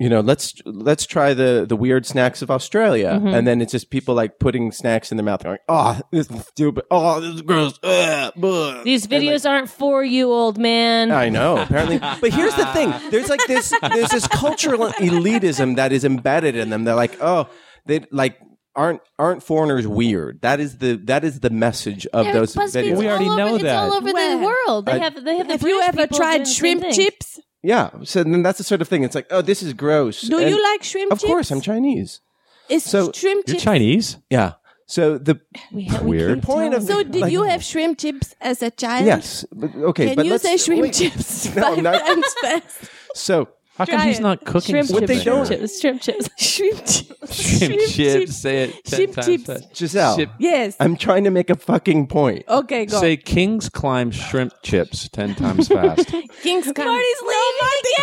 Speaker 2: you know, let's let's try the the weird snacks of Australia, and then it's just people like putting snacks in their mouth, going, "Oh, this is stupid. Oh, this is gross. Ugh, bleh."
Speaker 3: These videos aren't for you, old man.
Speaker 2: I know, apparently. But here's the thing: there's like this, there's this cultural elitism that is embedded in them. They're like, oh, they like aren't aren't foreigners weird? That is the that is the message of
Speaker 3: They're-
Speaker 2: those
Speaker 3: BuzzFeed's
Speaker 2: videos.
Speaker 4: We already
Speaker 3: all over,
Speaker 4: know
Speaker 3: it's all
Speaker 4: that.
Speaker 3: over the
Speaker 5: Where?
Speaker 3: world. They
Speaker 2: I-
Speaker 3: have they have the
Speaker 5: have you
Speaker 3: British
Speaker 5: ever
Speaker 3: people doing
Speaker 5: tried
Speaker 3: the same
Speaker 5: shrimp
Speaker 3: thing.
Speaker 5: chips
Speaker 2: yeah. So then that's the sort of thing. It's like, oh, this is gross.
Speaker 5: do
Speaker 2: And
Speaker 5: you like shrimp
Speaker 2: Of
Speaker 5: chips
Speaker 2: course, I'm Chinese.
Speaker 5: is
Speaker 2: So-
Speaker 5: shrimp
Speaker 4: You're
Speaker 5: chips
Speaker 4: Chinese.
Speaker 2: Yeah. So the
Speaker 3: We ha- we
Speaker 4: Weird.
Speaker 3: keep
Speaker 2: Point of-
Speaker 3: telling
Speaker 5: so did
Speaker 2: Like-
Speaker 5: you have shrimp chips as a child
Speaker 2: yes, but- okay.
Speaker 5: can
Speaker 2: but
Speaker 5: you
Speaker 2: let's,
Speaker 5: say shrimp
Speaker 2: wait.
Speaker 5: chips
Speaker 2: No, I'm
Speaker 5: five
Speaker 2: not-
Speaker 5: times fast
Speaker 2: So
Speaker 4: How come he's not cooking
Speaker 3: shrimp
Speaker 4: something?
Speaker 3: chips,
Speaker 2: they
Speaker 3: shrimp
Speaker 2: don't-
Speaker 3: chips, shrimp chips, shrimp chips.
Speaker 4: Shrimp
Speaker 7: Chips. Say it ten
Speaker 5: Ship
Speaker 7: times.
Speaker 5: chips.
Speaker 7: fast.
Speaker 2: Giselle,
Speaker 7: Ship-
Speaker 5: Yes.
Speaker 2: I'm trying to make a fucking point.
Speaker 5: okay, go.
Speaker 4: Say King's Climb shrimp chips ten times fast.
Speaker 5: King's come. Marty's leaving. Nobody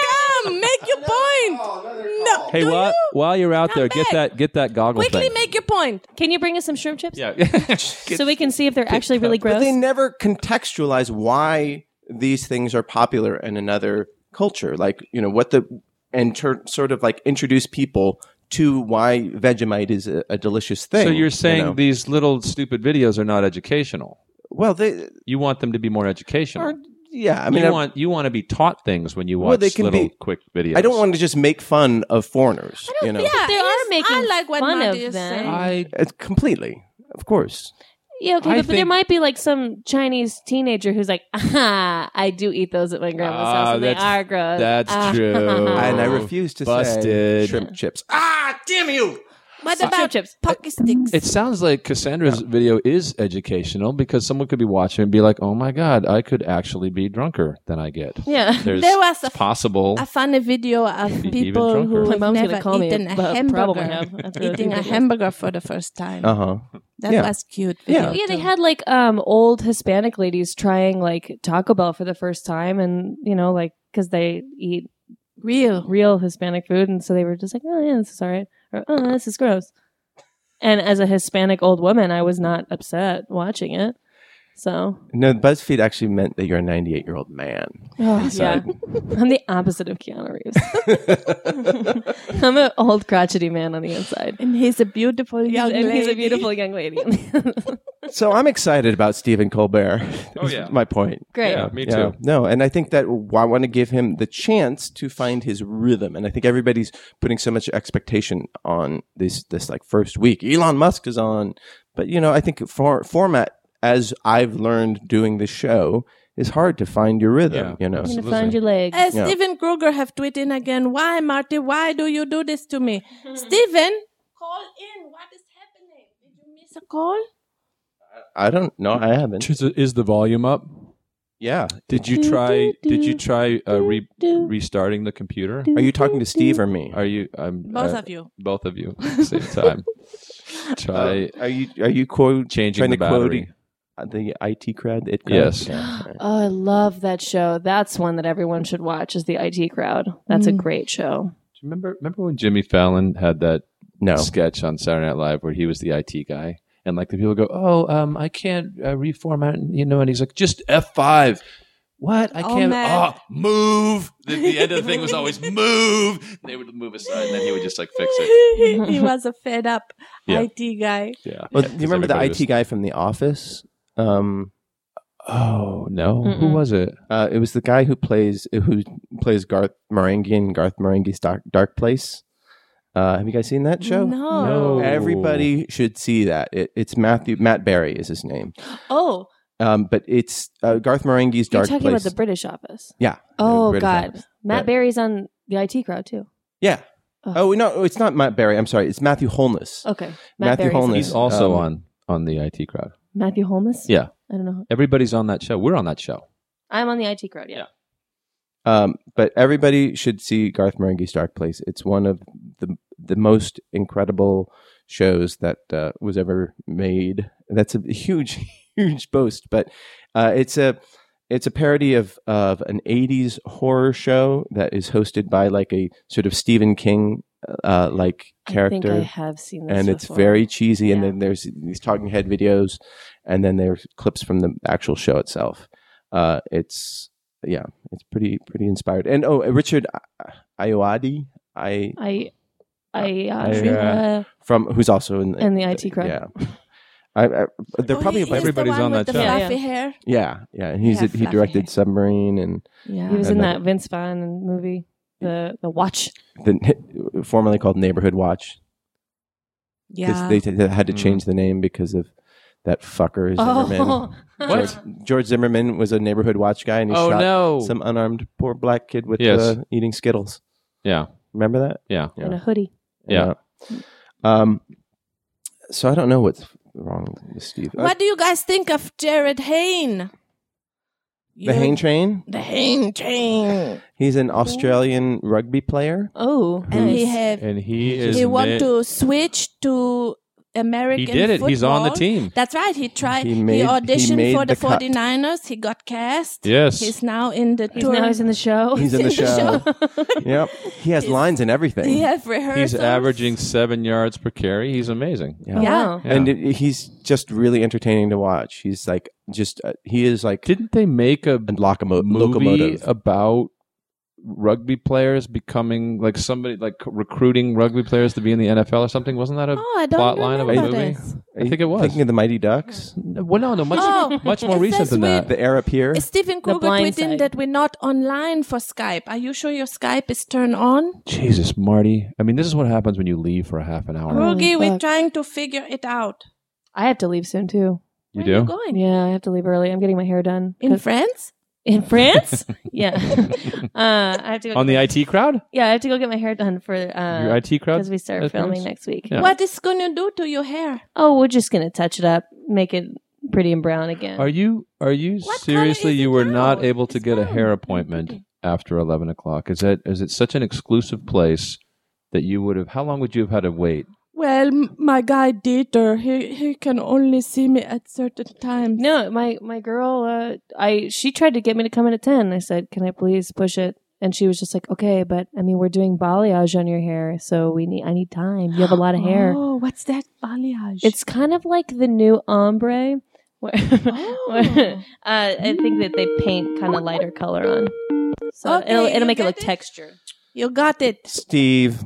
Speaker 5: come. Make your point. No.
Speaker 4: hey,
Speaker 5: do
Speaker 4: while
Speaker 5: you?
Speaker 4: while you're out
Speaker 5: Come
Speaker 4: there, get
Speaker 5: back.
Speaker 4: that get that goggle
Speaker 5: Quickly
Speaker 4: thing.
Speaker 5: make your point.
Speaker 3: Can you bring us some shrimp chips
Speaker 7: Yeah.
Speaker 3: so we can see if they're actually really
Speaker 2: But
Speaker 3: gross?
Speaker 2: they never contextualize why these things are popular in another culture. Like, you know, what the, and tur sort of like introduce people to why Vegemite is a, a delicious thing.
Speaker 4: So you're
Speaker 2: you
Speaker 4: saying
Speaker 2: know?
Speaker 4: these little stupid videos are not educational.
Speaker 2: well, they
Speaker 4: You want them to be more educational.
Speaker 2: are, yeah, I mean,
Speaker 4: you
Speaker 2: I,
Speaker 4: want you want to be taught things when you watch
Speaker 2: Well, they can
Speaker 4: little
Speaker 2: be-
Speaker 4: quick videos.
Speaker 2: I don't want to just make fun of foreigners, you know,
Speaker 5: Yeah,
Speaker 3: they are
Speaker 5: yes,
Speaker 3: making
Speaker 5: I like what
Speaker 3: fun
Speaker 5: Marty
Speaker 3: of
Speaker 5: is
Speaker 3: them.
Speaker 5: saying.
Speaker 4: I
Speaker 2: It's completely, of course.
Speaker 3: yeah, okay,
Speaker 4: I
Speaker 3: but, but there
Speaker 4: think-
Speaker 3: might be like some Chinese teenager who's like, ah, I do eat those at my grandma's
Speaker 4: Ah,
Speaker 3: house, and they
Speaker 4: that's-
Speaker 3: are gross.
Speaker 4: that's
Speaker 3: Ah,
Speaker 4: true.
Speaker 2: and I
Speaker 4: Oh,
Speaker 2: refuse to say
Speaker 4: busted.
Speaker 2: shrimp chips.
Speaker 5: What
Speaker 3: Shrimp
Speaker 5: about
Speaker 3: chips.
Speaker 5: pocket sticks?
Speaker 4: It sounds like Cassandra's video is educational because someone could be watching and be like, "Oh my god, I could actually be drunker than I get."
Speaker 3: Yeah.
Speaker 4: There's
Speaker 5: There was a-
Speaker 4: it's possible.
Speaker 5: I found a video of
Speaker 4: Even
Speaker 5: people
Speaker 4: drunker.
Speaker 5: who
Speaker 3: My
Speaker 5: have
Speaker 3: mom's gonna
Speaker 5: never
Speaker 3: call me,
Speaker 5: eaten a
Speaker 3: but probably
Speaker 5: hamburger,
Speaker 3: have. uh, That's what I
Speaker 5: eating
Speaker 3: think
Speaker 5: a
Speaker 3: it is.
Speaker 5: hamburger for the first time.
Speaker 2: Uh huh.
Speaker 5: that
Speaker 2: yeah.
Speaker 5: was cute.
Speaker 2: Yeah.
Speaker 5: video
Speaker 3: Yeah, they
Speaker 5: too.
Speaker 3: had like um old Hispanic ladies trying like Taco Bell for the first time, and you know, like because they eat
Speaker 5: real.
Speaker 3: real Hispanic food, and so they were just like, "Oh yeah, this is all right," or "Oh, this is gross." And as a Hispanic old woman, I was not upset watching it. So
Speaker 2: No, BuzzFeed actually meant that you're a 98 year old man.
Speaker 3: yeah, I'm the opposite of Keanu Reeves. I'm an old crotchety man on the inside,
Speaker 5: And he's a beautiful young
Speaker 3: and he's a
Speaker 5: lady.
Speaker 3: beautiful young lady.
Speaker 2: So I'm excited about Stephen Colbert.
Speaker 7: Oh, yeah.
Speaker 2: my point.
Speaker 3: Great.
Speaker 7: Yeah, me too.
Speaker 2: Yeah, no, and I think that I want to give him the chance to find his rhythm, and I think everybody's putting so much expectation on this this like first week. Elon Musk is on, but you know, I think for, format as I've learned doing this show is hard to find your rhythm.
Speaker 4: Yeah.
Speaker 2: You know,
Speaker 3: I'm gonna find your legs.
Speaker 5: Uh,
Speaker 2: Yeah.
Speaker 5: Steven Kruger have tweeted in again. Why, Marty? Why do you do this to me? Steven, call in. What is happening? Did you miss a call?
Speaker 2: I don't know. I haven't.
Speaker 4: Is, is the volume up?
Speaker 2: Yeah,
Speaker 4: Did you try? Did you try uh, re- restarting the computer?
Speaker 2: are you talking to Steve or me?
Speaker 4: Are you? I'm,
Speaker 5: Both
Speaker 4: uh,
Speaker 5: of you.
Speaker 4: Both of you. at the Same time. try
Speaker 2: are you are you quote
Speaker 4: uh, changing
Speaker 2: Um, trying
Speaker 4: the
Speaker 2: to quote
Speaker 4: battery.
Speaker 2: uh, the IT crowd? It crowd?
Speaker 4: Yes.
Speaker 2: Yeah. All right.
Speaker 3: Oh, I love that show. That's one that everyone should watch. Is the IT Crowd? That's a great show.
Speaker 4: Do you remember? Remember when Jimmy Fallon had that
Speaker 2: No.
Speaker 4: sketch on Saturday Night Live where he was the IT guy, and like the people go, "Oh, um, I can't uh, reformat," you know, and he's like, "Just F five. What? I
Speaker 5: Oh,
Speaker 4: can't.
Speaker 5: man.
Speaker 4: oh,
Speaker 7: move. The, the end of the thing was always move. They would move aside, and then he would just like fix it.
Speaker 5: he was a fed up
Speaker 4: Yeah.
Speaker 5: IT guy.
Speaker 4: yeah.
Speaker 2: Well, do
Speaker 4: Yeah, 'cause
Speaker 2: you remember the
Speaker 4: everybody
Speaker 2: IT
Speaker 4: was-
Speaker 2: guy from The Office? Um,
Speaker 4: Oh no, who
Speaker 3: Mm-mm.
Speaker 4: was it?
Speaker 2: uh, it was the guy who plays who plays Garth Marenghi in Garth Marenghi's Dark, Dark Place. Uh, have you guys seen that show?
Speaker 5: No.
Speaker 4: No.
Speaker 2: Everybody should see that. It, it's Matthew Matt Barry is his name,
Speaker 5: Oh,
Speaker 2: um, but it's uh, Garth Marenghi's
Speaker 3: You're
Speaker 2: Dark
Speaker 3: talking
Speaker 2: Place.
Speaker 3: about the British Office.
Speaker 2: yeah.
Speaker 3: Oh
Speaker 2: British
Speaker 3: God,
Speaker 2: Office.
Speaker 3: Matt
Speaker 2: Right.
Speaker 3: Berry's on the IT Crowd too.
Speaker 2: Yeah. Oh no, it's not Matt Barry. I'm sorry. It's Matthew Holness.
Speaker 3: Okay,
Speaker 2: Matthew
Speaker 3: Berry's on
Speaker 2: Holness.
Speaker 4: He's
Speaker 3: it.
Speaker 4: also
Speaker 2: Um,
Speaker 4: on on the IT crowd.
Speaker 3: Matthew Holmes.
Speaker 4: Yeah.
Speaker 3: I don't know.
Speaker 4: Everybody's on that show. We're on that show.
Speaker 3: I'm on the IT Crowd. Yeah.
Speaker 2: Um, but everybody should see Garth Marenghi's Dark Place. It's one of the the most incredible shows that uh, was ever made. That's a huge, huge boast, but uh, it's a it's a parody of of an '80s horror show that is hosted by like a sort of Stephen King uh, like
Speaker 3: I think I
Speaker 2: character.
Speaker 3: have seen this.
Speaker 2: And it's
Speaker 3: before.
Speaker 2: very cheesy, and
Speaker 3: Yeah.
Speaker 2: then there's these talking head videos, and then there's clips from the actual show itself. Uh, it's yeah, it's pretty pretty inspired. And oh, Richard I- Ayoade, I
Speaker 3: I, I, uh,
Speaker 2: I, uh, from who's also in the,
Speaker 3: In the IT crowd.
Speaker 2: Yeah, I, I, they're
Speaker 5: Oh,
Speaker 2: probably
Speaker 5: he- he's
Speaker 2: everybody.
Speaker 4: everybody's
Speaker 5: the one
Speaker 4: on
Speaker 5: with
Speaker 4: that
Speaker 5: the
Speaker 3: show.
Speaker 5: fluffy hair.
Speaker 2: Yeah, yeah. and He's
Speaker 5: Yeah,
Speaker 2: he directed Submarine and
Speaker 5: Yeah.
Speaker 3: he was in
Speaker 2: And
Speaker 3: that Vince Vaughn movie, the the Watch.
Speaker 2: the formerly called Neighborhood Watch. 'Cause
Speaker 5: yeah.
Speaker 2: They, they had to change the name because of that fucker Zimmerman.
Speaker 3: Oh.
Speaker 4: What?
Speaker 2: George, George Zimmerman was a Neighborhood Watch guy, and he
Speaker 4: Oh
Speaker 2: shot
Speaker 4: no.
Speaker 2: some unarmed poor black kid with
Speaker 4: Yes.
Speaker 2: uh, eating Skittles.
Speaker 4: yeah.
Speaker 2: Remember that?
Speaker 4: Yeah.
Speaker 3: and a hoodie.
Speaker 4: Yeah.
Speaker 2: Um. So I don't uh, know what's wrong with Steve.
Speaker 5: what do you guys think of Jared Hain?
Speaker 2: The Hain Train.
Speaker 5: The hang chain.
Speaker 2: He's an Australian rugby player.
Speaker 3: Oh,
Speaker 5: And he
Speaker 3: nice.
Speaker 5: have
Speaker 4: And he is.
Speaker 5: he want
Speaker 4: ma-
Speaker 5: to switch to American
Speaker 4: He did it. He's on the
Speaker 5: football.
Speaker 4: team.
Speaker 5: That's right. He tried.
Speaker 2: He
Speaker 5: He,
Speaker 2: made- he
Speaker 5: auditioned
Speaker 2: made
Speaker 5: for the,
Speaker 2: the cut.
Speaker 5: 49ers. He got cast.
Speaker 4: Yes.
Speaker 5: He's now in the
Speaker 3: He's
Speaker 5: tour.
Speaker 3: now he's in the show.
Speaker 2: He's in the show. yep. He has lines and everything.
Speaker 5: He have rehearsals.
Speaker 4: He's averaging seven yards per carry. He's amazing.
Speaker 2: Yeah.
Speaker 3: Wow.
Speaker 4: Yeah.
Speaker 2: And it, he's just really entertaining to watch. He's like just uh, he is like
Speaker 4: Didn't they make a
Speaker 2: a locomo-
Speaker 4: movie
Speaker 2: locomotive.
Speaker 4: about rugby players becoming like somebody like recruiting rugby players to be in the NFL or something? Wasn't that a
Speaker 5: Oh, I don't
Speaker 4: plot line of a
Speaker 5: remember
Speaker 4: movie?
Speaker 5: this.
Speaker 2: Are
Speaker 4: I think
Speaker 2: you
Speaker 4: it was.
Speaker 2: Thinking of the Mighty Ducks,
Speaker 4: well, no, no, much
Speaker 5: Oh,
Speaker 4: much more
Speaker 5: it
Speaker 4: recent
Speaker 5: says
Speaker 4: than that.
Speaker 2: the air up here.
Speaker 5: Stephen Kruger
Speaker 3: Blind
Speaker 5: tweeting
Speaker 3: Side.
Speaker 5: that we're not online for Skype. Are you sure your Skype is turned on?
Speaker 4: Jesus, Marty. I mean, this is what happens when you leave for a half an hour.
Speaker 5: Rugi, we're
Speaker 3: Oh, fuck.
Speaker 5: trying to figure it out.
Speaker 3: I have to leave soon too.
Speaker 4: You
Speaker 5: Where Are you
Speaker 4: do?
Speaker 5: going?
Speaker 3: Yeah, I have to leave early. I'm getting my hair done
Speaker 5: In France?
Speaker 3: in France. yeah, uh, I have to. Go
Speaker 4: On the IT crowd?
Speaker 3: yeah, I have to go get my hair done for
Speaker 4: Your
Speaker 3: uh
Speaker 4: IT crowd?
Speaker 3: because we start
Speaker 4: at
Speaker 3: filming
Speaker 4: Paris?
Speaker 3: next week.
Speaker 4: Yeah.
Speaker 5: What is going to do to your hair?
Speaker 3: Oh, we're just gonna touch it up, make it pretty and brown again.
Speaker 4: Are you are you
Speaker 5: What
Speaker 4: seriously
Speaker 5: color is
Speaker 4: you
Speaker 5: it
Speaker 4: were
Speaker 5: now?
Speaker 4: not able to
Speaker 5: It's
Speaker 4: get a
Speaker 5: brown.
Speaker 4: hair appointment after eleven o'clock? Is that is it such an exclusive place that you would have how long would you have had to wait?
Speaker 5: Well, m- my guy Dieter, he, he can only see me at certain times.
Speaker 3: No, my my girl, uh, I she tried to get me to come in at ten. I said, "Can I please push it?" And she was just like, "Okay, but I mean, we're doing balayage on your hair, so we need I need time. You have a lot of hair.
Speaker 5: Oh, what's that balayage?
Speaker 3: It's kind of like the new ombre." Where, where-
Speaker 5: Oh.
Speaker 3: uh, I think that they paint kind of lighter color on, so
Speaker 5: Okay,
Speaker 3: uh, it'll, it'll
Speaker 5: you
Speaker 3: make it
Speaker 5: get
Speaker 3: look
Speaker 5: it?
Speaker 3: textured.
Speaker 5: you got it.
Speaker 2: Steve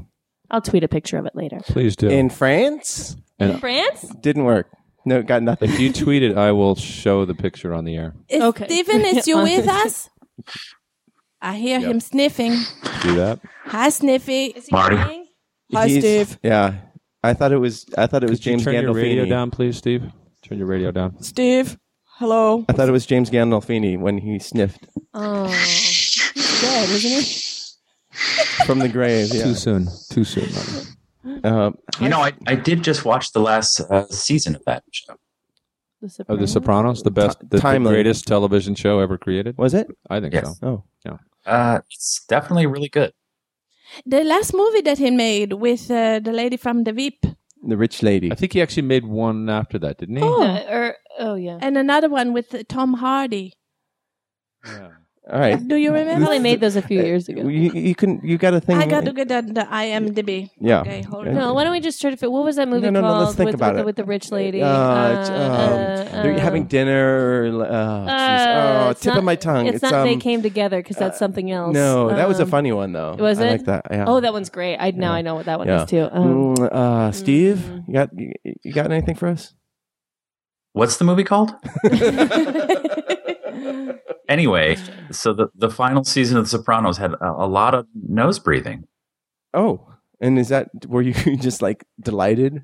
Speaker 3: I'll tweet a picture of it later.
Speaker 4: Please do.
Speaker 2: in France
Speaker 4: And
Speaker 3: France?
Speaker 2: didn't work. No, got nothing.
Speaker 4: if you tweet it, I will show the picture on the air.
Speaker 5: Is
Speaker 3: Okay.
Speaker 5: Stephen, is you with us? I hear him sniffing.
Speaker 4: Do that.
Speaker 5: Hi, Sniffy.
Speaker 3: Marty.
Speaker 5: Hi,
Speaker 2: He's-
Speaker 5: Steve.
Speaker 2: Yeah, I thought it was. I thought it was
Speaker 4: Could
Speaker 2: James
Speaker 4: you turn your radio
Speaker 2: Gandolfini.
Speaker 4: down, please, Steve? Turn your radio down.
Speaker 5: Steve, hello.
Speaker 2: I thought it was James Gandolfini when he sniffed
Speaker 3: Oh, he's dead, isn't he?
Speaker 2: from the grave. Yeah.
Speaker 4: Too soon. Too soon. Marty.
Speaker 2: Um,
Speaker 8: You know, I, I did just watch the last uh, season of that show.
Speaker 3: The
Speaker 4: Oh, The Sopranos, the best,
Speaker 2: Ti-
Speaker 4: the, the
Speaker 2: timely.
Speaker 4: greatest television show ever created.
Speaker 2: was it?
Speaker 4: I think
Speaker 8: Yes.
Speaker 4: so.
Speaker 2: Oh,
Speaker 8: Uh, it's definitely really good.
Speaker 5: The last movie that he made with uh, the lady from The Veep
Speaker 2: the rich lady.
Speaker 4: I think he actually made one after that, didn't he?
Speaker 5: Oh.
Speaker 3: Yeah, or oh yeah.
Speaker 5: and another one with uh, Tom Hardy.
Speaker 4: Yeah.
Speaker 2: All right.
Speaker 5: Do you remember?
Speaker 3: Probably made those a few years ago.
Speaker 2: You, you can. You got a thing.
Speaker 5: I got to get on the IMDb.
Speaker 2: Yeah.
Speaker 5: Okay, hold
Speaker 2: Yeah.
Speaker 5: on.
Speaker 3: No, why don't we just try to fit? What was that movie
Speaker 2: No, no, no,
Speaker 3: called?
Speaker 2: let's think
Speaker 3: with,
Speaker 2: about
Speaker 3: with,
Speaker 2: it.
Speaker 3: The, with the rich lady.
Speaker 2: Uh, it's, um,
Speaker 3: uh,
Speaker 2: they're
Speaker 3: uh,
Speaker 2: having dinner. Or, oh, jeez.
Speaker 3: uh,
Speaker 2: oh
Speaker 3: it's
Speaker 2: tip of
Speaker 3: not-
Speaker 2: my tongue.
Speaker 3: It's, not
Speaker 2: um, uh,
Speaker 3: they came together because that's something else.
Speaker 2: No, that was a
Speaker 3: Um,
Speaker 2: funny one though.
Speaker 3: was
Speaker 2: I
Speaker 3: it?
Speaker 2: like that. Yeah.
Speaker 3: Oh, that one's great. I now I know what that one
Speaker 2: Yeah.
Speaker 3: is too. Um,
Speaker 2: Mm, uh, Steve, you got you, you got anything for us?
Speaker 8: What's the movie called? Anyway, so the, the final season of The Sopranos had a, a lot of nose breathing.
Speaker 2: Oh, and is that were you just like delighted?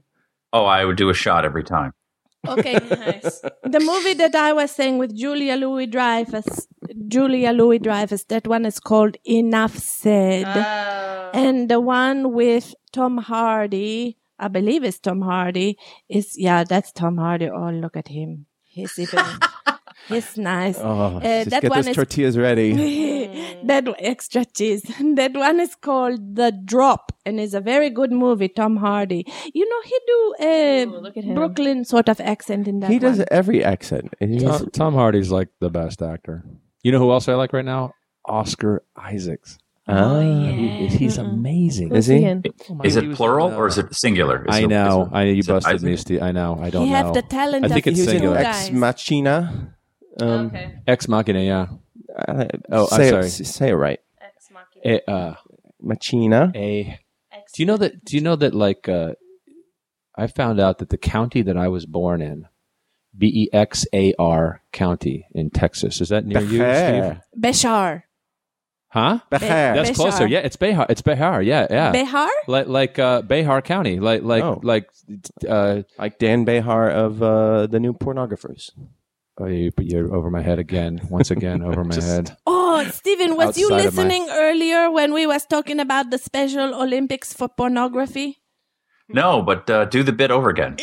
Speaker 8: Oh, I would do a shot every time.
Speaker 5: Okay, nice. The movie that I was saying with Julia Louis Dreyfus, Julia Louis Dreyfus, that one is called Enough Said.
Speaker 3: Oh.
Speaker 5: And the one with Tom Hardy, I believe it's Tom Hardy, is, yeah, that's Tom Hardy. Oh, look at him. He's even, he's nice.
Speaker 3: Uh,
Speaker 2: Oh, just
Speaker 5: that
Speaker 2: get
Speaker 5: one
Speaker 2: those
Speaker 5: is-
Speaker 2: tortillas ready.
Speaker 3: Hmm.
Speaker 5: that one- extra cheese. That one is called The Drop, and is a very good movie. Tom Hardy. You know he do a
Speaker 3: look at him.
Speaker 5: Brooklyn sort of accent in that.
Speaker 2: He does
Speaker 5: one.
Speaker 2: every accent. He's-
Speaker 4: Tom, Tom Hardy's like the best actor. You know who else I like right now? Oscar Isaacs.
Speaker 2: Ah.
Speaker 4: Oh,
Speaker 5: Oh.
Speaker 4: He- he's amazing.
Speaker 2: Is he?
Speaker 3: Ian.
Speaker 8: Is it plural or is it singular? Is
Speaker 4: I
Speaker 8: it-
Speaker 4: know.
Speaker 8: is it-
Speaker 4: I you
Speaker 8: is it
Speaker 4: busted
Speaker 8: Isaac?
Speaker 4: me, Steve. I know. I don't
Speaker 5: He
Speaker 4: know.
Speaker 5: have the talent
Speaker 4: I think
Speaker 5: of
Speaker 4: it's
Speaker 2: he was in
Speaker 4: singular.
Speaker 5: two
Speaker 2: Ex
Speaker 5: guys.
Speaker 2: Machina. Um,
Speaker 3: okay.
Speaker 4: Ex Machina. Yeah.
Speaker 2: I-
Speaker 4: Oh, I'm
Speaker 2: say
Speaker 4: sorry.
Speaker 2: It, say it right.
Speaker 4: A, uh,
Speaker 2: Machina.
Speaker 4: a. Do you know that? Do you know that? Like, uh, I found out that the county that I was born in, B E X A R County in Texas, is that near you, Steve?
Speaker 2: Behar.
Speaker 5: Bashar.
Speaker 4: Huh?
Speaker 2: Behar.
Speaker 4: That's
Speaker 5: Behar.
Speaker 4: closer. Yeah, it's Behar. It's Behar. Yeah, yeah.
Speaker 5: Behar?
Speaker 4: like like uh, Behar County, like like
Speaker 2: Oh.
Speaker 4: like uh,
Speaker 2: Like Dan Behar of uh, the new pornographers.
Speaker 4: oh, you, you're over my head again, once again over my head.
Speaker 5: Oh, Stephen, was you
Speaker 4: Outside of my-
Speaker 5: listening earlier when we was talking about the Special Olympics for pornography?
Speaker 8: No, but uh, do the bit over again.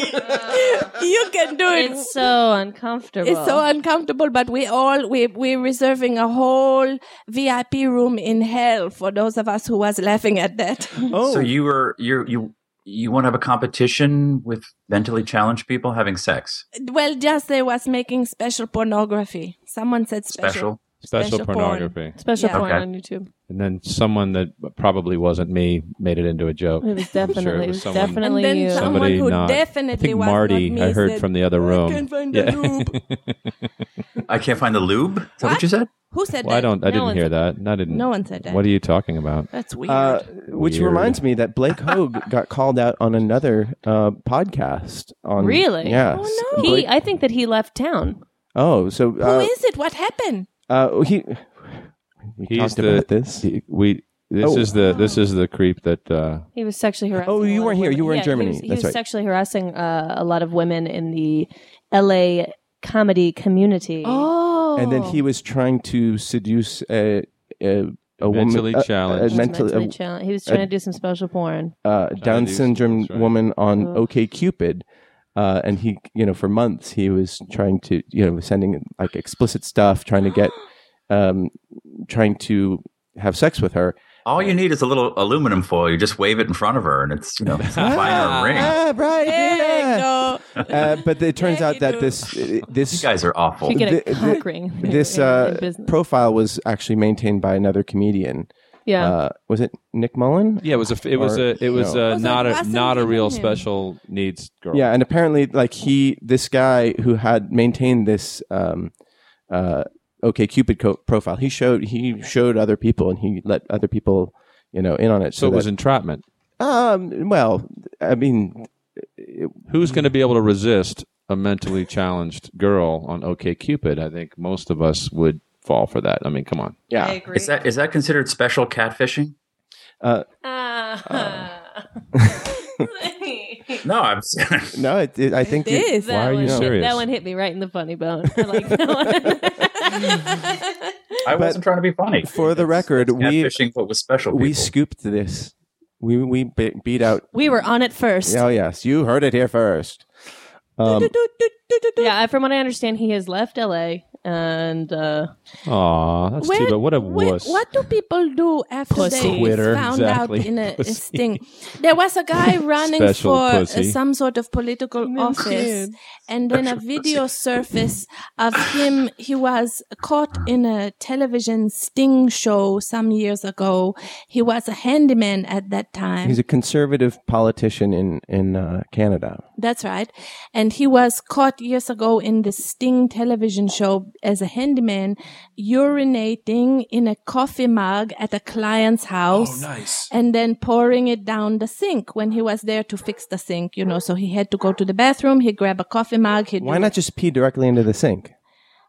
Speaker 5: you can do it.
Speaker 3: It's so uncomfortable.
Speaker 5: It's so uncomfortable, but we all we we're reserving a whole VIP room in hell for those of us who was laughing at that.
Speaker 2: Oh,
Speaker 8: So you were you you you want to have a competition with mentally challenged people having sex?
Speaker 5: well, just they was making special pornography. Someone said special.
Speaker 8: Special.
Speaker 4: Special,
Speaker 5: Special porn.
Speaker 4: pornography.
Speaker 3: Special
Speaker 5: Yeah.
Speaker 3: porn
Speaker 8: Okay.
Speaker 3: on YouTube.
Speaker 4: And then someone that probably wasn't me made it into a joke.
Speaker 3: It was
Speaker 4: I'm sure
Speaker 3: definitely, it was
Speaker 4: someone-
Speaker 5: And
Speaker 3: definitely
Speaker 5: then
Speaker 3: you.
Speaker 5: someone
Speaker 4: Somebody
Speaker 5: who
Speaker 4: not-
Speaker 5: definitely
Speaker 4: I think
Speaker 5: was
Speaker 4: Marty,
Speaker 5: not me
Speaker 4: I heard
Speaker 5: said,
Speaker 4: from the other room.
Speaker 5: I can't find
Speaker 4: Yeah.
Speaker 5: the lube.
Speaker 8: I can't find the lube. Is that what,
Speaker 5: What?
Speaker 8: you said?
Speaker 5: Who said
Speaker 4: well,
Speaker 5: that?
Speaker 4: I don't. I
Speaker 3: No
Speaker 4: didn't
Speaker 3: one
Speaker 4: hear
Speaker 3: said-
Speaker 4: that. No, I didn't.
Speaker 5: No one said that.
Speaker 4: What are you talking about?
Speaker 5: That's weird.
Speaker 2: uh, which
Speaker 4: Weird.
Speaker 2: reminds me that Blake Hogue got called out on another uh, podcast. On
Speaker 3: Really?
Speaker 2: yeah.
Speaker 5: Oh, no.
Speaker 3: He, I think that he left town.
Speaker 2: oh, so
Speaker 5: who
Speaker 2: uh,
Speaker 5: is it? What happened?
Speaker 2: uh, he. We
Speaker 4: He's
Speaker 2: talked
Speaker 4: the-
Speaker 2: about this.
Speaker 4: He- We. This
Speaker 2: Oh.
Speaker 4: is the. This is the creep that. Uh,
Speaker 3: He was sexually harassing.
Speaker 2: Oh,
Speaker 3: a
Speaker 2: you
Speaker 3: lot
Speaker 2: weren't
Speaker 3: of
Speaker 2: here. You
Speaker 3: women.
Speaker 2: were in
Speaker 3: Yeah,
Speaker 2: Germany.
Speaker 3: He was, he
Speaker 2: That's
Speaker 3: was
Speaker 2: right.
Speaker 3: sexually harassing uh, a lot of women in the L.A. comedy community.
Speaker 5: Oh,
Speaker 2: and then he was trying to seduce a a, a
Speaker 4: Mentally
Speaker 2: woman, uh, a-
Speaker 3: He
Speaker 4: challenged.
Speaker 2: a,
Speaker 3: was mentally,
Speaker 2: mentally, uh,
Speaker 3: challenged. He was trying to do some special porn.
Speaker 2: a, uh, Down
Speaker 4: do some-
Speaker 2: syndrome
Speaker 4: that's right.
Speaker 2: woman on
Speaker 3: Ugh.
Speaker 2: OK Cupid, uh, and he, you know, for months he was trying to, you know, sending like explicit stuff, trying to get, um, trying to have sex with her.
Speaker 8: All you need is a little aluminum foil. You just wave it in front of her, and it's you know it's a finer ring.
Speaker 2: Ah, right,
Speaker 5: There you
Speaker 2: yeah.
Speaker 5: go.
Speaker 2: Uh, but it turns
Speaker 5: Yeah,
Speaker 2: out
Speaker 5: you
Speaker 2: that
Speaker 5: do.
Speaker 2: this
Speaker 8: You
Speaker 2: this
Speaker 8: guys are awful.
Speaker 3: You get a
Speaker 2: the-
Speaker 3: cock ring.
Speaker 2: uh, this
Speaker 3: in- in
Speaker 2: uh,
Speaker 3: business.
Speaker 2: profile was actually maintained by another comedian.
Speaker 3: yeah.
Speaker 2: Uh, was it Nick Mullen?
Speaker 4: yeah, it was a. It was
Speaker 2: Or-
Speaker 4: a. It was
Speaker 2: no.
Speaker 4: a,
Speaker 5: Was it
Speaker 4: not a
Speaker 5: Russell
Speaker 4: not a real
Speaker 5: Kingdom?
Speaker 4: special needs girl.
Speaker 2: Yeah, and apparently, like he, this guy who had maintained this um, uh, OK Cupid co- profile, he showed he showed other people, and he let other people, you know, in on it.
Speaker 4: So it was
Speaker 2: that-
Speaker 4: entrapment.
Speaker 2: um, well, I mean,
Speaker 4: Who's going to be able to resist a mentally challenged girl on OK Cupid? I think most of us would fall for that. I mean, come on.
Speaker 2: yeah,
Speaker 3: agree.
Speaker 8: Is that is that considered special catfishing?
Speaker 3: Uh,
Speaker 8: No, I'm.
Speaker 2: no, it, it, I think it-
Speaker 5: is.
Speaker 3: That
Speaker 4: are you
Speaker 3: one hit-
Speaker 4: serious?
Speaker 3: That one hit me right in the funny bone. I like that one.
Speaker 8: I wasn't trying to be funny.
Speaker 2: for the record, we
Speaker 8: catfishing, but with special
Speaker 2: we
Speaker 8: people.
Speaker 2: scooped this. We we be- beat out.
Speaker 3: we were on it first.
Speaker 2: Oh yes, you heard it here first. Um,
Speaker 3: Yeah, I- from what I understand, he has left L.A. and uh,
Speaker 4: Aw, that's too
Speaker 5: Where-
Speaker 4: bad. What a
Speaker 5: Wh-
Speaker 4: wuss.
Speaker 5: what do people do after
Speaker 3: Pussy.
Speaker 5: they
Speaker 4: Twitter,
Speaker 5: found
Speaker 4: exactly.
Speaker 5: out in a
Speaker 4: Pussy.
Speaker 5: sting? There was a guy running
Speaker 4: Special
Speaker 5: for uh,
Speaker 4: pussy.
Speaker 5: some sort of political office, and then a video surfaced of him. He was caught in a television sting show some years ago. He was a handyman at that time.
Speaker 2: he's a conservative politician in in uh, Canada.
Speaker 5: That's right. And he was caught years ago in the Sting television show as a handyman urinating in a coffee mug at a
Speaker 2: Oh,
Speaker 5: client's house.
Speaker 7: nice.
Speaker 5: And then pouring it down the sink when he was there to fix the sink, you know. So he had to go to the bathroom. He grabbed a coffee mug. He
Speaker 2: Why not just pee directly into the sink?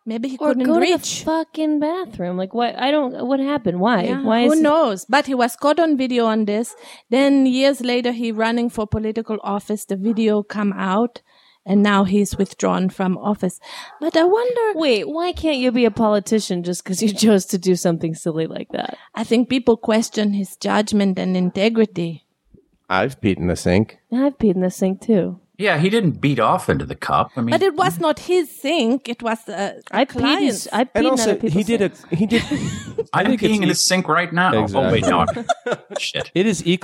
Speaker 5: Maybe he
Speaker 3: or
Speaker 5: couldn't
Speaker 3: go
Speaker 5: reach.
Speaker 3: to the fucking bathroom. Like what? I don't. What happened? Why?
Speaker 5: Yeah,
Speaker 3: Why
Speaker 5: who
Speaker 3: is
Speaker 5: knows? But he was caught on video on this. Then years later, he running for political office. The video come out, and now he's withdrawn from office. But I wonder.
Speaker 3: Wait, why can't you be a politician just because you chose to do something silly like that?
Speaker 5: I think people question his judgment and integrity.
Speaker 2: I've peed in the sink.
Speaker 3: I've peed in the sink too.
Speaker 8: Yeah, he didn't beat off into the cup. I mean,
Speaker 5: But it was not his sink; it was a
Speaker 3: I peed. In,
Speaker 5: client's.
Speaker 3: I peed
Speaker 2: And
Speaker 3: in
Speaker 2: also,
Speaker 3: other people's
Speaker 2: he did a
Speaker 3: sinks.
Speaker 2: he did.
Speaker 8: I'm peeing in the sink right now. Oh wait, no. I'm- Shit.
Speaker 4: It is
Speaker 8: Shitting in a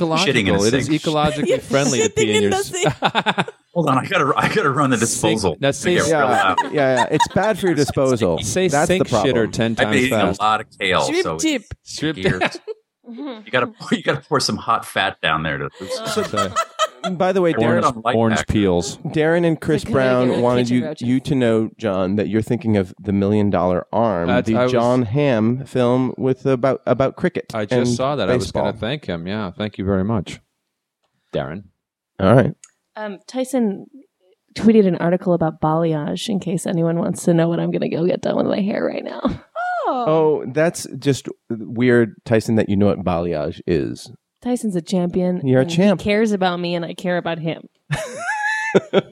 Speaker 4: ecological. It is
Speaker 8: sink.
Speaker 4: ecologically friendly to pee in your s-
Speaker 8: Hold on, I gotta, I gotta run the disposal.
Speaker 4: Now say-
Speaker 8: Get real
Speaker 2: yeah,
Speaker 8: loud.
Speaker 2: yeah, yeah. It's bad for your disposal.
Speaker 4: say
Speaker 2: That's
Speaker 4: sink
Speaker 2: the problem.
Speaker 4: shitter ten
Speaker 8: I've been
Speaker 4: times
Speaker 8: eating
Speaker 4: fast.
Speaker 8: a lot of
Speaker 4: Oh,
Speaker 8: kale, so it's
Speaker 5: chip.
Speaker 4: Strip
Speaker 8: geared. you gotta, you gotta pour some hot fat down there. To,
Speaker 4: Sorry.
Speaker 2: By the way,
Speaker 8: Pour it
Speaker 2: Darren,
Speaker 8: on light
Speaker 4: orange
Speaker 8: pack.
Speaker 4: peels.
Speaker 2: Darren and Chris
Speaker 3: It's a good
Speaker 2: Brown
Speaker 3: idea.
Speaker 2: wanted
Speaker 3: Kitchen
Speaker 2: you,
Speaker 3: roaches.
Speaker 2: you to know, John, that you're thinking of the Million Dollar Arm,
Speaker 4: That's-
Speaker 2: the
Speaker 4: I was-
Speaker 2: John Hamm film with about about cricket.
Speaker 4: I
Speaker 2: and
Speaker 4: just saw that. I was
Speaker 2: Baseball.
Speaker 4: going to thank him. Yeah, thank you very much, Darren.
Speaker 2: All right.
Speaker 3: Um, Tyson tweeted an article about balayage in case anyone wants to know what I'm going to go get done with my hair right now.
Speaker 2: Oh, that's just weird, Tyson. That you know what balayage is.
Speaker 3: Tyson's a champion.
Speaker 2: You're a
Speaker 3: and
Speaker 2: champ.
Speaker 3: He cares about me and I care about him.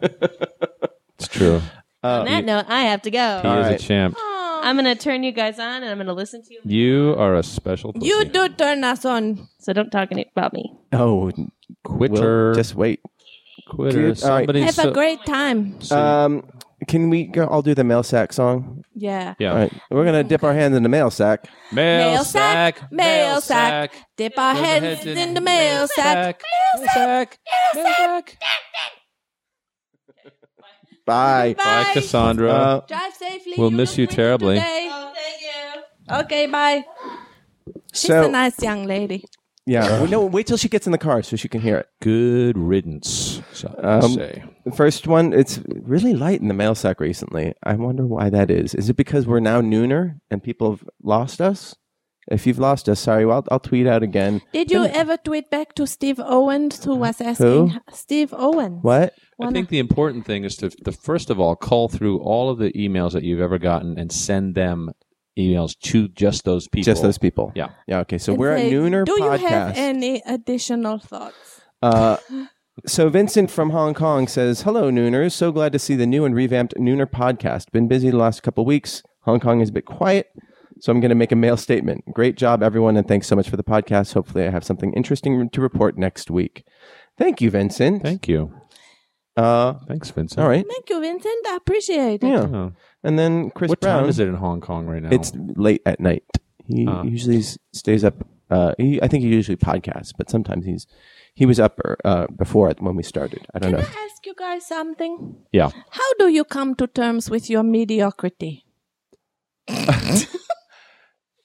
Speaker 4: It's true.
Speaker 2: Uh,
Speaker 3: On that note, I have to go.
Speaker 4: He is
Speaker 2: right.
Speaker 4: a champ.
Speaker 3: I'm going to turn you guys on and I'm going to listen to you.
Speaker 4: You are a special. Pussy.
Speaker 5: You do turn us on.
Speaker 3: So don't talk any- about me.
Speaker 2: Oh,
Speaker 4: quitter.
Speaker 2: well, just wait.
Speaker 4: quitter.
Speaker 2: Good, all right.
Speaker 4: Somebody
Speaker 5: Have
Speaker 4: so-
Speaker 5: a great time.
Speaker 4: so-
Speaker 2: Um, can we go? I'll do the mail sack song.
Speaker 5: Yeah.
Speaker 4: yeah.
Speaker 2: All right. We're going to dip our hands in the mail sack.
Speaker 4: Mail,
Speaker 5: Mail sack, mail sack. Dip our
Speaker 4: Dip our
Speaker 5: heads in the mail sack.
Speaker 4: Mail sack. Mail sack.
Speaker 2: Bye.
Speaker 4: Bye, Cassandra.
Speaker 2: Uh,
Speaker 5: Drive safely.
Speaker 4: We'll
Speaker 5: You
Speaker 4: miss
Speaker 5: look
Speaker 4: you
Speaker 5: pretty
Speaker 4: terribly.
Speaker 5: today. Okay, bye. She's
Speaker 2: so
Speaker 5: a nice young lady.
Speaker 2: yeah, well, no. Wait till she gets in the car so she can hear it.
Speaker 4: Good riddance. So I
Speaker 2: Um,
Speaker 4: say.
Speaker 2: The first one, it's really light in the mail sack recently. I wonder why that is. Is it because we're now nooner and people have lost us? If you've lost us, sorry, well, I'll, I'll tweet out again.
Speaker 5: Did you ever tweet back to Steve Owens who was asking
Speaker 2: Who?
Speaker 5: Steve Owens?
Speaker 2: What?
Speaker 4: I
Speaker 5: Wanna-
Speaker 4: think the important thing is to, to first of all call through all of the emails that you've ever gotten and send them emails to just those people.
Speaker 2: Just those people.
Speaker 4: Yeah.
Speaker 2: Yeah. Okay. So
Speaker 5: And
Speaker 2: we're
Speaker 5: say,
Speaker 2: a nooner
Speaker 5: Do
Speaker 2: podcast.
Speaker 5: you have any additional thoughts?
Speaker 2: Uh, so Vincent from Hong Kong says, "Hello, Nooners. So glad to see the new and revamped Nooner podcast. Been busy the last couple weeks. Hong Kong is a bit quiet, so I'm going to make a mail statement. Great job, everyone, and thanks so much for the podcast. Hopefully, I have something interesting to report next week. Thank you, Vincent.
Speaker 4: Thank you.
Speaker 2: uh,
Speaker 4: Thanks, Vincent.
Speaker 2: all right.
Speaker 5: Thank you, Vincent. I appreciate it.
Speaker 2: Yeah.
Speaker 4: Oh.
Speaker 2: And then Chris
Speaker 4: What
Speaker 2: Brown.
Speaker 4: time is it in Hong Kong right now?
Speaker 2: It's late at night. He
Speaker 4: Ah.
Speaker 2: usually s- stays up. Uh, he, I think he usually podcasts, but sometimes he's he was up er, uh, before it when we started. I don't
Speaker 5: Can
Speaker 2: know.
Speaker 5: I ask you guys something?
Speaker 4: yeah.
Speaker 5: How do you come to terms with your mediocrity?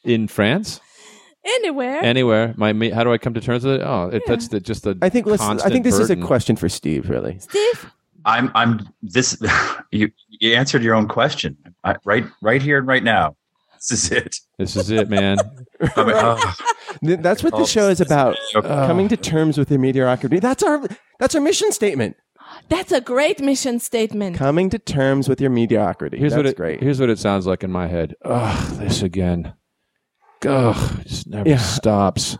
Speaker 4: In France?
Speaker 5: Anywhere.
Speaker 4: Anywhere? My me- how do I come to terms with it? Oh, it, that's the, just the
Speaker 2: I think let's, I
Speaker 4: constant
Speaker 2: think this is
Speaker 4: burden.
Speaker 2: a question for Steve, really.
Speaker 5: Steve,
Speaker 8: I'm I'm this you you answered your own question. I, right right here and right now. This is it.
Speaker 4: This is it, man.
Speaker 8: I mean, oh,
Speaker 2: Th- That's what the
Speaker 4: Oh.
Speaker 2: show is about: uh, coming to terms with your mediocrity. That's our that's our mission statement:
Speaker 5: that's a great mission statement.
Speaker 2: coming to terms with your mediocrity.
Speaker 4: Here's
Speaker 2: that's
Speaker 4: what it,
Speaker 2: great.
Speaker 4: Here's what it sounds like in my head. Ugh, this again. Ugh, it just never
Speaker 2: Yeah.
Speaker 4: stops.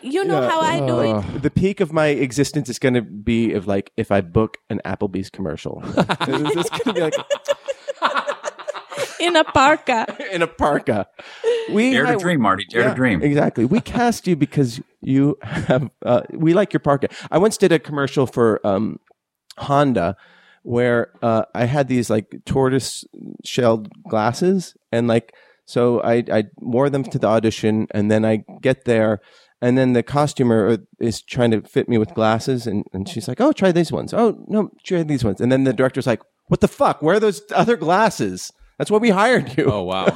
Speaker 5: You know how I do it.
Speaker 2: the peak of my existence is going to be of like if I book an Applebee's commercial. it's just going to be like
Speaker 5: in a parka.
Speaker 2: in a parka. We
Speaker 8: dare to
Speaker 2: had-
Speaker 8: dream, Marty. Dare
Speaker 2: Yeah,
Speaker 8: to dream.
Speaker 2: Exactly. We cast you because you have. Uh, we like your parka. I once did a commercial for um, Honda where uh, I had these like tortoise shelled glasses, and like so I I wore them to the audition, and then I get there. And then the costumer uh, is trying to fit me with glasses, and, and she's like, "Oh, try these ones. Oh, no, try these ones." And then the director's like, "What the fuck? Where are those other glasses? That's why we hired you."
Speaker 4: Oh wow.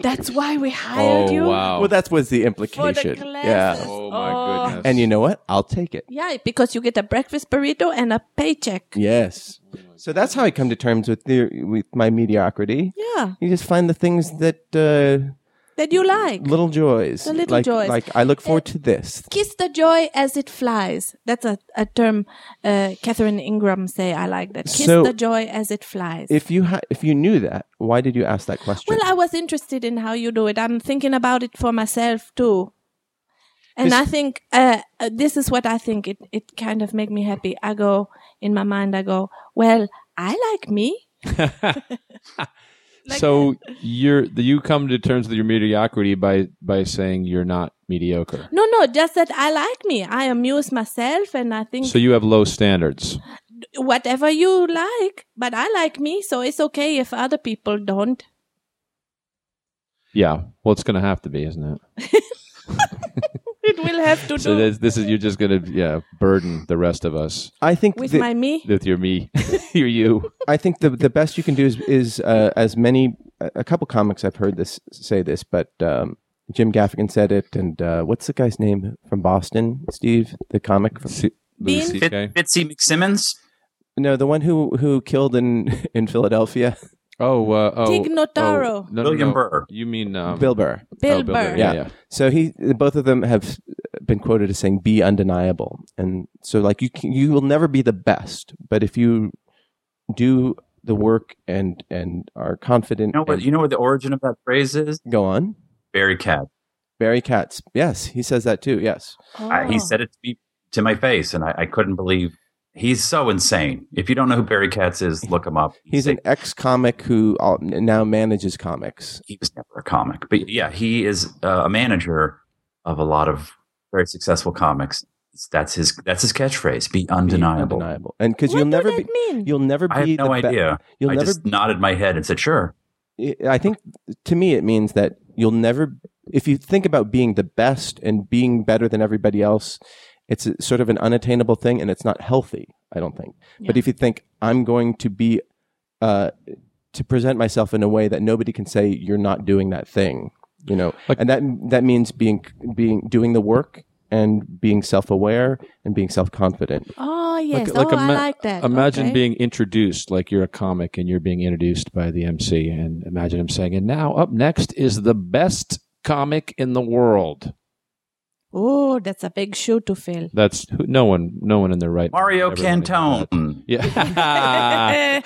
Speaker 5: That's why we hired
Speaker 4: Oh
Speaker 5: you.
Speaker 4: wow.
Speaker 2: Well, that was the
Speaker 5: For the
Speaker 2: implication.
Speaker 5: classes.
Speaker 2: yeah.
Speaker 6: Oh my goodness.
Speaker 2: And you know what? I'll take it.
Speaker 5: Yeah, because you get a breakfast burrito and a paycheck.
Speaker 2: Yes. So that's how I come to terms with the, with my mediocrity.
Speaker 5: Yeah,
Speaker 2: You just find the things that uh,
Speaker 5: that you like.
Speaker 2: little joys,
Speaker 5: The little
Speaker 2: like,
Speaker 5: joys.
Speaker 2: Like I look forward to this.
Speaker 5: Kiss the joy as it flies. That's a, a term uh, Catherine Ingram say. I like that. Kiss
Speaker 2: So-
Speaker 5: the joy as it flies.
Speaker 2: If you ha- if you knew that, why did you ask that question?
Speaker 5: well, I was interested in how you do it. I'm thinking about it for myself too. And I think uh, uh, this is what I think. It, it kind of make me happy. I go, in my mind, I go, well, I like me.
Speaker 4: so you're you come to terms with your mediocrity by by saying you're not mediocre.
Speaker 5: No, no, just that I like me. I amuse myself and I think
Speaker 4: So you have low standards.
Speaker 5: whatever you like, but I like me, so it's okay if other people don't.
Speaker 4: Yeah. Well, it's going to have to be, isn't it?
Speaker 5: It will have to
Speaker 4: So
Speaker 5: do
Speaker 4: this, this is you're just going to yeah burden the rest of us
Speaker 2: I think
Speaker 5: with
Speaker 2: the,
Speaker 5: my me.
Speaker 4: with your me, your you.
Speaker 2: I think the the best you can do is is uh, as many a a couple comics I've heard this say this, but um, Jim Gaffigan said it, and uh, what's the guy's name from Boston? Steve, the comic from
Speaker 4: Louis
Speaker 5: Bean?
Speaker 8: Fit,
Speaker 4: CK.
Speaker 8: Fitzy McSimmons.
Speaker 2: No, the one who who killed in in Philadelphia,
Speaker 4: Oh, uh, oh,
Speaker 5: Tig Notaro.
Speaker 4: oh, no, no,
Speaker 8: William
Speaker 4: no.
Speaker 8: Burr.
Speaker 4: You mean um,
Speaker 2: Bill Burr.
Speaker 5: Bill
Speaker 4: oh,
Speaker 5: Burr.
Speaker 4: Yeah,
Speaker 2: Yeah.
Speaker 4: yeah.
Speaker 2: So he, both of them have been quoted as saying, "Be undeniable," and so like you, can, you will never be the best, but if you do the work and and are confident,
Speaker 8: You know what?
Speaker 2: and-
Speaker 8: You know what the origin of that phrase is?
Speaker 2: go on.
Speaker 8: Barry Katz.
Speaker 2: Barry Katz, yes, he says that too. Yes,
Speaker 8: I, he
Speaker 5: Oh.
Speaker 8: said it to, me, to my face, and I, I couldn't believe. He's so insane. If you don't know who Barry Katz is, look him up.
Speaker 2: he's
Speaker 8: a-
Speaker 2: an ex-comic who uh, now manages comics.
Speaker 8: he was never a comic, but yeah, he is uh, a manager of a lot of very successful comics. That's his. That's his catchphrase. Be undeniable.
Speaker 2: undeniable. And because
Speaker 5: What
Speaker 2: you'll
Speaker 5: does
Speaker 2: never
Speaker 5: that
Speaker 2: be,
Speaker 5: mean?
Speaker 2: you'll never be.
Speaker 8: I have no
Speaker 2: the be-
Speaker 8: idea.
Speaker 2: you'll
Speaker 8: I
Speaker 2: never.
Speaker 8: just nodded my head and said, "Sure."
Speaker 2: I think to me it means that you'll never. If you think about being the best and being better than everybody else, it's a, sort of an unattainable thing, and it's not healthy. I don't think. But if you think I'm going to be, uh, to present myself in a way that nobody can say you're not doing that thing, you know,
Speaker 4: Like-
Speaker 2: and that that means being being doing the work and being self-aware and being self-confident.
Speaker 5: Oh yes.
Speaker 4: like
Speaker 5: oh, I
Speaker 4: ima-
Speaker 5: like that.
Speaker 4: Imagine
Speaker 5: Okay.
Speaker 4: being introduced like you're a comic and you're being introduced by the MC, and imagine him saying, "And now up next is the best comic in the world."
Speaker 5: Oh, that's a big shoe to fill.
Speaker 4: That's who- no one, no one in their right. mind
Speaker 8: Mario
Speaker 4: would ever wanna do that.
Speaker 8: Cantone.
Speaker 2: Ah.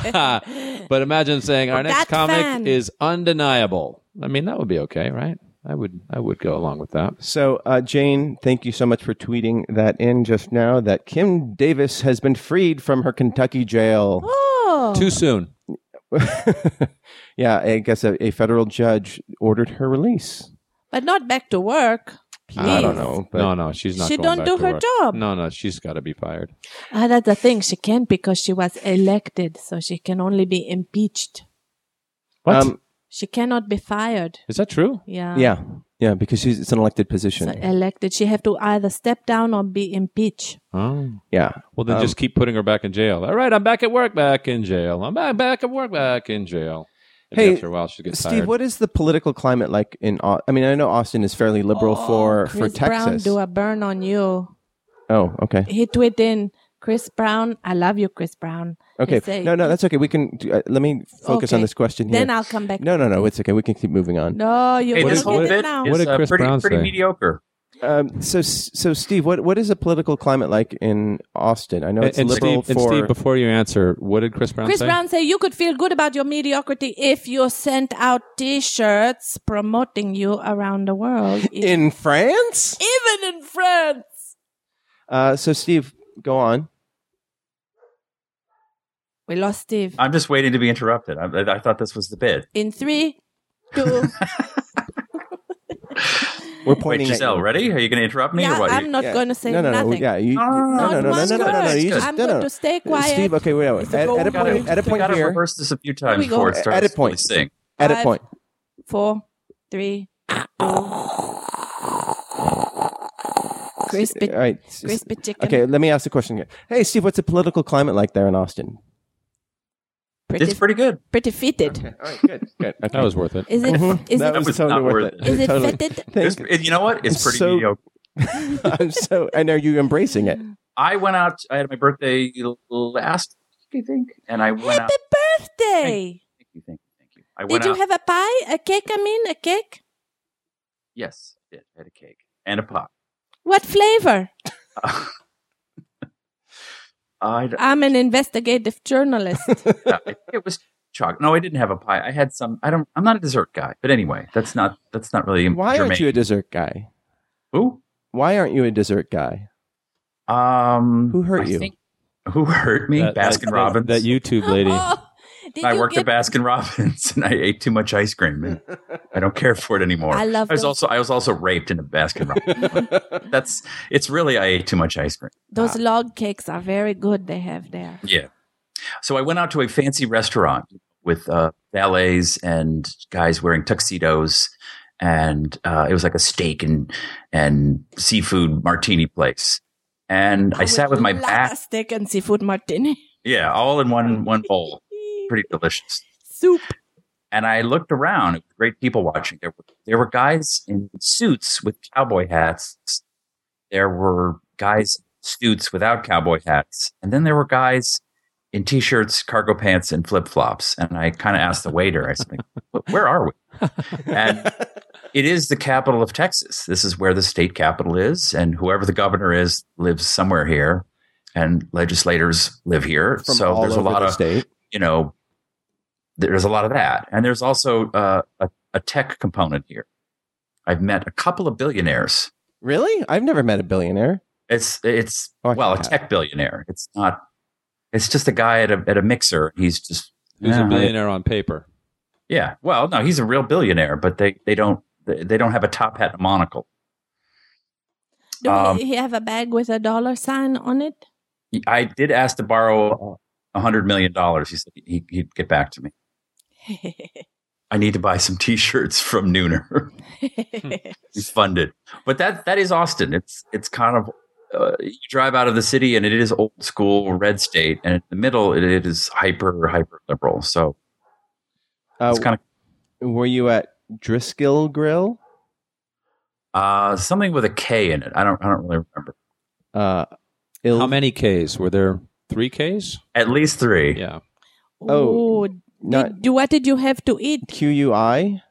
Speaker 4: Yeah, but imagine saying our next
Speaker 5: That
Speaker 4: comic
Speaker 5: fan.
Speaker 4: is undeniable. I mean, that would be okay, right? I would, I would go along with that.
Speaker 2: So, uh, Jane, thank you so much for tweeting that in just now that Kim Davis has been freed from her Kentucky jail.
Speaker 5: Oh.
Speaker 4: Too soon.
Speaker 2: yeah, I guess a, a federal judge ordered her release.
Speaker 5: But not back to work.
Speaker 2: I don't
Speaker 5: Please.
Speaker 2: know. But
Speaker 4: No, no, she's not.
Speaker 5: She
Speaker 4: going
Speaker 5: don't
Speaker 4: back
Speaker 5: do
Speaker 4: to
Speaker 5: her
Speaker 4: work.
Speaker 5: job.
Speaker 4: No, no, she's got to be fired.
Speaker 5: Ah, that's the thing. She can't because she was elected, so she can only be impeached.
Speaker 4: What is
Speaker 2: Um,
Speaker 5: She cannot be fired.
Speaker 4: that true?
Speaker 5: Yeah.
Speaker 2: yeah, yeah, because she's, it's an elected
Speaker 5: So
Speaker 2: position.
Speaker 5: elected, she have to either step down or be impeached.
Speaker 4: Oh.
Speaker 2: yeah.
Speaker 4: Well, then
Speaker 2: Um,
Speaker 4: just keep putting her back in jail. All right, I'm back at work, back in jail. I'm back, back at work, back in jail. And
Speaker 2: Hey,
Speaker 4: after a while, she gets
Speaker 2: Steve,
Speaker 4: tired.
Speaker 2: what is the political climate like in? Au- I mean, I know Austin is fairly liberal for for
Speaker 5: Oh, Chris Brown
Speaker 2: Texas.
Speaker 5: do a burn on you.
Speaker 2: oh, okay,
Speaker 5: He tweeted in, Chris Brown, I love you, Chris Brown.
Speaker 2: okay.
Speaker 5: say-
Speaker 2: no, no, that's okay. We can do- uh, let me focus on
Speaker 5: Okay.
Speaker 2: this question here.
Speaker 5: Then I'll come back.
Speaker 2: no, no, no. It's okay. We can keep moving on.
Speaker 5: No, you
Speaker 8: Hey,
Speaker 5: look
Speaker 8: this
Speaker 5: at
Speaker 8: whole
Speaker 5: it
Speaker 8: bit
Speaker 5: now.
Speaker 8: is
Speaker 4: What did
Speaker 8: uh,
Speaker 4: Chris
Speaker 8: pretty,
Speaker 4: Brown
Speaker 8: pretty
Speaker 4: say?
Speaker 8: mediocre.
Speaker 2: Um, so, so Steve, what what is the political climate like in Austin? I know it's
Speaker 4: and, and
Speaker 2: liberal
Speaker 4: Steve, and
Speaker 2: for
Speaker 4: Steve, before you answer, what did Chris Brown
Speaker 5: Chris
Speaker 4: say?
Speaker 5: Brown say you could feel good about your mediocrity if you sent out T-shirts promoting you around the world, e-
Speaker 2: in France.
Speaker 5: even in France.
Speaker 2: Uh, so, Steve, go on.
Speaker 5: We lost Steve.
Speaker 8: I'm just waiting to be interrupted. I, I- I thought this was the bid.
Speaker 5: In three, two.
Speaker 2: We're pointing
Speaker 8: Wait, Giselle,
Speaker 2: at you.
Speaker 8: ready? Are you going to interrupt me? or
Speaker 5: yeah,
Speaker 8: what?
Speaker 5: I'm not
Speaker 2: Yeah.
Speaker 5: going to say
Speaker 2: no, no,
Speaker 5: nothing.
Speaker 2: No, yeah, you,
Speaker 8: No, no,
Speaker 2: no,
Speaker 8: no,
Speaker 2: no, no, no, no,
Speaker 5: Not
Speaker 2: no,
Speaker 5: one
Speaker 2: no, no,
Speaker 5: word.
Speaker 2: You just
Speaker 5: I'm
Speaker 2: no,
Speaker 5: going
Speaker 2: no.
Speaker 5: to stay quiet.
Speaker 2: Steve, okay, wait, wait.
Speaker 5: It's
Speaker 2: wait. At,
Speaker 5: a
Speaker 2: at a
Speaker 5: goal.
Speaker 2: point, at a
Speaker 8: we
Speaker 2: point
Speaker 8: gotta
Speaker 2: here,
Speaker 8: rehearse this a few
Speaker 5: Here
Speaker 8: times
Speaker 5: we go.
Speaker 8: before it starts.
Speaker 2: Edit point.
Speaker 8: Sing.
Speaker 2: at a
Speaker 5: Five.
Speaker 2: point.
Speaker 5: Four, three. Crispy,
Speaker 2: All right. s- s-
Speaker 5: crispy chicken.
Speaker 2: Uh, Okay, let me ask the question again. Hey, Steve, what's the political climate like there in Austin?
Speaker 5: pretty,
Speaker 8: It's pretty good.
Speaker 5: pretty fitted.
Speaker 2: All right, good, good. Okay.
Speaker 4: That was worth it.
Speaker 5: Is it?
Speaker 2: Mhm.
Speaker 5: Is
Speaker 2: that
Speaker 5: it?
Speaker 8: That
Speaker 2: was
Speaker 8: was
Speaker 2: totally
Speaker 8: not
Speaker 2: worth
Speaker 8: worth
Speaker 2: it.
Speaker 8: it.
Speaker 5: Is it
Speaker 2: totally.
Speaker 5: fitted?
Speaker 2: Thank
Speaker 8: It's- it- you know what? It's
Speaker 2: I'm
Speaker 8: pretty
Speaker 2: so-
Speaker 8: mediocre.
Speaker 2: I'm so, and are you embracing it?
Speaker 8: I went out. I had my birthday l- last week, I think, and I went out.
Speaker 5: Happy birthday!
Speaker 8: Thank you, thank you, thank you. I went
Speaker 5: Did you
Speaker 8: out.
Speaker 5: have a pie? A cake? I mean, a cake.
Speaker 8: yes, I did. I had a cake and a pop.
Speaker 5: What flavor?
Speaker 8: I, d-
Speaker 5: I'm an investigative journalist.
Speaker 8: yeah, I think it was chocolate. No, I didn't have a pie. I had some. I don't. I'm not a dessert guy. But anyway, that's not. That's not really.
Speaker 2: Why
Speaker 8: germane.
Speaker 2: aren't you a dessert guy?
Speaker 8: Ooh.
Speaker 2: Why aren't you a dessert guy?
Speaker 8: Um,
Speaker 2: Who hurt
Speaker 8: I
Speaker 2: you?
Speaker 8: think- who hurt me?
Speaker 4: That- that-
Speaker 8: Baskin Robbins.
Speaker 4: That, that YouTube lady.
Speaker 5: Oh, did
Speaker 8: I
Speaker 5: you
Speaker 8: worked
Speaker 5: get,
Speaker 8: at Baskin Robbins and I ate too much ice cream and I don't care for it anymore.
Speaker 5: I love
Speaker 8: I was
Speaker 5: those-
Speaker 8: also I was also raped in a Baskin Robbins. That's it's really I ate too much ice cream.
Speaker 5: Those log cakes are very good. They have there.
Speaker 8: Yeah. So I went out to a fancy restaurant with uh, valets and guys wearing tuxedos, and uh, it was like a steak and and seafood martini place. And
Speaker 5: Oh,
Speaker 8: I, sat with my
Speaker 5: love
Speaker 8: back,
Speaker 5: a steak and seafood martini
Speaker 8: yeah, all in one one bowl, pretty delicious.
Speaker 5: soup.
Speaker 8: and I looked around. It was great people watching. There were there were guys in suits with cowboy hats. There were guys in suits without cowboy hats, and then there were guys in t-shirts, cargo pants, and flip flops. And I kind of asked the waiter, I said, "Wh- "Where are we?" And it is the capital of Texas. This is where the state capital is, and whoever the governor is lives somewhere here, and legislators live here.
Speaker 2: From
Speaker 8: so
Speaker 2: all
Speaker 8: there's a
Speaker 2: over
Speaker 8: lot
Speaker 2: the
Speaker 8: of
Speaker 2: state.
Speaker 8: you know, there's a lot of that. And there's also uh, a, a tech component here. I've met a couple of billionaires.
Speaker 2: Really? I've never met a billionaire.
Speaker 8: It's it's
Speaker 2: Oh, I
Speaker 8: well, a
Speaker 2: can't.
Speaker 8: tech billionaire. It's not. It's just a guy at a at a mixer. He's just
Speaker 4: Who's
Speaker 8: yeah,
Speaker 4: a billionaire on paper?
Speaker 8: yeah. Well, no, he's a real billionaire, but they they don't they they don't have a top hat and a monocle.
Speaker 5: Do
Speaker 8: Um,
Speaker 5: he have a bag with a dollar sign on it?
Speaker 8: I did ask to borrow a hundred million dollars. He said he, he'd get back to me. I need to buy some T-shirts from Nooner. He's funded, but that that is Austin. It's it's kind of uh, you drive out of the city and it is old school red state, and in the middle it, it is hyper hyper liberal. So
Speaker 2: Uh,
Speaker 8: it's kind of
Speaker 2: were you at Driscoll Grill?
Speaker 8: uh, something with a K in it. I don't I don't really remember.
Speaker 2: Uh, Il-
Speaker 4: How many Ks were there? Three Ks?
Speaker 8: At least three.
Speaker 4: Yeah.
Speaker 2: Oh,
Speaker 5: Ooh,
Speaker 2: Not
Speaker 5: did- do what did you have to eat?
Speaker 2: QUI?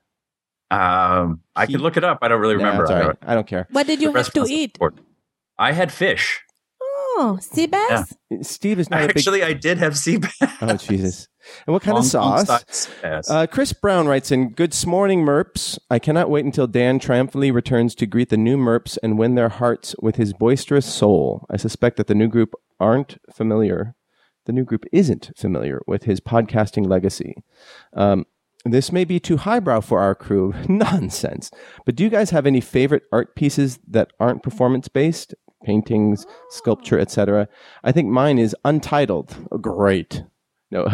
Speaker 8: Um, I
Speaker 2: He-
Speaker 8: could look it up. I don't really
Speaker 2: Nah,
Speaker 8: remember.
Speaker 2: it's all right. I don't care.
Speaker 5: What did
Speaker 8: The
Speaker 5: you have to
Speaker 8: restaurant's
Speaker 5: eat?
Speaker 8: important. I had fish.
Speaker 5: Oh, sea bass.
Speaker 2: Steve is not
Speaker 8: Actually, I did have sea bass.
Speaker 2: a big. Oh Jesus! And what kind of
Speaker 8: Long-tongue
Speaker 2: sauce?
Speaker 8: sea bass.
Speaker 2: Uh, Chris Brown writes in, Good morning, Merps. I cannot wait until Dan triumphantly returns to greet the new Merps and win their hearts with his boisterous soul. I suspect that the new group aren't familiar. The new group isn't familiar with his podcasting legacy. Um, this may be too highbrow for our crew. Nonsense. But do you guys have any favorite art pieces that aren't performance based? Paintings, sculpture, etc. I think mine is Untitled. Oh, great. No,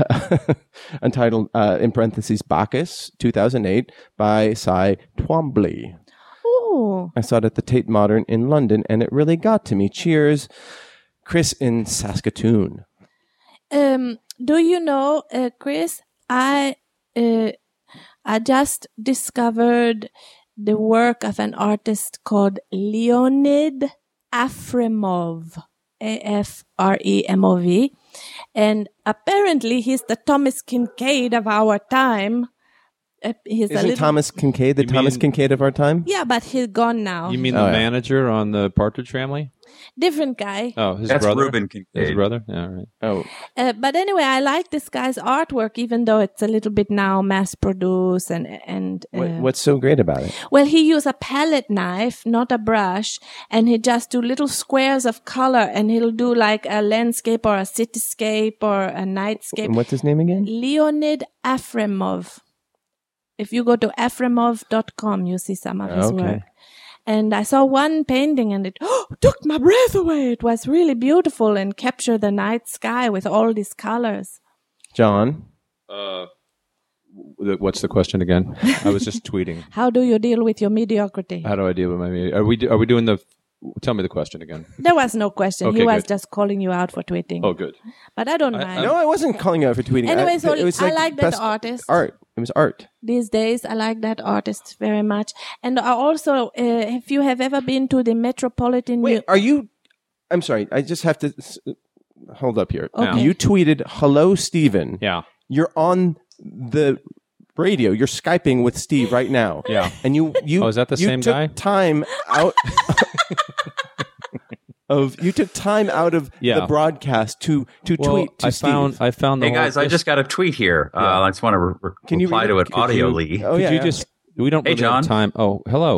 Speaker 2: untitled uh, in parentheses Bacchus, 2008, by Cy Twombly.
Speaker 5: Ooh,
Speaker 2: I saw it at the Tate Modern in London, and it really got to me. Cheers, Chris in Saskatoon.
Speaker 5: um, do you know, uh, Chris? I uh, I just discovered the work of an artist called Leonid Afremov, A F R E M O V, and apparently he's the Thomas Kincaid of our time. Uh, he's a
Speaker 2: Isn't
Speaker 5: little,
Speaker 2: Thomas Kincaid the
Speaker 4: You
Speaker 2: Thomas
Speaker 4: mean-
Speaker 2: Kincaid of our time?
Speaker 5: yeah, but he's gone now.
Speaker 4: You mean
Speaker 2: Oh,
Speaker 4: the
Speaker 2: yeah.
Speaker 4: manager on the Partridge Family?
Speaker 5: Different guy.
Speaker 4: Oh, his
Speaker 8: That's
Speaker 4: brother.
Speaker 8: Reuben
Speaker 4: His
Speaker 8: Kincaid.
Speaker 4: brother. Yeah, all right.
Speaker 2: Oh,
Speaker 5: Uh, but anyway, I like this guy's artwork, even though it's a little bit now mass produced and and uh,
Speaker 2: wh- what's so great about it?
Speaker 5: well, he used a palette knife, not a brush, and he just do little squares of color, and he'll do like a landscape or a cityscape or a nightscape.
Speaker 2: And what's his name again?
Speaker 5: Leonid Afremov. If you go to afremov.com, you see some of his
Speaker 2: Okay.
Speaker 5: work. And I saw one painting and it took my breath away. It was really beautiful and captured the night sky with all these colors.
Speaker 2: John.
Speaker 4: Th- What's the question again? I was just tweeting.
Speaker 5: How do you deal with your mediocrity?
Speaker 4: How do I deal with my media? Are we do- are we doing the? Tell me the question again.
Speaker 5: there was no question. he
Speaker 4: Okay,
Speaker 5: was
Speaker 4: good.
Speaker 5: just calling you out for tweeting.
Speaker 4: Oh, good.
Speaker 5: But I don't
Speaker 4: I-
Speaker 5: mind.
Speaker 2: No, I wasn't calling out for tweeting.
Speaker 5: anyway, so
Speaker 2: it was
Speaker 5: I like that
Speaker 2: best
Speaker 5: artist.
Speaker 2: Art. It was art.
Speaker 5: these days i like that artist very much and I also uh, if you have ever been to the metropolitan
Speaker 2: Wait,
Speaker 5: Mu-
Speaker 2: are you? I'm sorry. I just have to s- hold up here.
Speaker 5: Okay.
Speaker 2: You tweeted, "Hello, Steven.
Speaker 4: Yeah.
Speaker 2: You're on the radio. You're skyping with Steve right now.
Speaker 4: Yeah.
Speaker 2: And you you
Speaker 4: Oh, is that the
Speaker 2: you
Speaker 4: same
Speaker 2: took
Speaker 4: guy?
Speaker 2: Time out of you took time out of
Speaker 4: Yeah.
Speaker 2: the broadcast to to
Speaker 4: Well,
Speaker 2: tweet to
Speaker 4: I
Speaker 2: Steve.
Speaker 4: found I found the
Speaker 8: Hey
Speaker 4: whole-
Speaker 8: guys, I just got a tweet here. Uh, I just want to re- re-
Speaker 2: Can you
Speaker 8: reply
Speaker 2: read it?
Speaker 8: to it
Speaker 2: Could
Speaker 4: you-
Speaker 8: audioly.
Speaker 2: oh
Speaker 4: could
Speaker 2: yeah.
Speaker 4: you
Speaker 2: yeah.
Speaker 4: just we don't
Speaker 8: Hey,
Speaker 4: really
Speaker 8: John.
Speaker 4: have time. Oh, hello.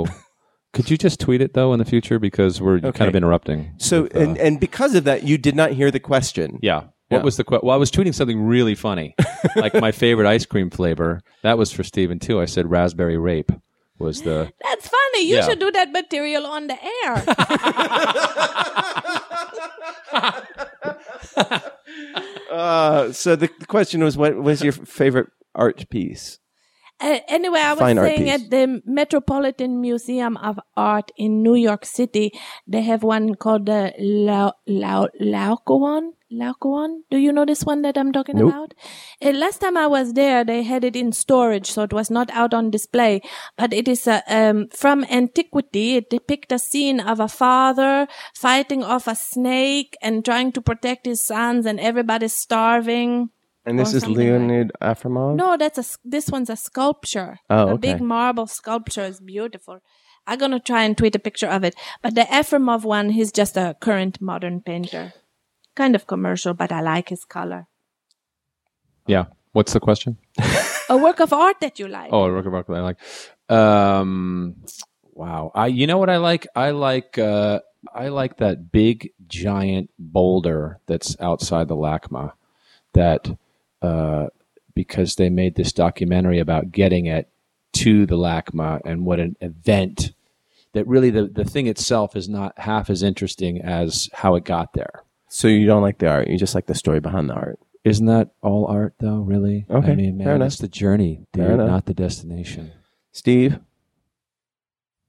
Speaker 4: could you just tweet it though in the future because we're
Speaker 2: Okay.
Speaker 4: kind of interrupting.
Speaker 2: so
Speaker 4: with, uh,
Speaker 2: and and because of that, you did not hear the question.
Speaker 4: yeah. What
Speaker 2: Yeah.
Speaker 4: was the question? Well, I was tweeting something really funny, like my favorite ice cream flavor. That was for Steven too. I said raspberry rape was the.
Speaker 5: that's funny you
Speaker 4: Yeah.
Speaker 5: should do that material on the air
Speaker 2: Uh, so the, the question was, what was your favorite art piece?
Speaker 5: Uh, anyway, I was
Speaker 2: Fine art
Speaker 5: saying
Speaker 2: piece.
Speaker 5: at the Metropolitan Museum of Art in New York City, they have one called the Lau- Lau- Laocoon. Laocoon. Do you know this one that I'm talking
Speaker 2: Nope.
Speaker 5: about? Uh, last time I was there, they had it in storage, so it was not out on display. But it is a, um, from antiquity. It depicts a scene of a father fighting off a snake and trying to protect his sons, and everybody's starving.
Speaker 2: And this
Speaker 5: Or
Speaker 2: is
Speaker 5: something like-
Speaker 2: Leonid Afremov.
Speaker 5: No, that's a. s- This one's a sculpture.
Speaker 2: Oh,
Speaker 5: a
Speaker 2: okay.
Speaker 5: big marble sculpture is beautiful. I'm gonna try and tweet a picture of it. But the Efremov one, he's just a current modern painter, kind of commercial, but I like his color.
Speaker 4: Yeah. What's the question?
Speaker 5: A work of art that you like.
Speaker 4: Oh, Rocket Rocket, I like. Um, wow. I you know what I like? I like uh, I like that big giant boulder that's outside the LACMA that uh, because they made this documentary about getting it to the LACMA and what an event that really the, the thing itself is not half as interesting as how it got there.
Speaker 2: So you don't like the art. You just like the story behind the art.
Speaker 4: Isn't that all art though, really?
Speaker 2: Okay,
Speaker 4: I mean,
Speaker 2: fair
Speaker 4: man,
Speaker 2: enough.
Speaker 4: that's the journey,
Speaker 2: Fair
Speaker 4: dude,
Speaker 2: enough.
Speaker 4: not the destination.
Speaker 2: Steve?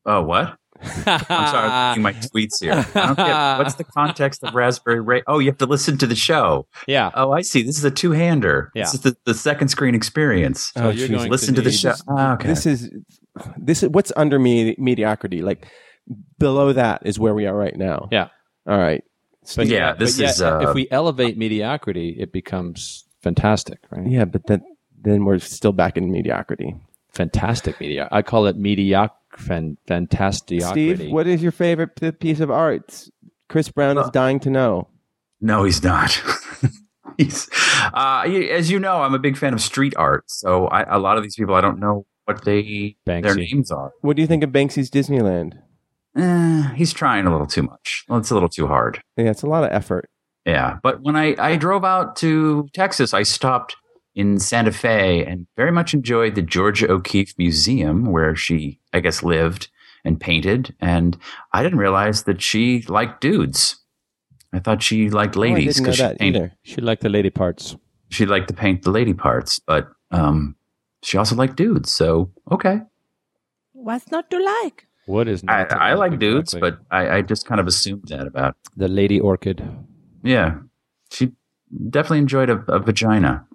Speaker 8: Oh, what? I'm sorry, I'm looking at my tweets here. I don't get what's the context of Raspberry Ray. Oh, you have to listen to the show.
Speaker 4: yeah.
Speaker 8: Oh, I see. This is a two-hander.
Speaker 4: Yeah.
Speaker 8: This is the, the second screen experience.
Speaker 4: So you're
Speaker 2: Jesus.
Speaker 4: going
Speaker 8: Oh, Listen to the
Speaker 4: need-
Speaker 8: show. Ah, okay.
Speaker 2: This is this is what's under me mediocrity. Like below that is where we are right now.
Speaker 4: Yeah.
Speaker 2: All right.
Speaker 4: But
Speaker 8: Yeah,
Speaker 4: yeah,
Speaker 8: this
Speaker 4: but
Speaker 8: is,
Speaker 4: yet,
Speaker 8: uh,
Speaker 4: if we elevate mediocrity, it becomes fantastic, right?
Speaker 2: Yeah, but then then we're still back in mediocrity.
Speaker 4: Fantastic media. I call it medioc fan, fantastiocrity.
Speaker 2: Steve, what is your favorite p- piece of art? Chris Brown is dying to know.
Speaker 8: No, he's not. he's, uh, he- as you know, I'm a big fan of street art. So I, a lot of these people, I don't know what they their
Speaker 4: Banksy.
Speaker 8: names are.
Speaker 2: What do you think of Banksy's Disneyland?
Speaker 8: Eh, he's trying a little too much. Well, it's a little too hard.
Speaker 2: Yeah, it's a lot of effort.
Speaker 8: Yeah. But when I, I drove out to Texas, I stopped in Santa Fe and very much enjoyed the Georgia O'Keeffe Museum where she, I guess, lived and painted. And I didn't realize that she liked dudes. I thought she liked
Speaker 2: Oh,
Speaker 8: ladies
Speaker 2: I didn't know
Speaker 8: she
Speaker 2: that
Speaker 8: painted
Speaker 2: either.
Speaker 4: She liked the lady parts.
Speaker 8: she liked to paint the lady parts, but um, she also liked dudes. So okay,
Speaker 5: What's not to like?
Speaker 4: What is
Speaker 8: I,
Speaker 4: not to
Speaker 8: I like dudes,
Speaker 4: exactly?
Speaker 8: but I, I just kind of assumed that about.
Speaker 4: the lady orchid.
Speaker 8: Yeah, she definitely enjoyed a, a vagina.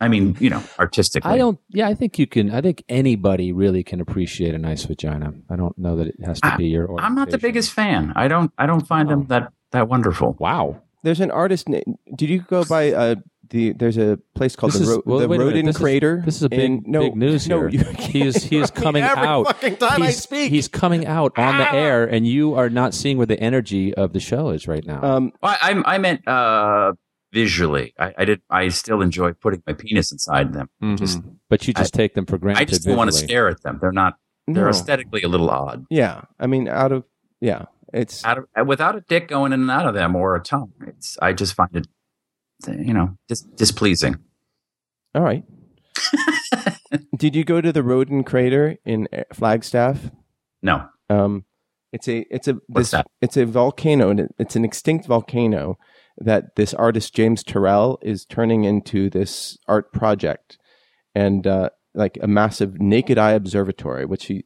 Speaker 8: I mean, you know, artistically.
Speaker 4: I don't. Yeah, I think you can. I think anybody really can appreciate a nice vagina. I don't know that it has to be your.
Speaker 8: I'm not the
Speaker 4: orientation.
Speaker 8: biggest fan. I don't. I don't find them that that wonderful.
Speaker 4: Wow.
Speaker 2: There's an artist. Na- Did you go by uh, the? There's a place called
Speaker 4: This
Speaker 2: the,
Speaker 4: is-
Speaker 2: Ro-
Speaker 4: well,
Speaker 2: the
Speaker 4: wait a minute.
Speaker 2: Rodin
Speaker 4: This is-
Speaker 2: Crater.
Speaker 4: This is a big,
Speaker 2: in- no,
Speaker 4: big news
Speaker 2: no,
Speaker 4: here.
Speaker 2: You
Speaker 4: he is he is
Speaker 2: interrupt me
Speaker 4: coming
Speaker 2: every
Speaker 4: out.
Speaker 2: fucking time I
Speaker 4: he's,
Speaker 2: speak. Ah.
Speaker 4: he's coming out on the air, and you are not seeing where the energy of the show is right now.
Speaker 2: um,
Speaker 8: I, I, I meant uh, visually. I, I did. I still enjoy putting my penis inside them.
Speaker 4: Mm-hmm.
Speaker 8: just-
Speaker 4: but you just take them for granted.
Speaker 8: I just don't want to
Speaker 4: visually.
Speaker 8: stare at them. They're not. They're
Speaker 2: no.
Speaker 8: aesthetically a little odd.
Speaker 2: Yeah, I mean, out of yeah, it's
Speaker 8: out of, without a dick going in and out of them or a tongue. It's I just find it, you know, dis- displeasing.
Speaker 2: all right. Did you go to the Rodin Crater in uh, Flagstaff?
Speaker 8: No,
Speaker 2: Um, it's a it's a this,
Speaker 8: What's that?
Speaker 2: it's a volcano. and it- It's an extinct volcano that this artist James Terrell is turning into this art project, and uh, like a massive naked eye observatory, which he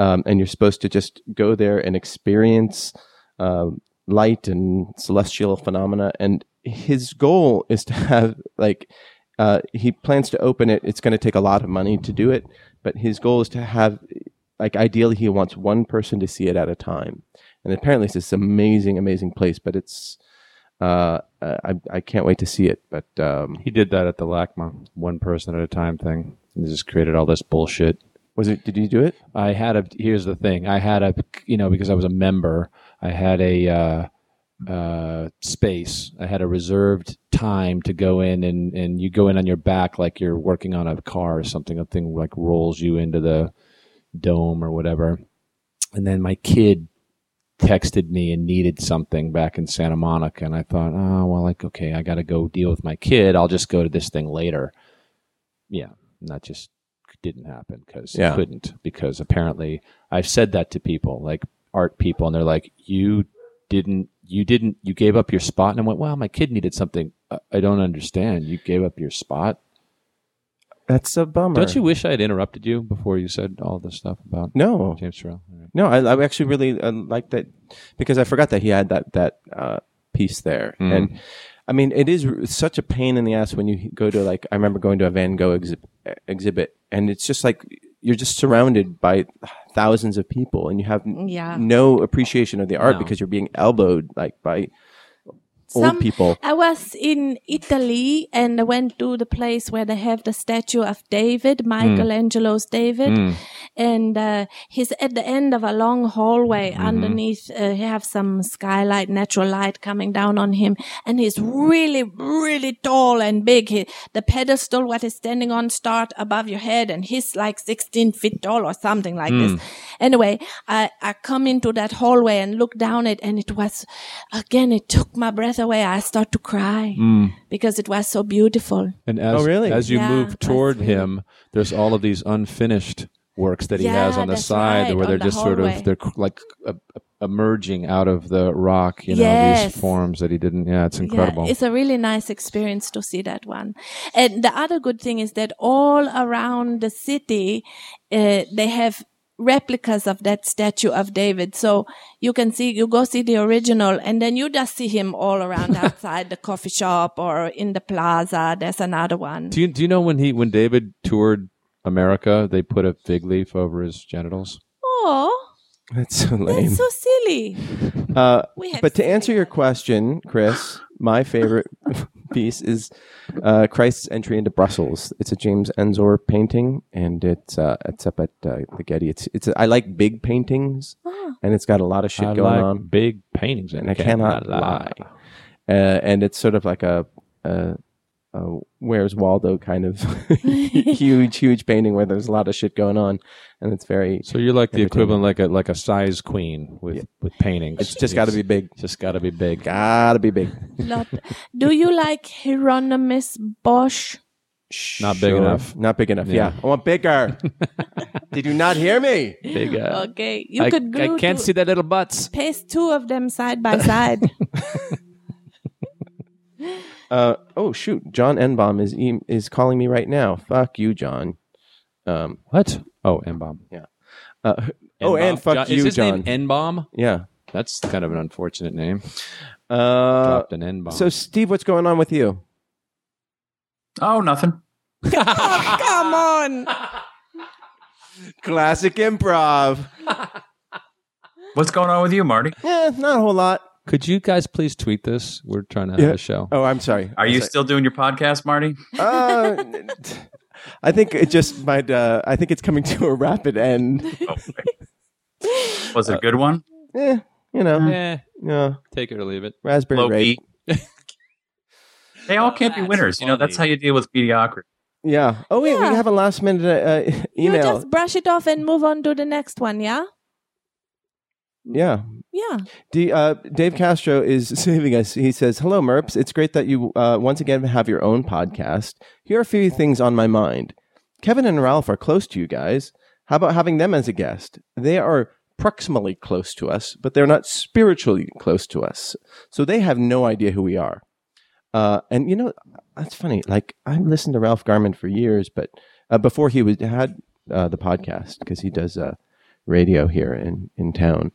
Speaker 2: um, and you're supposed to just go there and experience um light and celestial phenomena. And his goal is to have like uh, he plans to open it. It's going to take a lot of money to do it, but his goal is to have like ideally he wants one person to see it at a time. And apparently it's this amazing, amazing place. But it's uh, I I can't wait to see it. But um,
Speaker 4: He did that at the LACMA, one person at a time thing. He just created all this bullshit.
Speaker 2: was it? Did you do it?
Speaker 4: I had a. Here's the thing. I had a. You know, because I was a member, I had a uh, uh, space. I had a reserved time to go in, and and you go in on your back like you're working on a car or something. A thing like rolls you into the dome or whatever. And then my kid texted me and needed something back in Santa Monica, and I thought, oh well, like okay, I got to go deal with my kid. I'll just go to this thing later. Yeah, and that just didn't happen because
Speaker 2: Yeah.
Speaker 4: couldn't because apparently I've said that to people like art people, and they're like, you didn't. You didn't. You gave up your spot, and I went. Well, my kid needed something. "I- I don't understand. You gave up your spot.
Speaker 2: That's a bummer.
Speaker 4: Don't you wish I had interrupted you before you said all this stuff about
Speaker 2: No,
Speaker 4: James Terrell? All right.
Speaker 2: no. I, I actually really uh, like that because I forgot that he had that that uh, piece there.
Speaker 4: Mm.
Speaker 2: And I mean, it is r- such a pain in the ass when you go to like I remember going to a Van Gogh exhi- e, exhibit, and it's just like you're just surrounded by thousands of people, and you have
Speaker 5: Yeah.
Speaker 2: no appreciation of the art
Speaker 4: No.
Speaker 2: because you're being elbowed like by old
Speaker 5: Some-
Speaker 2: people.
Speaker 5: I was in Italy and I went to the place where they have the statue of David,
Speaker 2: Hmm.
Speaker 5: Michelangelo's David, and uh, he's at the end of a long hallway.
Speaker 2: Mm-hmm.
Speaker 5: Underneath, uh, he have some skylight, natural light coming down on him, and he's really, really tall and big. He, the pedestal what he's standing on start above your head, and he's like sixteen feet tall or something like this. Anyway, I I come into that hallway and look down it, and it was again. It took my breath away. I start to cry because it was so beautiful.
Speaker 4: And as
Speaker 2: Oh, really?
Speaker 4: as you
Speaker 5: Yeah,
Speaker 4: move
Speaker 5: that's
Speaker 4: toward
Speaker 5: really-
Speaker 4: him, there's all of these unfinished works that he
Speaker 5: Yeah,
Speaker 4: has on the
Speaker 5: that's
Speaker 4: side
Speaker 5: right,
Speaker 4: where
Speaker 5: on
Speaker 4: they're
Speaker 5: the
Speaker 4: just sort
Speaker 5: hallway.
Speaker 4: of they're c- like uh, uh, emerging out of the rock you know
Speaker 5: Yes.
Speaker 4: these forms that he didn't yeah it's incredible
Speaker 5: Yeah, it's a really nice experience to see that one. And the other good thing is that all around the city, uh, they have replicas of that statue of David. So you can see, you go see the original and then you just see him all around outside the coffee shop or in the plaza. There's another one.
Speaker 4: do you do you know when he when David toured America they put a fig leaf over his genitals
Speaker 5: Oh,
Speaker 2: That's so lame.
Speaker 5: that's so silly.
Speaker 2: uh,
Speaker 5: We had
Speaker 2: but to answer your question, Chris, my favorite piece is uh, Christ's entry into Brussels. It's a James Ensor painting, and it's uh, it's up at uh, the Getty. It's it's I like big paintings, and it's got a lot of shit going on.
Speaker 4: big paintings
Speaker 2: and I cannot lie. Uh, and it's sort of like a, a, a Where's Waldo kind of huge, huge painting where there's a lot of shit going on, and it's very.
Speaker 4: So you're like the
Speaker 2: Entertainment.
Speaker 4: equivalent like a like a size queen with with paintings.
Speaker 2: It's just got to be big.
Speaker 4: just got to be big.
Speaker 2: Gotta be big.
Speaker 5: Lot. Do you like Hieronymus Bosch?
Speaker 4: Not big
Speaker 2: Sure.
Speaker 4: enough.
Speaker 2: Not big enough.
Speaker 4: Yeah.
Speaker 2: Yeah, I want bigger. Did you not hear me?
Speaker 4: Big. Uh,
Speaker 5: Okay. You
Speaker 4: I,
Speaker 5: could glue
Speaker 4: I can't
Speaker 5: two-
Speaker 4: see that little butts.
Speaker 5: paste two of them side by side.
Speaker 2: Uh, oh shoot, John Enbaum is em- is calling me right now. Fuck you, John. Um,
Speaker 4: What? Oh, N bomb.
Speaker 2: uh, oh, and fuck you,
Speaker 4: Is his
Speaker 2: John.
Speaker 4: name N bomb?
Speaker 2: yeah.
Speaker 4: That's kind of an unfortunate name.
Speaker 2: Uh,
Speaker 4: Dropped an N bomb.
Speaker 2: so, Steve, what's going on with you?
Speaker 8: Oh, nothing.
Speaker 5: Come on.
Speaker 2: Classic improv.
Speaker 8: What's going on with you, Marty?
Speaker 2: Yeah, Eh, not a whole lot.
Speaker 4: could you guys please tweet this? We're trying to have
Speaker 2: Yeah.
Speaker 4: a show.
Speaker 2: Oh, I'm sorry.
Speaker 8: Are
Speaker 2: I'm
Speaker 8: you
Speaker 2: sorry.
Speaker 8: still doing your podcast, Marty?
Speaker 2: Uh, I think it just might. Uh, I think it's coming to a rapid end.
Speaker 8: Oh,
Speaker 2: Uh,
Speaker 8: Was it a good one?
Speaker 2: Eh, you know,
Speaker 4: Eh,
Speaker 2: yeah,
Speaker 4: take it or leave it.
Speaker 2: raspberry
Speaker 8: Low
Speaker 2: rate.
Speaker 8: key. They all can't
Speaker 5: Oh,
Speaker 8: be winners. You know, that's how you deal with mediocrity.
Speaker 2: Yeah. Oh, wait,
Speaker 5: Yeah.
Speaker 2: we have a last minute uh, uh,
Speaker 5: You
Speaker 2: email.
Speaker 5: just brush it off and move on to the next one, yeah?
Speaker 2: Yeah.
Speaker 5: Yeah.
Speaker 2: D, uh, Dave Castro is saving us. He says, Hello, Merps. It's great that you uh, once again have your own podcast. Here are a few things on my mind. Kevin and Ralph are close to you guys. How about having them as a guest? They are proximally close to us, but they're not spiritually close to us. So they have no idea who we are. Uh, and you know, that's funny. Like, I listened to Ralph Garman for years, but uh, before he was, had uh, the podcast, because he does uh, radio here in, in town.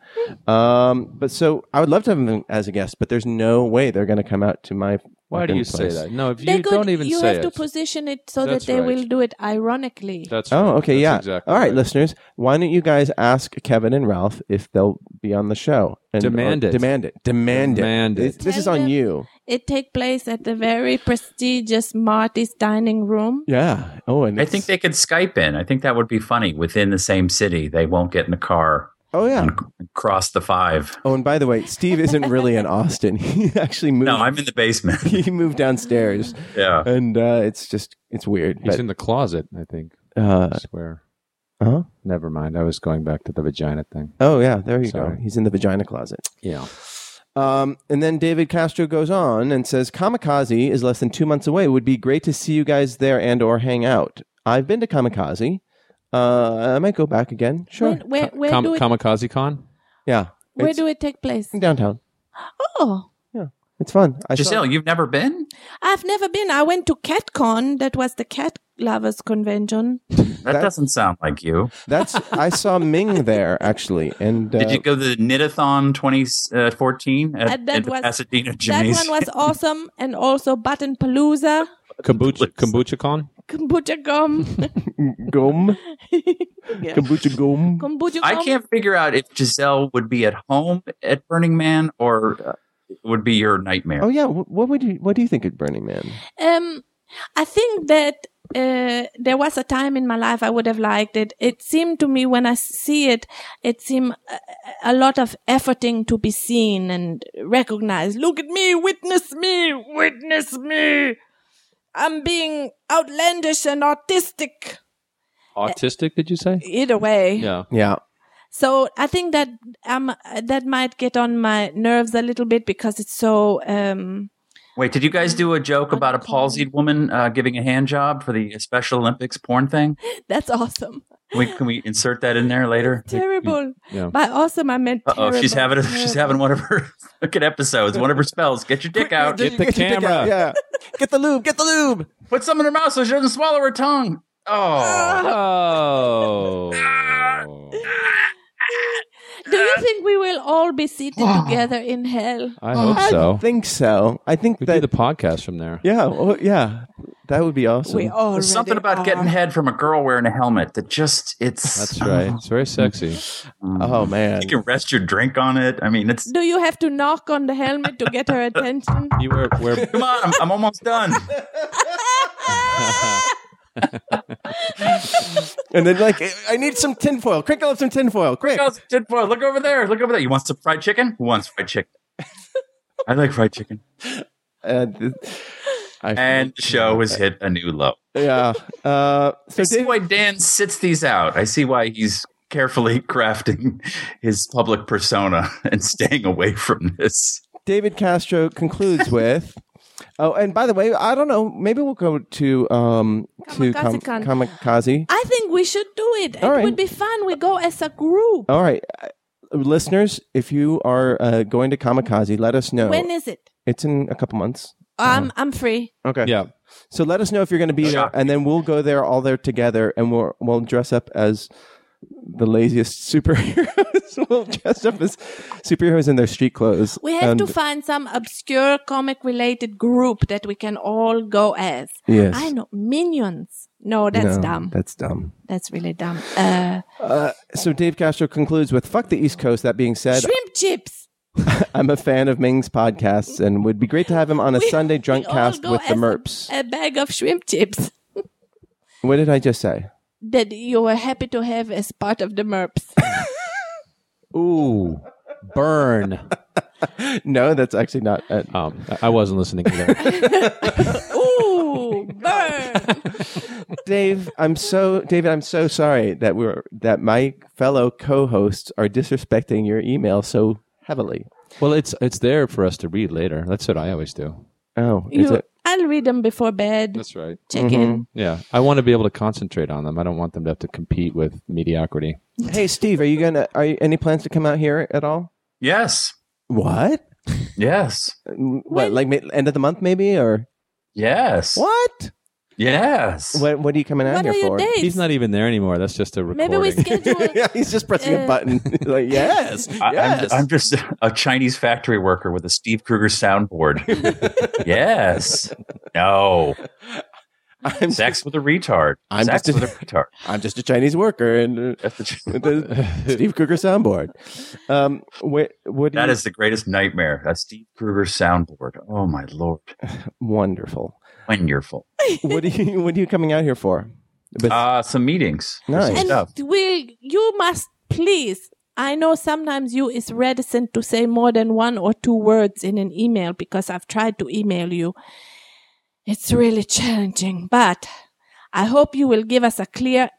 Speaker 2: Um, but so I would love to have them as a guest, but there's no way they're going to come out to my.
Speaker 4: Why do
Speaker 2: fucking
Speaker 4: you say
Speaker 2: place.
Speaker 4: that? No, if
Speaker 5: They
Speaker 4: you don't even
Speaker 5: you
Speaker 4: say
Speaker 5: have to
Speaker 4: it.
Speaker 5: position it so
Speaker 4: That's
Speaker 5: that they
Speaker 4: right.
Speaker 5: will do it ironically.
Speaker 4: that's
Speaker 2: Oh,
Speaker 4: right.
Speaker 2: okay,
Speaker 4: That's
Speaker 2: yeah.
Speaker 4: Exactly
Speaker 2: All right,
Speaker 4: right.
Speaker 2: listeners, why don't you guys ask Kevin and Ralph if they'll be on the show? And,
Speaker 4: Demand
Speaker 2: or-
Speaker 4: it.
Speaker 2: Demand it. Demand,
Speaker 4: Demand it.
Speaker 2: This, this is
Speaker 5: Tell
Speaker 2: on
Speaker 5: them-
Speaker 2: you.
Speaker 5: It take place at the very prestigious Marty's dining room.
Speaker 2: Yeah. Oh, and
Speaker 8: I think they could Skype in. I think that would be funny. Within the same city, they won't get in the car
Speaker 2: Oh, yeah.
Speaker 8: and, and cross the five.
Speaker 2: Oh, and by the way, Steve isn't really in Austin. He actually moved.
Speaker 8: No, I'm in the basement.
Speaker 2: He moved downstairs,
Speaker 8: yeah.
Speaker 2: and uh, it's just it's weird.
Speaker 4: He's
Speaker 2: But,
Speaker 4: in the closet, I think. I
Speaker 2: uh, uh-huh.
Speaker 4: swear.
Speaker 2: huh?
Speaker 4: Never mind. I was going back to the vagina thing.
Speaker 2: Oh, yeah. There you
Speaker 4: Sorry.
Speaker 2: go. He's in the vagina closet.
Speaker 4: Yeah.
Speaker 2: Um, and then David Castro goes on and says, "Kamikaze is less than two months away. Would be great to see you guys there and or hang out. I've been to Kamikaze. Uh, I might go back again. Sure.
Speaker 5: When- where where,
Speaker 4: Com-
Speaker 5: do, it,
Speaker 4: Kamikaze Con?
Speaker 2: yeah.
Speaker 5: where
Speaker 2: it's
Speaker 5: do it take place?
Speaker 2: in downtown.
Speaker 5: Oh,
Speaker 2: It's fun. I saw-
Speaker 8: Giselle, you've never been?
Speaker 5: I've never been. I went to CatCon. That was the cat lovers convention.
Speaker 8: That,
Speaker 2: That-
Speaker 8: doesn't sound like you.
Speaker 2: that's I saw Ming there actually. And uh,
Speaker 8: Did you go to the Knitathon 2014 at,
Speaker 5: And that
Speaker 8: at the
Speaker 5: was-
Speaker 8: Pasadena
Speaker 5: That
Speaker 8: Gymnasium?
Speaker 5: one was awesome. And also Button Palooza,
Speaker 4: Kombucha, kombucha Con?
Speaker 5: Kombucha Gum.
Speaker 2: gum kombucha gum?
Speaker 5: Kombucha Gum.
Speaker 8: I can't figure out if Giselle would be at home at Burning Man or uh, it would be your nightmare.
Speaker 2: Oh yeah. Wh- What would you? What do you think at Burning Man?
Speaker 5: Um, I think that uh, there was a time in my life I would have liked it. It seemed to me when I see it, it seemed a, a lot of efforting to be seen and recognized. Look at me, witness me, witness me. I'm being outlandish and autistic.
Speaker 4: Autistic, did you say?
Speaker 5: Either way,
Speaker 4: Yeah.
Speaker 2: Yeah.
Speaker 5: so I think that um that might get on my nerves a little bit because it's so um
Speaker 8: Wait, did you guys do a joke about a palsied woman uh, giving a hand job for the Special Olympics porn thing?
Speaker 5: that's awesome.
Speaker 8: Can we, can we insert that in there later?
Speaker 5: terrible.
Speaker 4: Yeah.
Speaker 5: By awesome, I meant.
Speaker 8: Uh oh, she's
Speaker 5: terrible,
Speaker 8: having she's
Speaker 5: terrible.
Speaker 8: having one of her fucking episodes, one of her spells. Get your dick out.
Speaker 4: Get the
Speaker 2: your dick out.
Speaker 4: camera.
Speaker 2: Yeah. Get the lube. Get the lube.
Speaker 8: Put some in her mouth so she doesn't swallow her tongue. Oh,
Speaker 4: Oh.
Speaker 5: Do you think we will all be seated together in hell?
Speaker 4: I hope
Speaker 2: I
Speaker 4: so.
Speaker 2: think so. I think
Speaker 4: We do
Speaker 2: that.
Speaker 4: the podcast from there.
Speaker 2: yeah. oh, yeah. That would be awesome.
Speaker 5: We all.
Speaker 8: there's something about getting head from a girl wearing a helmet that just it's. um,
Speaker 4: That's right. It's very sexy.
Speaker 2: oh man.
Speaker 8: You can rest your drink on it. I mean, it's
Speaker 5: Do you have to knock on the helmet to get her attention?
Speaker 4: You were, were
Speaker 8: come on. I'm, I'm almost done.
Speaker 2: And then like, I need some tinfoil. Crinkle up some tinfoil. Quick.
Speaker 8: Look out, tinfoil. Look over there. Look over there. You want some fried chicken? Who wants fried chicken? I like fried chicken.
Speaker 2: Uh, th- I
Speaker 8: And the show has hit a new low.
Speaker 2: yeah. Uh,
Speaker 8: I
Speaker 2: so
Speaker 8: see
Speaker 2: Dave,
Speaker 8: why Dan sits these out. I see why he's carefully crafting his public persona and staying away from this.
Speaker 2: David Castro concludes with. Oh, and by the way, I don't know. Maybe we'll go to um to
Speaker 5: Kamikaze
Speaker 2: Kam-
Speaker 5: Con.
Speaker 2: Kamikaze.
Speaker 5: I think we should do it.
Speaker 2: All
Speaker 5: it
Speaker 2: right.
Speaker 5: would be fun. We go as a group.
Speaker 2: All right, Uh, listeners, if you are uh, going to Kamikaze, let us know.
Speaker 5: When is it?
Speaker 2: it's in a couple months.
Speaker 5: Um, I'm free.
Speaker 2: Okay.
Speaker 4: yeah.
Speaker 2: So let us know if you're going to be there, and then we'll go there all there together, and we'll we'll dress up as the laziest superheroes. we'll dress up as superheroes in their street clothes.
Speaker 5: We have
Speaker 2: and,
Speaker 5: to find some obscure comic related group that we can all go as.
Speaker 2: Yes.
Speaker 5: I know. Minions. No, that's
Speaker 2: No,
Speaker 5: dumb.
Speaker 2: That's dumb.
Speaker 5: that's really dumb. Uh,
Speaker 2: So Dave Castro concludes with "Fuck the East Coast." That being said,
Speaker 5: shrimp chips.
Speaker 2: I'm a fan of Ming's podcasts, and would be great to have him on a
Speaker 5: We-
Speaker 2: Sunday drunk
Speaker 5: we all
Speaker 2: cast
Speaker 5: go
Speaker 2: with the
Speaker 5: as a-
Speaker 2: Merps.
Speaker 5: A bag of shrimp chips
Speaker 2: what did I just say?
Speaker 5: that you were happy to have as part of the MERPs.
Speaker 4: Ooh. Burn.
Speaker 2: No, that's actually not. Uh,
Speaker 4: Um, I- I wasn't listening to that.
Speaker 5: Ooh, burn.
Speaker 2: Dave, I'm so David. I'm so sorry that we're that my fellow co-hosts are disrespecting your email so heavily.
Speaker 4: well, it's it's there for us to read later. That's what I always do.
Speaker 2: Oh, is
Speaker 5: You,
Speaker 2: it?
Speaker 5: I'll read them before bed.
Speaker 4: That's right.
Speaker 5: Check in.
Speaker 4: Yeah. I want to be able to concentrate on them. I don't want them to have to compete with mediocrity.
Speaker 2: Hey, Steve, are you gonna? Are you, any plans to come out here at all?
Speaker 8: Yes.
Speaker 2: What?
Speaker 8: Yes.
Speaker 2: Mm, What? Like ma- end of the month, maybe? Or
Speaker 8: Yes.
Speaker 2: what?
Speaker 8: Yes.
Speaker 2: What? What are you coming out
Speaker 5: What
Speaker 2: here
Speaker 5: are your
Speaker 2: for?
Speaker 5: dates?
Speaker 4: He's not even there anymore. That's just a recording.
Speaker 5: Maybe we schedule.
Speaker 2: yeah, he's just pressing a
Speaker 5: Uh,
Speaker 2: button. He's like, yes,
Speaker 8: I, I'm-
Speaker 2: yes.
Speaker 8: I'm, just a Chinese factory worker with a Steve Kruger soundboard. yes. No.
Speaker 2: I'm,
Speaker 8: Sex with a retard.
Speaker 2: I'm
Speaker 8: Sex
Speaker 2: just-
Speaker 8: with a retard.
Speaker 2: I'm just a Chinese worker and uh,
Speaker 8: That's the-
Speaker 2: the Steve Kruger soundboard. Um, what? What? do
Speaker 8: that
Speaker 2: you-
Speaker 8: is the greatest nightmare. That's Steve Kruger soundboard. Oh my lord.
Speaker 2: wonderful.
Speaker 8: Wonderful.
Speaker 2: What are you? What are you coming out here for? Bes-
Speaker 8: Uh some meetings.
Speaker 2: Nice.
Speaker 8: Some
Speaker 5: and
Speaker 8: stuff.
Speaker 5: will you must please i know sometimes you is reticent to say more than one or two words in an email because i've tried to email you it's really challenging but i hope you will give us a clear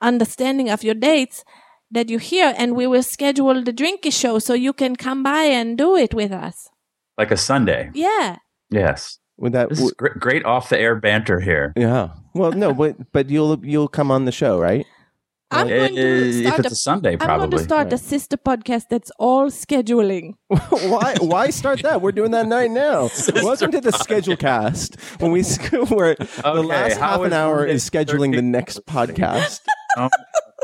Speaker 5: understanding of your dates that you hear and we will schedule the drinky show so you can come by and do it with us
Speaker 8: Like a Sunday.
Speaker 5: yeah
Speaker 8: Yes.
Speaker 2: Would that?
Speaker 8: This is gr- great off the air banter here.
Speaker 2: yeah. Well, no, but but you'll you'll come on the show, right?
Speaker 5: i'm going
Speaker 8: Uh,
Speaker 5: to
Speaker 8: if
Speaker 5: start
Speaker 8: it's
Speaker 5: a
Speaker 8: a Sunday,
Speaker 5: I'm going to
Speaker 8: probably.
Speaker 5: start a sister podcast that's all scheduling.
Speaker 2: why why start that? We're doing that right now. Welcome to the schedule cast. When we where the last
Speaker 8: how
Speaker 2: half an
Speaker 8: is
Speaker 2: hour
Speaker 8: Monday
Speaker 2: is scheduling the
Speaker 8: 13th?
Speaker 2: next podcast.
Speaker 4: Um,
Speaker 8: Oh,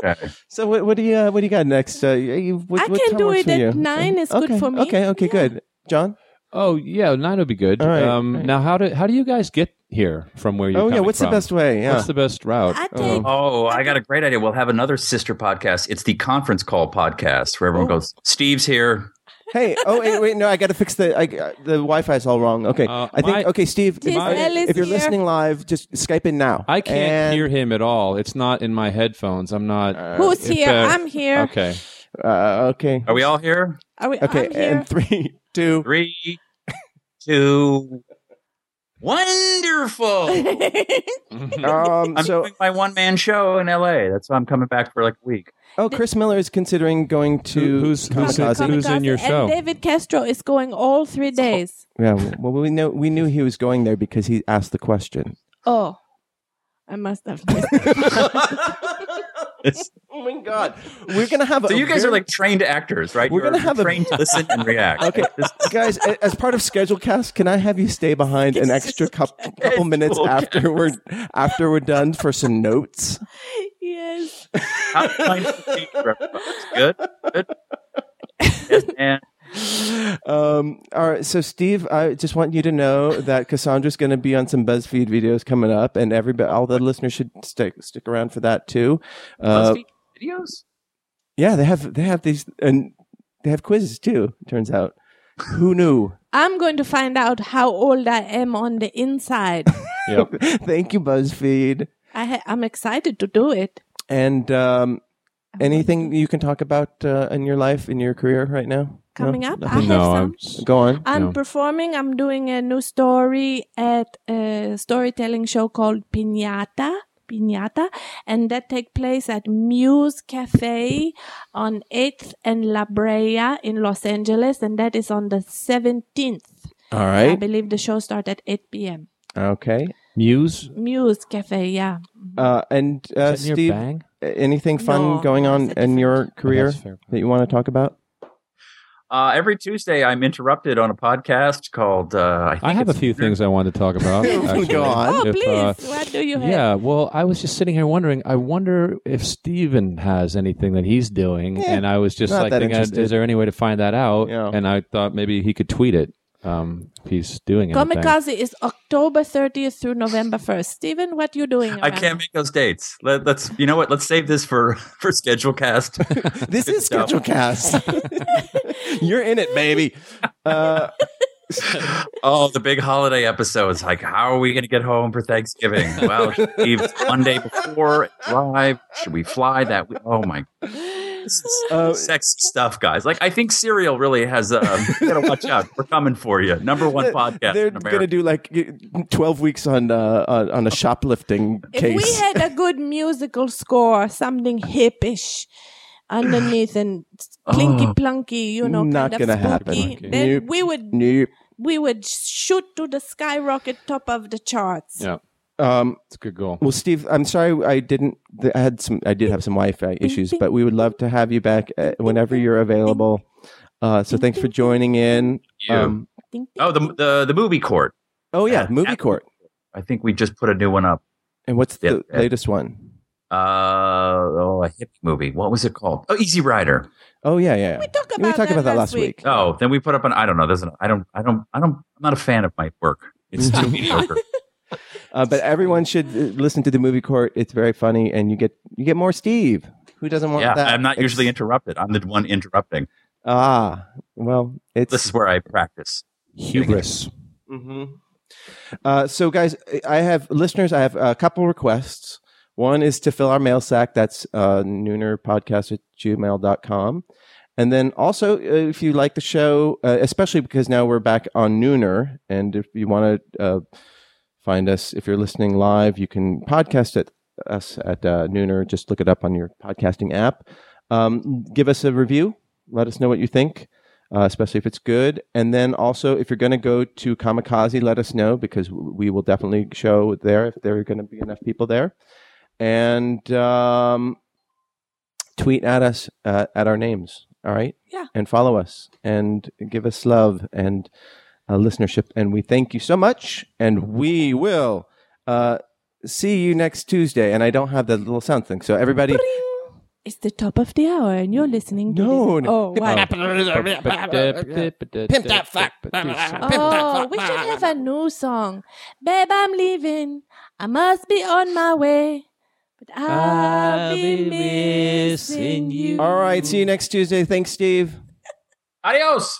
Speaker 8: okay.
Speaker 2: So what, what do you uh, what do you got next? Uh, you, what,
Speaker 5: I
Speaker 2: what
Speaker 5: can
Speaker 2: time
Speaker 5: do
Speaker 2: works
Speaker 5: it
Speaker 2: for
Speaker 5: at
Speaker 2: you?
Speaker 5: nine. It's good
Speaker 2: okay,
Speaker 5: for me.
Speaker 2: Okay, okay, good. John.
Speaker 4: Oh yeah, nine would be good.
Speaker 2: All right,
Speaker 4: um,
Speaker 2: all right.
Speaker 4: Now, how do how do you guys get here from where you?
Speaker 2: oh yeah, what's the best way? Yeah.
Speaker 4: What's the best route?
Speaker 5: I take-
Speaker 8: Oh, I got a great idea. We'll have another sister podcast. It's the conference call podcast where
Speaker 5: Oh.
Speaker 8: everyone goes, Steve's here.
Speaker 2: hey, oh wait, wait, no, I got to fix the I, uh, the Wi-Fi is all wrong. Okay,
Speaker 4: Uh,
Speaker 2: I think
Speaker 4: my-
Speaker 2: okay, Steve, if,
Speaker 5: my-
Speaker 2: if
Speaker 5: Alice
Speaker 2: you're
Speaker 5: here.
Speaker 2: listening live, just Skype in now.
Speaker 4: I can't
Speaker 2: And,
Speaker 4: hear him at all. It's not in my headphones. I'm not.
Speaker 5: Who's
Speaker 4: if,
Speaker 5: here?
Speaker 4: uh,
Speaker 5: I'm here.
Speaker 4: Okay.
Speaker 2: Uh, okay,
Speaker 8: Are we all here?
Speaker 5: Are we,
Speaker 2: okay,
Speaker 5: I'm here.
Speaker 2: and three, two.
Speaker 8: Three, two, wonderful.
Speaker 2: Um,
Speaker 8: I'm
Speaker 2: so
Speaker 8: doing my one man show in LA. That's why I'm coming back for like a week.
Speaker 2: Oh, Chris Miller is considering going to
Speaker 4: Who- who's- who's in-
Speaker 2: Kamikaze.
Speaker 4: who's in your
Speaker 5: and
Speaker 4: show?
Speaker 5: David Castro is going all three days.
Speaker 2: Yeah, well, we know we knew he was going there because he asked the question.
Speaker 5: Oh, I must have. missed.
Speaker 2: Oh my god, we're gonna have.
Speaker 8: So
Speaker 2: a
Speaker 8: you guys are
Speaker 2: very-
Speaker 8: like trained actors, right?
Speaker 2: We're
Speaker 8: You're
Speaker 2: gonna have a-
Speaker 8: trained to listen and react.
Speaker 2: Okay, guys, a- as part of schedule cast, can I have you stay behind an extra couple, couple minutes
Speaker 8: Schedule
Speaker 2: after we're after we're done for some notes?
Speaker 5: yes.
Speaker 8: Top nine fifteen rep votes. Good, good. Yes, and
Speaker 2: Um, all right, so Steve, I just want you to know that Cassandra's going to be on some BuzzFeed videos coming up, and everybody, all the listeners should stick stick around for that too. Uh,
Speaker 8: BuzzFeed videos.
Speaker 2: yeah, they have they have these and they have quizzes too. It turns out, who knew?
Speaker 5: I'm going to find out how old I am on the inside.
Speaker 2: Thank you, BuzzFeed.
Speaker 5: I ha- I'm excited to do it.
Speaker 2: And um, anything you can talk about uh, in your life, in your career right now? No?
Speaker 5: Coming up, Uh, I
Speaker 2: Nothing?
Speaker 5: have
Speaker 4: No,
Speaker 5: some.
Speaker 4: I'm.
Speaker 2: Go on.
Speaker 5: I'm
Speaker 4: Yeah.
Speaker 5: performing. I'm doing a new story at a storytelling show called Pinata. Pinata, and that take place at Muse Cafe on 8th and La Brea in Los Angeles, and that is on the 17th.
Speaker 2: All
Speaker 5: I
Speaker 2: right.
Speaker 5: believe the show starts at 8 p.m.
Speaker 2: Okay.
Speaker 4: Muse?
Speaker 5: Muse Cafe, yeah.
Speaker 2: Uh, and uh,
Speaker 4: Is that near
Speaker 2: Steve,
Speaker 4: Bang?
Speaker 2: anything fun
Speaker 5: No,
Speaker 2: going on
Speaker 5: that's a
Speaker 2: in your career
Speaker 4: That's fair.
Speaker 2: that you want to talk about?
Speaker 8: Uh, every Tuesday, I'm interrupted on a podcast called. Uh, I, think
Speaker 4: I have a
Speaker 8: it's-
Speaker 4: few things I wanted to talk about. actually.
Speaker 2: Go on.
Speaker 5: Oh,
Speaker 4: If,
Speaker 5: please.
Speaker 4: uh,
Speaker 5: what do you have?
Speaker 4: Yeah, well, I was just sitting here wondering. I wonder if Steven has anything that he's doing,
Speaker 2: Eh,
Speaker 4: and I was just
Speaker 2: not
Speaker 4: like,
Speaker 2: that
Speaker 4: thinking,
Speaker 2: interested.
Speaker 4: is there any way to find that out?
Speaker 2: Yeah.
Speaker 4: And I thought maybe he could tweet it. Um, if he's doing it.
Speaker 5: Kamikaze is October 30th through November 1st. Stephen, what you doing?
Speaker 8: I
Speaker 5: around?
Speaker 8: can't make those dates. Let, let's you know what. Let's save this for for schedule cast.
Speaker 2: This is
Speaker 8: No.
Speaker 2: schedule cast. You're in it, baby. Uh,
Speaker 8: oh, the big holiday episodes. Like, how are we going to get home for Thanksgiving? Well, should we leave one day before, drive. Should we fly that? We- oh my, this is
Speaker 2: Uh,
Speaker 8: sexy stuff, guys. Like, I think Serial really has. Um, you got to watch out. We're coming for you. Number one podcast
Speaker 2: They're
Speaker 8: in
Speaker 2: going to
Speaker 8: America.
Speaker 2: do like 12 weeks on uh, on, on a shoplifting
Speaker 5: If
Speaker 2: case.
Speaker 5: we had a good musical score, something hippish underneath and plinky
Speaker 8: Oh.
Speaker 5: plunky, you know,
Speaker 2: Ah. Not
Speaker 5: kind
Speaker 2: gonna
Speaker 5: of
Speaker 2: happen.
Speaker 5: spooky,
Speaker 4: Plunky.
Speaker 5: then
Speaker 2: Nope.
Speaker 5: we would
Speaker 2: Nope.
Speaker 5: we would shoot to the skyrocket top of the charts.
Speaker 4: Yeah.
Speaker 2: Um,
Speaker 4: It's a good goal.
Speaker 2: well, Steve, I'm sorry I didn't. th- I had some. I did have some Wi-Fi issues, but we would love to have you back uh, whenever you're available. Uh, so thanks for joining in.
Speaker 8: You.
Speaker 2: Um,
Speaker 5: Ding, ding,
Speaker 8: oh, the,
Speaker 5: ding.
Speaker 8: the the movie court.
Speaker 2: oh yeah, movie court.
Speaker 8: I think we just put a new one up.
Speaker 2: And what's the
Speaker 8: Yeah.
Speaker 2: latest one?
Speaker 8: Uh, oh, a hippie movie. What was it called? Oh, Easy Rider.
Speaker 2: Oh yeah, yeah.
Speaker 5: we talked about,
Speaker 2: we talked
Speaker 5: that,
Speaker 2: about that
Speaker 5: last
Speaker 2: last week.
Speaker 8: Oh, then we put up an. I don't know. There's an. I don't. I don't. I don't. I'm not a fan of my work. It's too mediocre.
Speaker 2: Uh, but everyone should uh, listen to the movie court. It's very funny, and you get you get more Steve. Who doesn't want
Speaker 8: yeah,
Speaker 2: that?
Speaker 8: I'm not
Speaker 2: It's-
Speaker 8: usually interrupted. I'm the one interrupting.
Speaker 2: ah, well, it's
Speaker 8: This is where I practice.
Speaker 4: Hubris.
Speaker 2: Mhm. Uh, so, guys, I have listeners. I have a couple requests. One is to fill our mail sack. That's uh, noonerpodcast at gmail.com. And then also, uh, if you like the show, uh, especially because now we're back on Nooner, and if you want to uh, find us, if you're listening live, you can podcast at us at uh, Nooner. Just look it up on your podcasting app. Um, give us a review. Let us know what you think uh, especially if it's good. And then also, if you're going to go to Kamikaze, let us know because w- we will definitely show there if there are going to be enough people there. And um, tweet at us uh, at our names, all right?
Speaker 5: Yeah.
Speaker 2: And follow us and give us love and uh, listenership. And we thank you so much. And we will uh, see you next Tuesday. And I don't have the little sound thing. So, everybody.
Speaker 5: It's the top of the hour, and you're listening. to
Speaker 2: No,
Speaker 5: this-
Speaker 2: no.
Speaker 5: Oh, wow.
Speaker 4: Pimp that fuck.
Speaker 5: Oh, we should have a new song. Babe, I'm leaving. I must be on my way. But I'll,
Speaker 4: I'll
Speaker 5: be,
Speaker 4: be
Speaker 5: missing
Speaker 4: missing
Speaker 5: you.
Speaker 4: you.
Speaker 2: All right. See you next Tuesday. Thanks, Steve.
Speaker 8: Adios.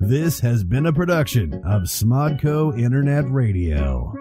Speaker 9: This has been a production of Smodco Internet Radio.